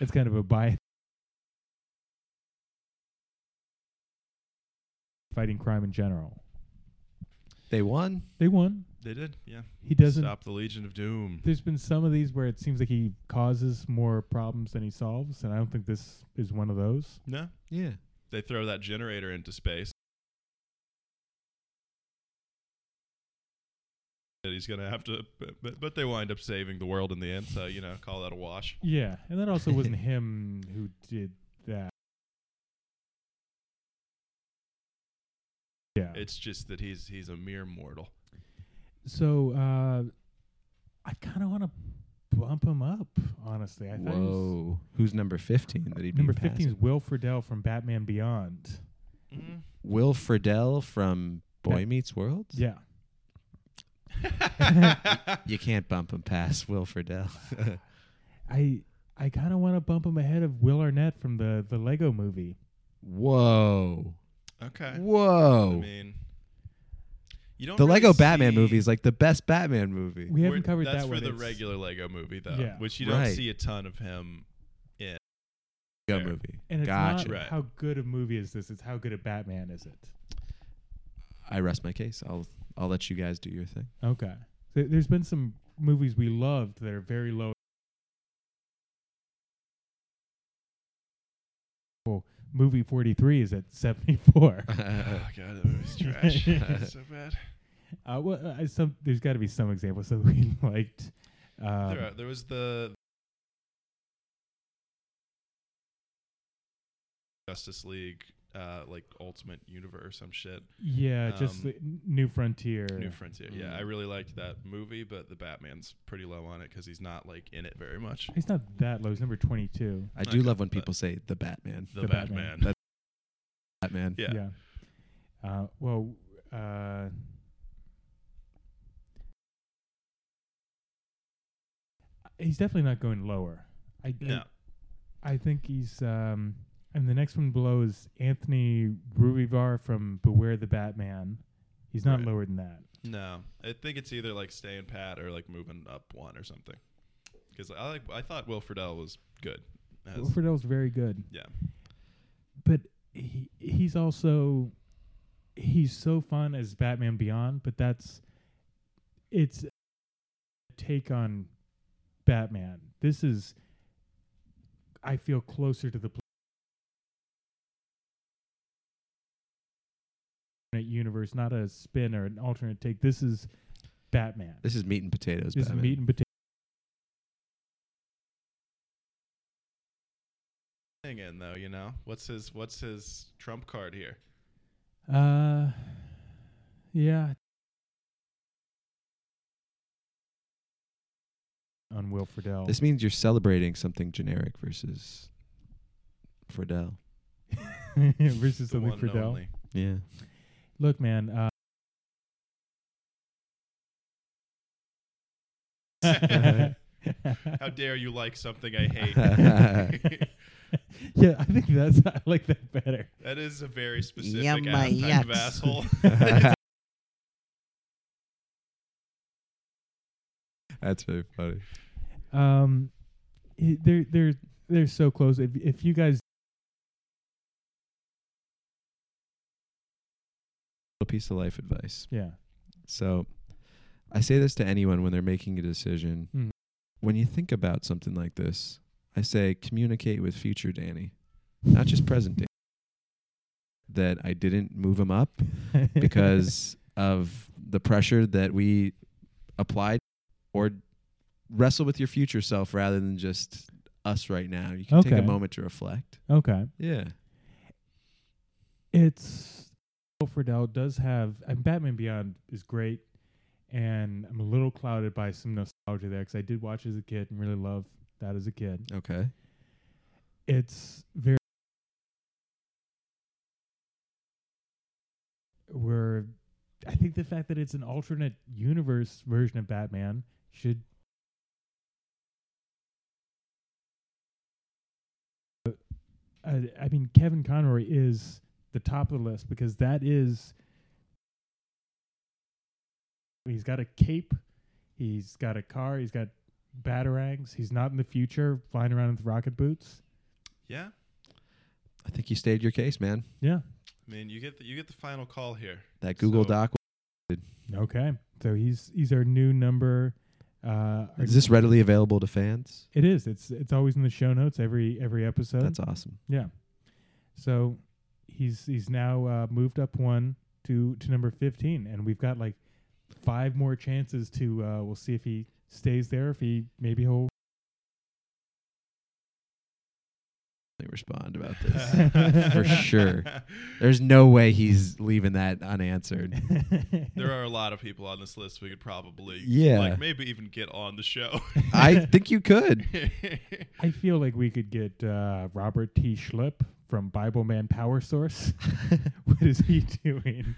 Speaker 2: It's kind of a buy. Fighting crime in general.
Speaker 3: they won.
Speaker 2: They won.
Speaker 1: they did, yeah.
Speaker 2: He doesn't.
Speaker 1: stop the Legion of Doom.
Speaker 2: There's been some of these where it seems like he causes more problems than he solves, and I don't think this is one of those.
Speaker 1: No,
Speaker 3: Yeah.
Speaker 1: they throw that generator into space. That he's gonna have to, but, but, but they wind up saving the world in the end. So you know, call that a wash.
Speaker 2: Yeah, and that also wasn't him who did that. Yeah.
Speaker 1: It's just that he's he's a mere mortal.
Speaker 2: so uh, I kind of want to bump him up. Honestly, I thought he was-
Speaker 3: Whoa. Who's number 15 that he'd
Speaker 2: number
Speaker 3: be
Speaker 2: fifteen is Will Friedle from Batman Beyond. Mm-hmm.
Speaker 3: Will Friedle from Boy Meets World?
Speaker 2: Yeah,
Speaker 3: You can't bump him past Will Friedle.
Speaker 2: I I kind of want to bump him ahead of Will Arnett from the the Lego Movie.
Speaker 3: Whoa.
Speaker 1: okay. I
Speaker 3: Uh, Whoa.
Speaker 1: mean, you don't
Speaker 3: The
Speaker 1: really
Speaker 3: Lego Batman
Speaker 1: see-
Speaker 3: movie is like the best Batman movie.
Speaker 2: We haven't
Speaker 1: We're-
Speaker 2: covered
Speaker 1: that's
Speaker 2: that
Speaker 1: for
Speaker 2: one.
Speaker 1: the
Speaker 2: It's-
Speaker 1: regular Lego movie though,
Speaker 2: Yeah.
Speaker 1: which you don't
Speaker 3: Right.
Speaker 1: see a ton of him.
Speaker 3: Lego
Speaker 1: Fair.
Speaker 3: movie.
Speaker 2: And it's
Speaker 3: gotcha.
Speaker 2: not
Speaker 1: Right.
Speaker 2: how good a movie is this; it's how good a Batman is it.
Speaker 3: I rest my case. I'll I'll let you guys do your thing.
Speaker 2: Okay. Th- There's been some movies we loved that are very low. Well, movie 43 is at 74.
Speaker 3: Uh-uh.
Speaker 1: oh god, that movie's trash. It's so bad.
Speaker 2: uh, well, I, some, there's got to be some examples that we liked. Um,
Speaker 1: there, are, there was the Justice League, uh, like Ultimate Universe, or some shit.
Speaker 2: yeah, just
Speaker 1: um,
Speaker 2: the New Frontier.
Speaker 1: New Frontier.
Speaker 2: Mm-hmm.
Speaker 1: Yeah,
Speaker 3: Mm.
Speaker 1: I really liked that movie, but the Batman's pretty low on it because he's not like in it very much.
Speaker 2: It's not that low. It's number 22.
Speaker 3: I do
Speaker 1: Okay,
Speaker 3: love when
Speaker 1: but-
Speaker 3: people say the Batman.
Speaker 1: The,
Speaker 2: The
Speaker 1: Batman.
Speaker 2: Batman.
Speaker 3: That- Batman.
Speaker 1: yeah.
Speaker 2: Yeah. Uh, well, uh, he's definitely not going lower. I, I-
Speaker 1: No.
Speaker 2: I, think he's. Um, and the next one below is Anthony Rubivar from Beware the Batman. He's not
Speaker 1: Right.
Speaker 2: lower than that.
Speaker 1: No. I think it's either like staying pat or like moving up one or something. 'Cause because I like I thought Will Friedle was good. as-
Speaker 2: Wilfredo's very good,
Speaker 1: yeah,
Speaker 2: but he he's also he's so fun as Batman Beyond, but that's it's a take on Batman. This is I feel closer to the pl- alternate universe, not a spin or an alternate take. This is Batman.
Speaker 3: This is meat and potatoes.
Speaker 2: This is
Speaker 3: Batman.
Speaker 2: meat and potatoes.
Speaker 1: thing in though, you know, what's his what's his trump card here?
Speaker 2: Uh, yeah. On Will Friedle.
Speaker 3: This means you're celebrating something generic versus Friedel.
Speaker 1: The
Speaker 2: versus something
Speaker 1: one and
Speaker 2: Friedle.
Speaker 1: only.
Speaker 3: Yeah.
Speaker 2: Look, man. Uh,
Speaker 1: How dare you like something I hate?
Speaker 2: yeah, I think that's I like that better.
Speaker 1: that is a very specific
Speaker 4: Yum, my
Speaker 1: ass type of
Speaker 4: yucks.
Speaker 1: asshole.
Speaker 3: That's very funny.
Speaker 2: Um, i- they're they're they're so close. If if you guys
Speaker 3: Little piece of life advice.
Speaker 2: yeah
Speaker 3: So I say this to anyone when they're making a decision.
Speaker 2: Mhm.
Speaker 3: When you think about something like this, I say communicate with future Danny, not just present Danny. That I didn't move him up because of the pressure that we applied or wrestle with your future self rather than just us right now. You can take a
Speaker 2: Okay.
Speaker 3: moment to reflect.
Speaker 2: okay
Speaker 3: Yeah.
Speaker 2: it's Will Friedle does have and Batman Beyond is great, and I'm a little clouded by some nostalgia there because I did watch as a kid and really love that as a kid.
Speaker 3: Okay.
Speaker 2: It's very where I think the fact that it's an alternate universe version of Batman should. I, Uh, I mean, Kevin Conroy is the top of the list because that is. He's got a cape, he's got a car, he's got batarangs. He's not in the future flying around with rocket boots.
Speaker 1: yeah,
Speaker 3: I think you stated your case, man.
Speaker 2: Yeah.
Speaker 1: I mean, you get the, you get the final call here.
Speaker 3: That Google
Speaker 1: So-
Speaker 3: Doc.
Speaker 2: Okay. So he's he's our new number. Uh, our
Speaker 3: Is this readily available to fans?
Speaker 2: It is. It's it's always in the show notes every every episode.
Speaker 3: That's awesome.
Speaker 2: yeah. So he's he's now uh, moved up one to to number fifteen, and we've got like five more chances to. Uh, we'll see if he stays there. If he maybe he'll.
Speaker 3: They respond about this. For sure. There's no way he's leaving that unanswered.
Speaker 1: There are a lot of people on this list we could probably
Speaker 3: Yeah.
Speaker 1: like maybe even get on the show.
Speaker 3: I think you could.
Speaker 2: I feel like we could get uh, Robert T. Schlip from Bible Man Power Source. what is he doing?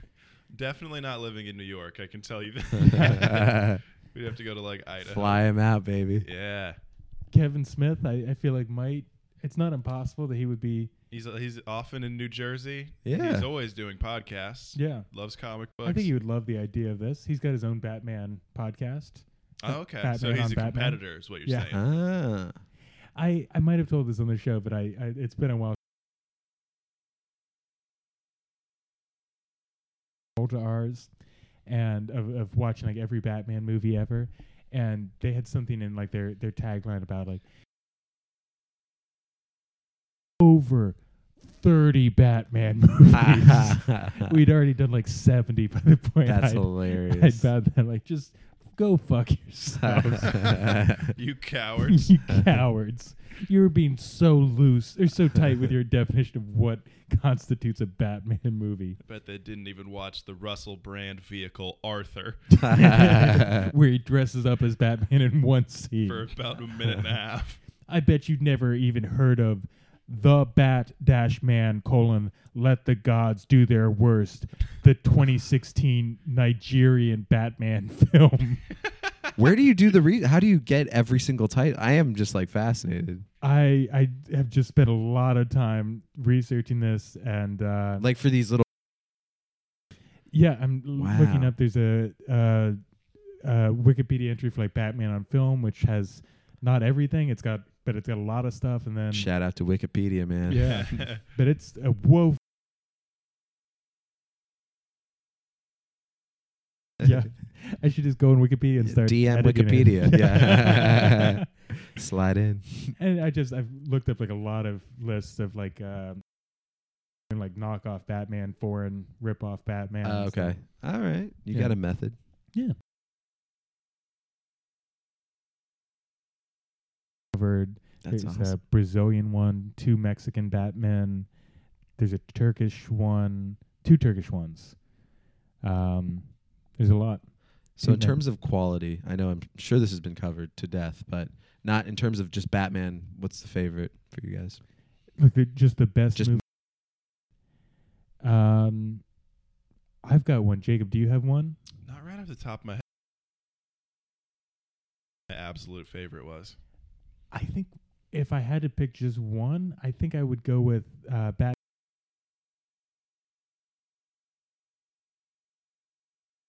Speaker 1: Definitely not living in New York, I can tell you that.
Speaker 3: Fly
Speaker 1: We'd have to go to like Idaho.
Speaker 3: him out, baby.
Speaker 1: Yeah.
Speaker 2: Kevin Smith, I, I feel like might. It's not impossible that he would be.
Speaker 1: He's he's often in New Jersey.
Speaker 3: Yeah.
Speaker 1: He's always doing podcasts.
Speaker 2: Yeah.
Speaker 1: Loves comic books.
Speaker 2: I think he would love the idea of this. He's got his own Batman podcast.
Speaker 1: oh, okay. so
Speaker 2: Batman
Speaker 1: he's
Speaker 2: on
Speaker 1: a
Speaker 2: Batman.
Speaker 1: competitor, is what you're
Speaker 2: Yeah.
Speaker 1: saying.
Speaker 3: Ah.
Speaker 2: I, I might have told this on the show, but I, I it's been a while. Ultra R's, and of, of watching like every Batman movie ever, and they had something in like their their tagline about like over thirty Batman movies. We'd already done like seventy by the point.
Speaker 3: That's
Speaker 2: I'd, I'd
Speaker 3: hilarious.
Speaker 2: bad that like just go fuck yourselves.
Speaker 1: You cowards.
Speaker 2: you cowards. You're being so loose or so tight with your definition of what constitutes a Batman movie.
Speaker 1: I bet they didn't even watch the Russell Brand vehicle Arthur
Speaker 2: Where he dresses up as Batman in one scene.
Speaker 1: for about a minute and a half.
Speaker 2: I bet you've never even heard of the Bat Dash Man colon let the gods do their worst. The 2016 Nigerian Batman film.
Speaker 3: Where do you do the re? How do you get every single title? I am just like fascinated.
Speaker 2: I I have just spent a lot of time researching this and uh,
Speaker 3: Like for these little.
Speaker 2: Yeah, I'm l- looking
Speaker 3: Wow.
Speaker 2: up. There's a uh, uh, Wikipedia entry for like Batman on film, which has not everything. It's got, but it's got a lot of stuff, and then
Speaker 3: Shout out to Wikipedia, man.
Speaker 2: yeah, but it's a whoa. yeah, I should just go on Wikipedia and start
Speaker 3: DM
Speaker 2: editing it.
Speaker 3: Wikipedia, yeah. Slide in.
Speaker 2: and I just I've looked up like a lot of lists of like um and like knockoff Batman, foreign ripoff Batman.
Speaker 3: Oh,
Speaker 2: and stuff.
Speaker 3: okay. All right. You
Speaker 2: Yeah.
Speaker 3: got a method.
Speaker 2: Yeah. Covered.
Speaker 3: That's
Speaker 2: There's
Speaker 3: awesome.
Speaker 2: a Brazilian one, two Mexican Batmen. There's a Turkish one, two Turkish ones. Um, there's a lot.
Speaker 3: So in
Speaker 2: Amen.
Speaker 3: terms of quality, I know I'm sure this has been covered to death, but not in terms of just Batman. What's the favorite for you guys?
Speaker 2: Like they're just the best
Speaker 3: Just-
Speaker 2: movie. Um, I've got one. Jacob, do you have one?
Speaker 1: Not right off the top of my head. My absolute favorite was.
Speaker 2: I think if I had to pick just one, I think I would go with uh, Bat.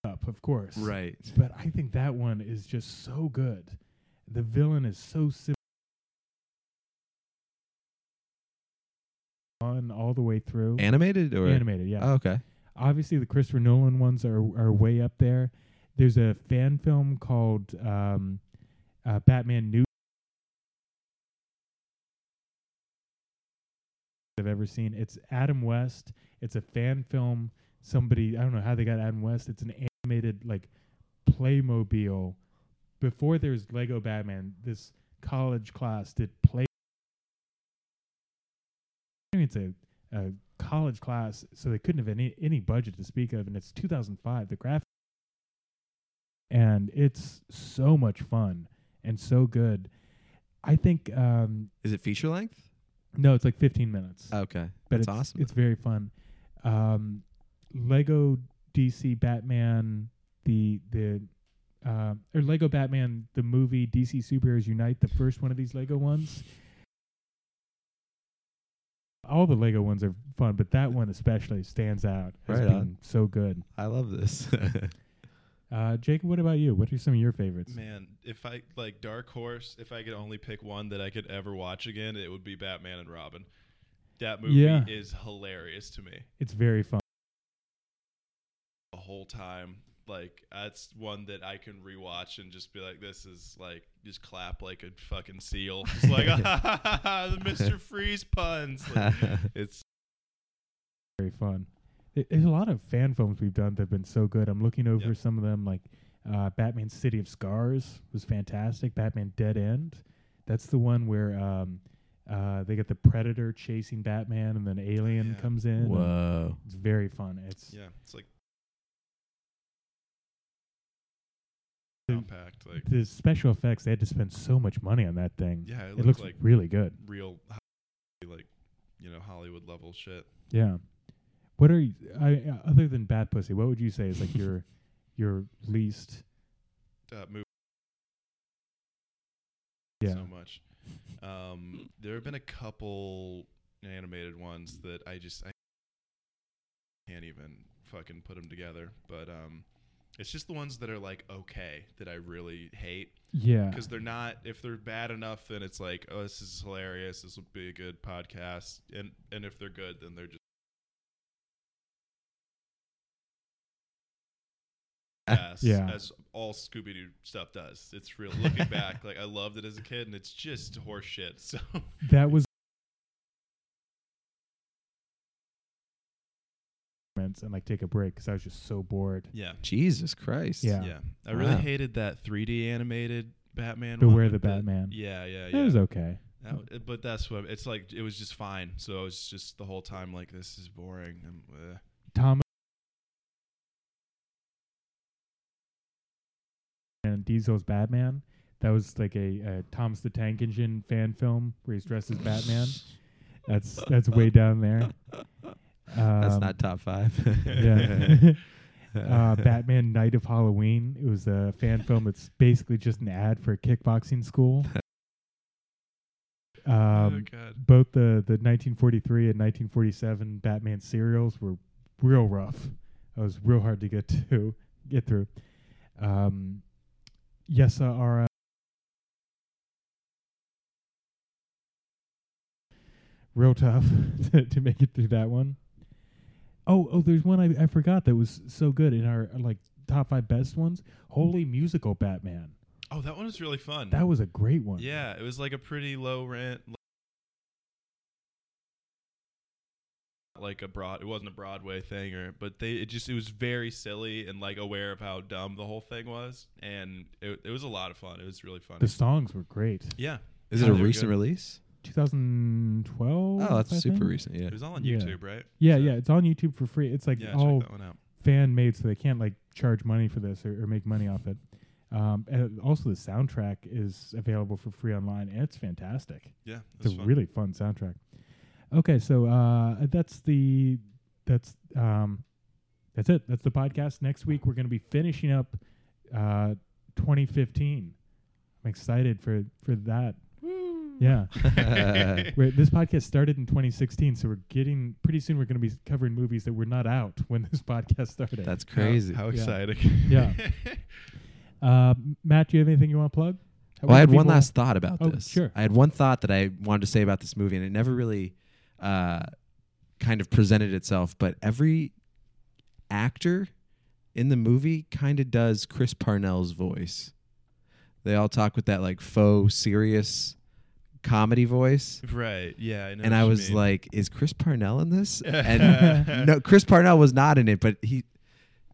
Speaker 2: Up, of course.
Speaker 3: Right.
Speaker 2: But I think that one is just so good. The villain is so simple. On all the way through.
Speaker 3: Animated or
Speaker 2: Animated, yeah.
Speaker 3: Oh, okay.
Speaker 2: Obviously, the Christopher Nolan ones are are way up there. There's a fan film called um, uh, Batman New. I've ever seen. It's Adam West. It's a fan film. Somebody I don't know how they got Adam West. It's an animated like Playmobil. Before there was Lego Batman, this college class did Play. I think It's a a college class, so they couldn't have any any budget to speak of. And it's 2005. The graphic, and it's so much fun and so good. I think um,
Speaker 3: Is it feature length?
Speaker 2: no, it's like 15 minutes,
Speaker 3: Okay.
Speaker 2: but
Speaker 3: That's
Speaker 2: it's
Speaker 3: awesome.
Speaker 2: It's very fun. Um, Lego DC Batman the the uh, or Lego Batman the movie DC Superheroes Unite the first one of these Lego ones. All the Lego ones are fun, but that one especially stands out as
Speaker 3: Right
Speaker 2: being
Speaker 3: on.
Speaker 2: so good.
Speaker 3: I love this.
Speaker 2: Uh, Jacob, what about you? What are some of your favorites?
Speaker 1: Man, if I like Dark Horse, if I could only pick one that I could ever watch again, it would be Batman and Robin. That movie
Speaker 2: Yeah.
Speaker 1: is hilarious to me
Speaker 2: It's very fun.
Speaker 1: the whole time. Like that's one that I can rewatch and just be like, "This is like just clap like a fucking seal." It's like the Mister Freeze puns. Like, it's
Speaker 2: very fun. There- There's a lot of fan films we've done that have been so good. I'm looking over
Speaker 1: Yep.
Speaker 2: some of them, like uh, Batman City of Scars was fantastic. Batman Dead End, that's the one where um, uh, they get the Predator chasing Batman, and then Alien
Speaker 1: yeah.
Speaker 2: comes in. and
Speaker 3: Whoa.
Speaker 2: It's very fun. It's
Speaker 1: yeah, it's like
Speaker 2: The-
Speaker 1: compact. Like
Speaker 2: the special effects. They had to spend so much money on that thing.
Speaker 1: yeah, it,
Speaker 2: it
Speaker 1: looks
Speaker 2: looks
Speaker 1: like
Speaker 2: really good.
Speaker 1: real, like you know Hollywood level shit.
Speaker 2: Yeah. What are you, I, uh, other than Bat Pussy? What would you say is like your your least?
Speaker 1: Uh, movie
Speaker 2: Yeah.
Speaker 1: so much. Um, there have been a couple animated ones that I just I can't even fucking put them together. But um, it's just the ones that are like okay that I really hate
Speaker 2: yeah.
Speaker 1: because they're not. If they're bad enough, then it's like oh this is hilarious. This would be a good podcast. And and if they're good, then they're just ass,
Speaker 2: Yeah.
Speaker 1: as all Scooby Doo stuff does. It's real. Looking back, like I loved it as a kid, and it's just horse shit. So
Speaker 2: That was. and like take a break because I was just so bored.
Speaker 1: yeah,
Speaker 3: Jesus Christ.
Speaker 2: Yeah.
Speaker 1: yeah. I really
Speaker 3: Wow.
Speaker 1: hated that 3D animated Batman. one
Speaker 2: Beware
Speaker 1: with
Speaker 2: the Batman.
Speaker 1: Yeah, yeah,
Speaker 2: It
Speaker 1: yeah.
Speaker 2: was okay.
Speaker 1: That w- but that's what it's like. It was just fine. So I was just the whole time like, this is boring. i
Speaker 2: Thomas and Diesel's Batman. That was like a, a Thomas the Tank Engine fan film where he's dressed as Batman. That's that's way down there.
Speaker 3: That's
Speaker 2: Um,
Speaker 3: not top five.
Speaker 2: yeah. uh, Batman Night of Halloween. It was a fan film that's basically just an ad for a kickboxing school.
Speaker 1: oh
Speaker 2: Um,
Speaker 1: god.
Speaker 2: both the, the 1943 and 1947 Batman serials were real rough. It was real hard to get to uh, get through. Um, Yessa Ara real tough to, to make it through that one. Oh, oh, there's one I, I forgot that was so good in our like top five best ones. Holy musical Batman.
Speaker 1: Oh, that one was really fun.
Speaker 2: That was a great one.
Speaker 1: Mm. yeah, it was like a pretty low rent. Like a broad, it wasn't a Broadway thing, or but they it just it was very silly and like aware of how dumb the whole thing was, and it, it was a lot of fun. It was really fun.
Speaker 2: The songs were great.
Speaker 1: yeah,
Speaker 3: Is
Speaker 1: Yeah,
Speaker 3: it a
Speaker 1: they were
Speaker 3: recent
Speaker 1: good.
Speaker 3: release?
Speaker 2: 2012.
Speaker 3: Oh,
Speaker 2: I
Speaker 3: that's super
Speaker 2: think?
Speaker 3: recent. Yeah.
Speaker 1: It was all on
Speaker 2: Yeah.
Speaker 1: YouTube, right?
Speaker 2: Yeah,
Speaker 1: So,
Speaker 2: yeah. It's on YouTube for free. It's like oh,
Speaker 1: yeah.
Speaker 2: all
Speaker 1: check that one out.
Speaker 2: fan made, so they can't like charge money for this or, or make money off it. Um, and also, the soundtrack is available for free online, and it's fantastic.
Speaker 1: Yeah, it
Speaker 2: It's
Speaker 1: was
Speaker 2: a
Speaker 1: fun.
Speaker 2: really fun soundtrack. Okay, so uh, that's the that's um, that's it. That's the podcast. Next week we're going to be finishing up uh, 2015. I'm excited for for that. Yeah, We're- this podcast started in 2016, so we're getting pretty soon. We're going to be covering movies that were not out when this podcast started.
Speaker 3: That's
Speaker 1: How-
Speaker 3: crazy.
Speaker 1: How,
Speaker 2: Yeah.
Speaker 1: exciting!
Speaker 2: Yeah. uh, Matt. Do you have anything you want to plug? How
Speaker 3: Well, I had
Speaker 2: can
Speaker 3: one
Speaker 2: people-
Speaker 3: last thought about
Speaker 2: Oh,
Speaker 3: this.
Speaker 2: sure.
Speaker 3: I had one thought that I wanted to say about this movie, and it never really uh, kind of presented itself. But every actor in the movie kind of does Chris Parnell's voice. They all talk with that like faux serious comedy voice,
Speaker 1: right? Yeah, I know.
Speaker 3: and
Speaker 1: what
Speaker 3: I
Speaker 1: you
Speaker 3: was
Speaker 1: mean.
Speaker 3: like, "Is Chris Parnell in this?" And no, Chris Parnell was not in it, but he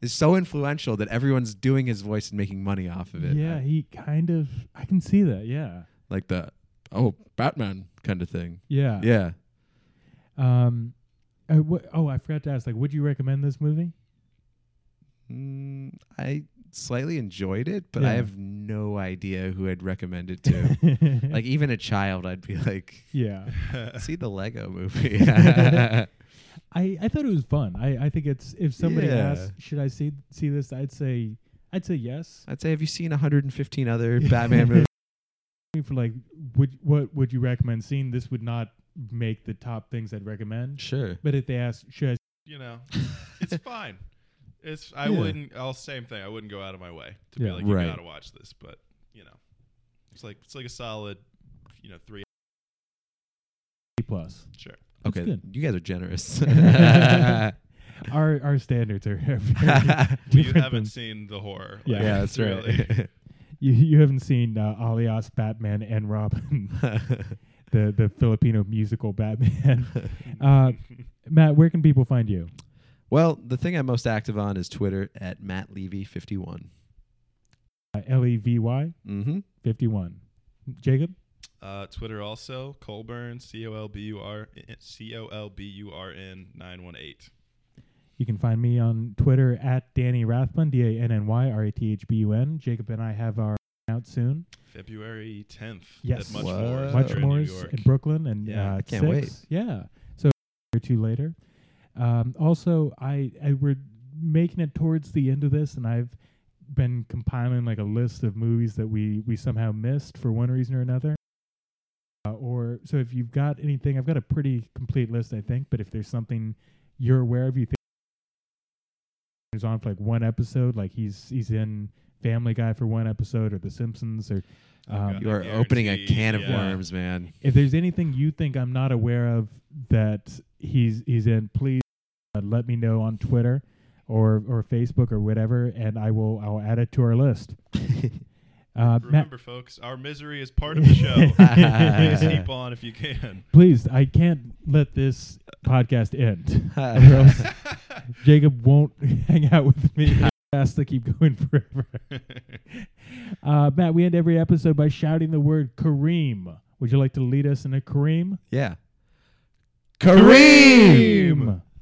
Speaker 3: is so influential that everyone's doing his voice and making money off of it.
Speaker 2: Yeah, he kind of. I can see that. Yeah,
Speaker 3: like the oh Batman kind of thing.
Speaker 2: yeah,
Speaker 3: Yeah.
Speaker 2: Um, uh, wha- oh, I forgot to ask. Like, would you recommend this movie?
Speaker 3: Mm, I slightly enjoyed it, but I
Speaker 2: Yeah.
Speaker 3: have no idea who I'd recommend it to. like even a child, I'd be like,
Speaker 2: yeah,
Speaker 3: see the Lego movie.
Speaker 2: I I thought it was fun. I I think it's if somebody
Speaker 3: Yeah.
Speaker 2: asked, should I see see this? I'd say I'd say yes.
Speaker 3: I'd say, have you seen 115 other Batman movies?
Speaker 2: For like, would what would you recommend seeing? This would not make the top things I'd recommend.
Speaker 3: Sure.
Speaker 2: But if they ask, should I?
Speaker 1: you know, it's fine. It's I
Speaker 3: Yeah.
Speaker 1: wouldn't. I'll same thing. I wouldn't go out of my way to be
Speaker 2: Yeah.
Speaker 1: like, you
Speaker 3: Right.
Speaker 1: gotta watch this, but you know, it's like it's like a solid, you know, three.
Speaker 2: see plus?
Speaker 1: Sure.
Speaker 2: That's
Speaker 3: Okay,
Speaker 2: good.
Speaker 3: you guys are generous.
Speaker 2: Yeah, Our our standards are very
Speaker 1: Well, you
Speaker 2: different
Speaker 1: haven't
Speaker 2: than-
Speaker 1: seen the horror.
Speaker 2: Yeah. Yeah,
Speaker 3: that's
Speaker 1: really-
Speaker 3: right.
Speaker 2: you, you haven't seen uh, Alias Batman and Robin, the the Filipino musical Batman. Uh, Matt, where can people find you?
Speaker 3: well, the thing I'm most active on is Twitter at Matt Levy 51.
Speaker 2: Uh, L E V Y
Speaker 3: Mm-hmm.
Speaker 2: 51. Jacob?
Speaker 1: Uh, Twitter also Colburn C O L B U R C O L B U R N nine one eight.
Speaker 2: You can find me on Twitter at Danny Rathbun, D A N N Y R A T H B U N. Jacob and I have our out soon.
Speaker 1: February tenth.
Speaker 2: Yes.
Speaker 1: At much
Speaker 3: Whoa.
Speaker 1: more.
Speaker 2: Much
Speaker 3: Sure,
Speaker 1: in
Speaker 2: more
Speaker 1: New
Speaker 2: is
Speaker 1: York.
Speaker 2: in Brooklyn and
Speaker 1: Yeah,
Speaker 2: uh,
Speaker 3: I can't wait.
Speaker 2: six. Yeah. So a year or two later. Um, also, I, I we're making it towards the end of this, and I've been compiling like a list of movies that we we somehow missed for one reason or another. Uh, or so if you've got anything, I've got a pretty complete list, I think. But if there's something you're aware of, you think is on for like one episode, like he's he's in Family Guy for one episode, or The Simpsons, or
Speaker 1: Oh,
Speaker 2: um,
Speaker 1: God.
Speaker 3: You are opening a
Speaker 1: Guaranteed,
Speaker 3: can of
Speaker 1: yeah.
Speaker 3: worms, man.
Speaker 2: if there's anything you think I'm not aware of that he's he's in, please uh, let me know on Twitter or or Facebook or whatever, and I will I'll add it to our list. Uh, Matt,
Speaker 1: Remember, folks, our misery is part of the show. Please keep on if you can.
Speaker 2: please, I can't let this podcast end. or else Jacob won't hang out with me. It has to keep going forever. Uh, Matt, we end every episode by shouting the word Kareem. Would you like to lead us in a Kareem?
Speaker 3: yeah. Kareem!
Speaker 2: Kareem!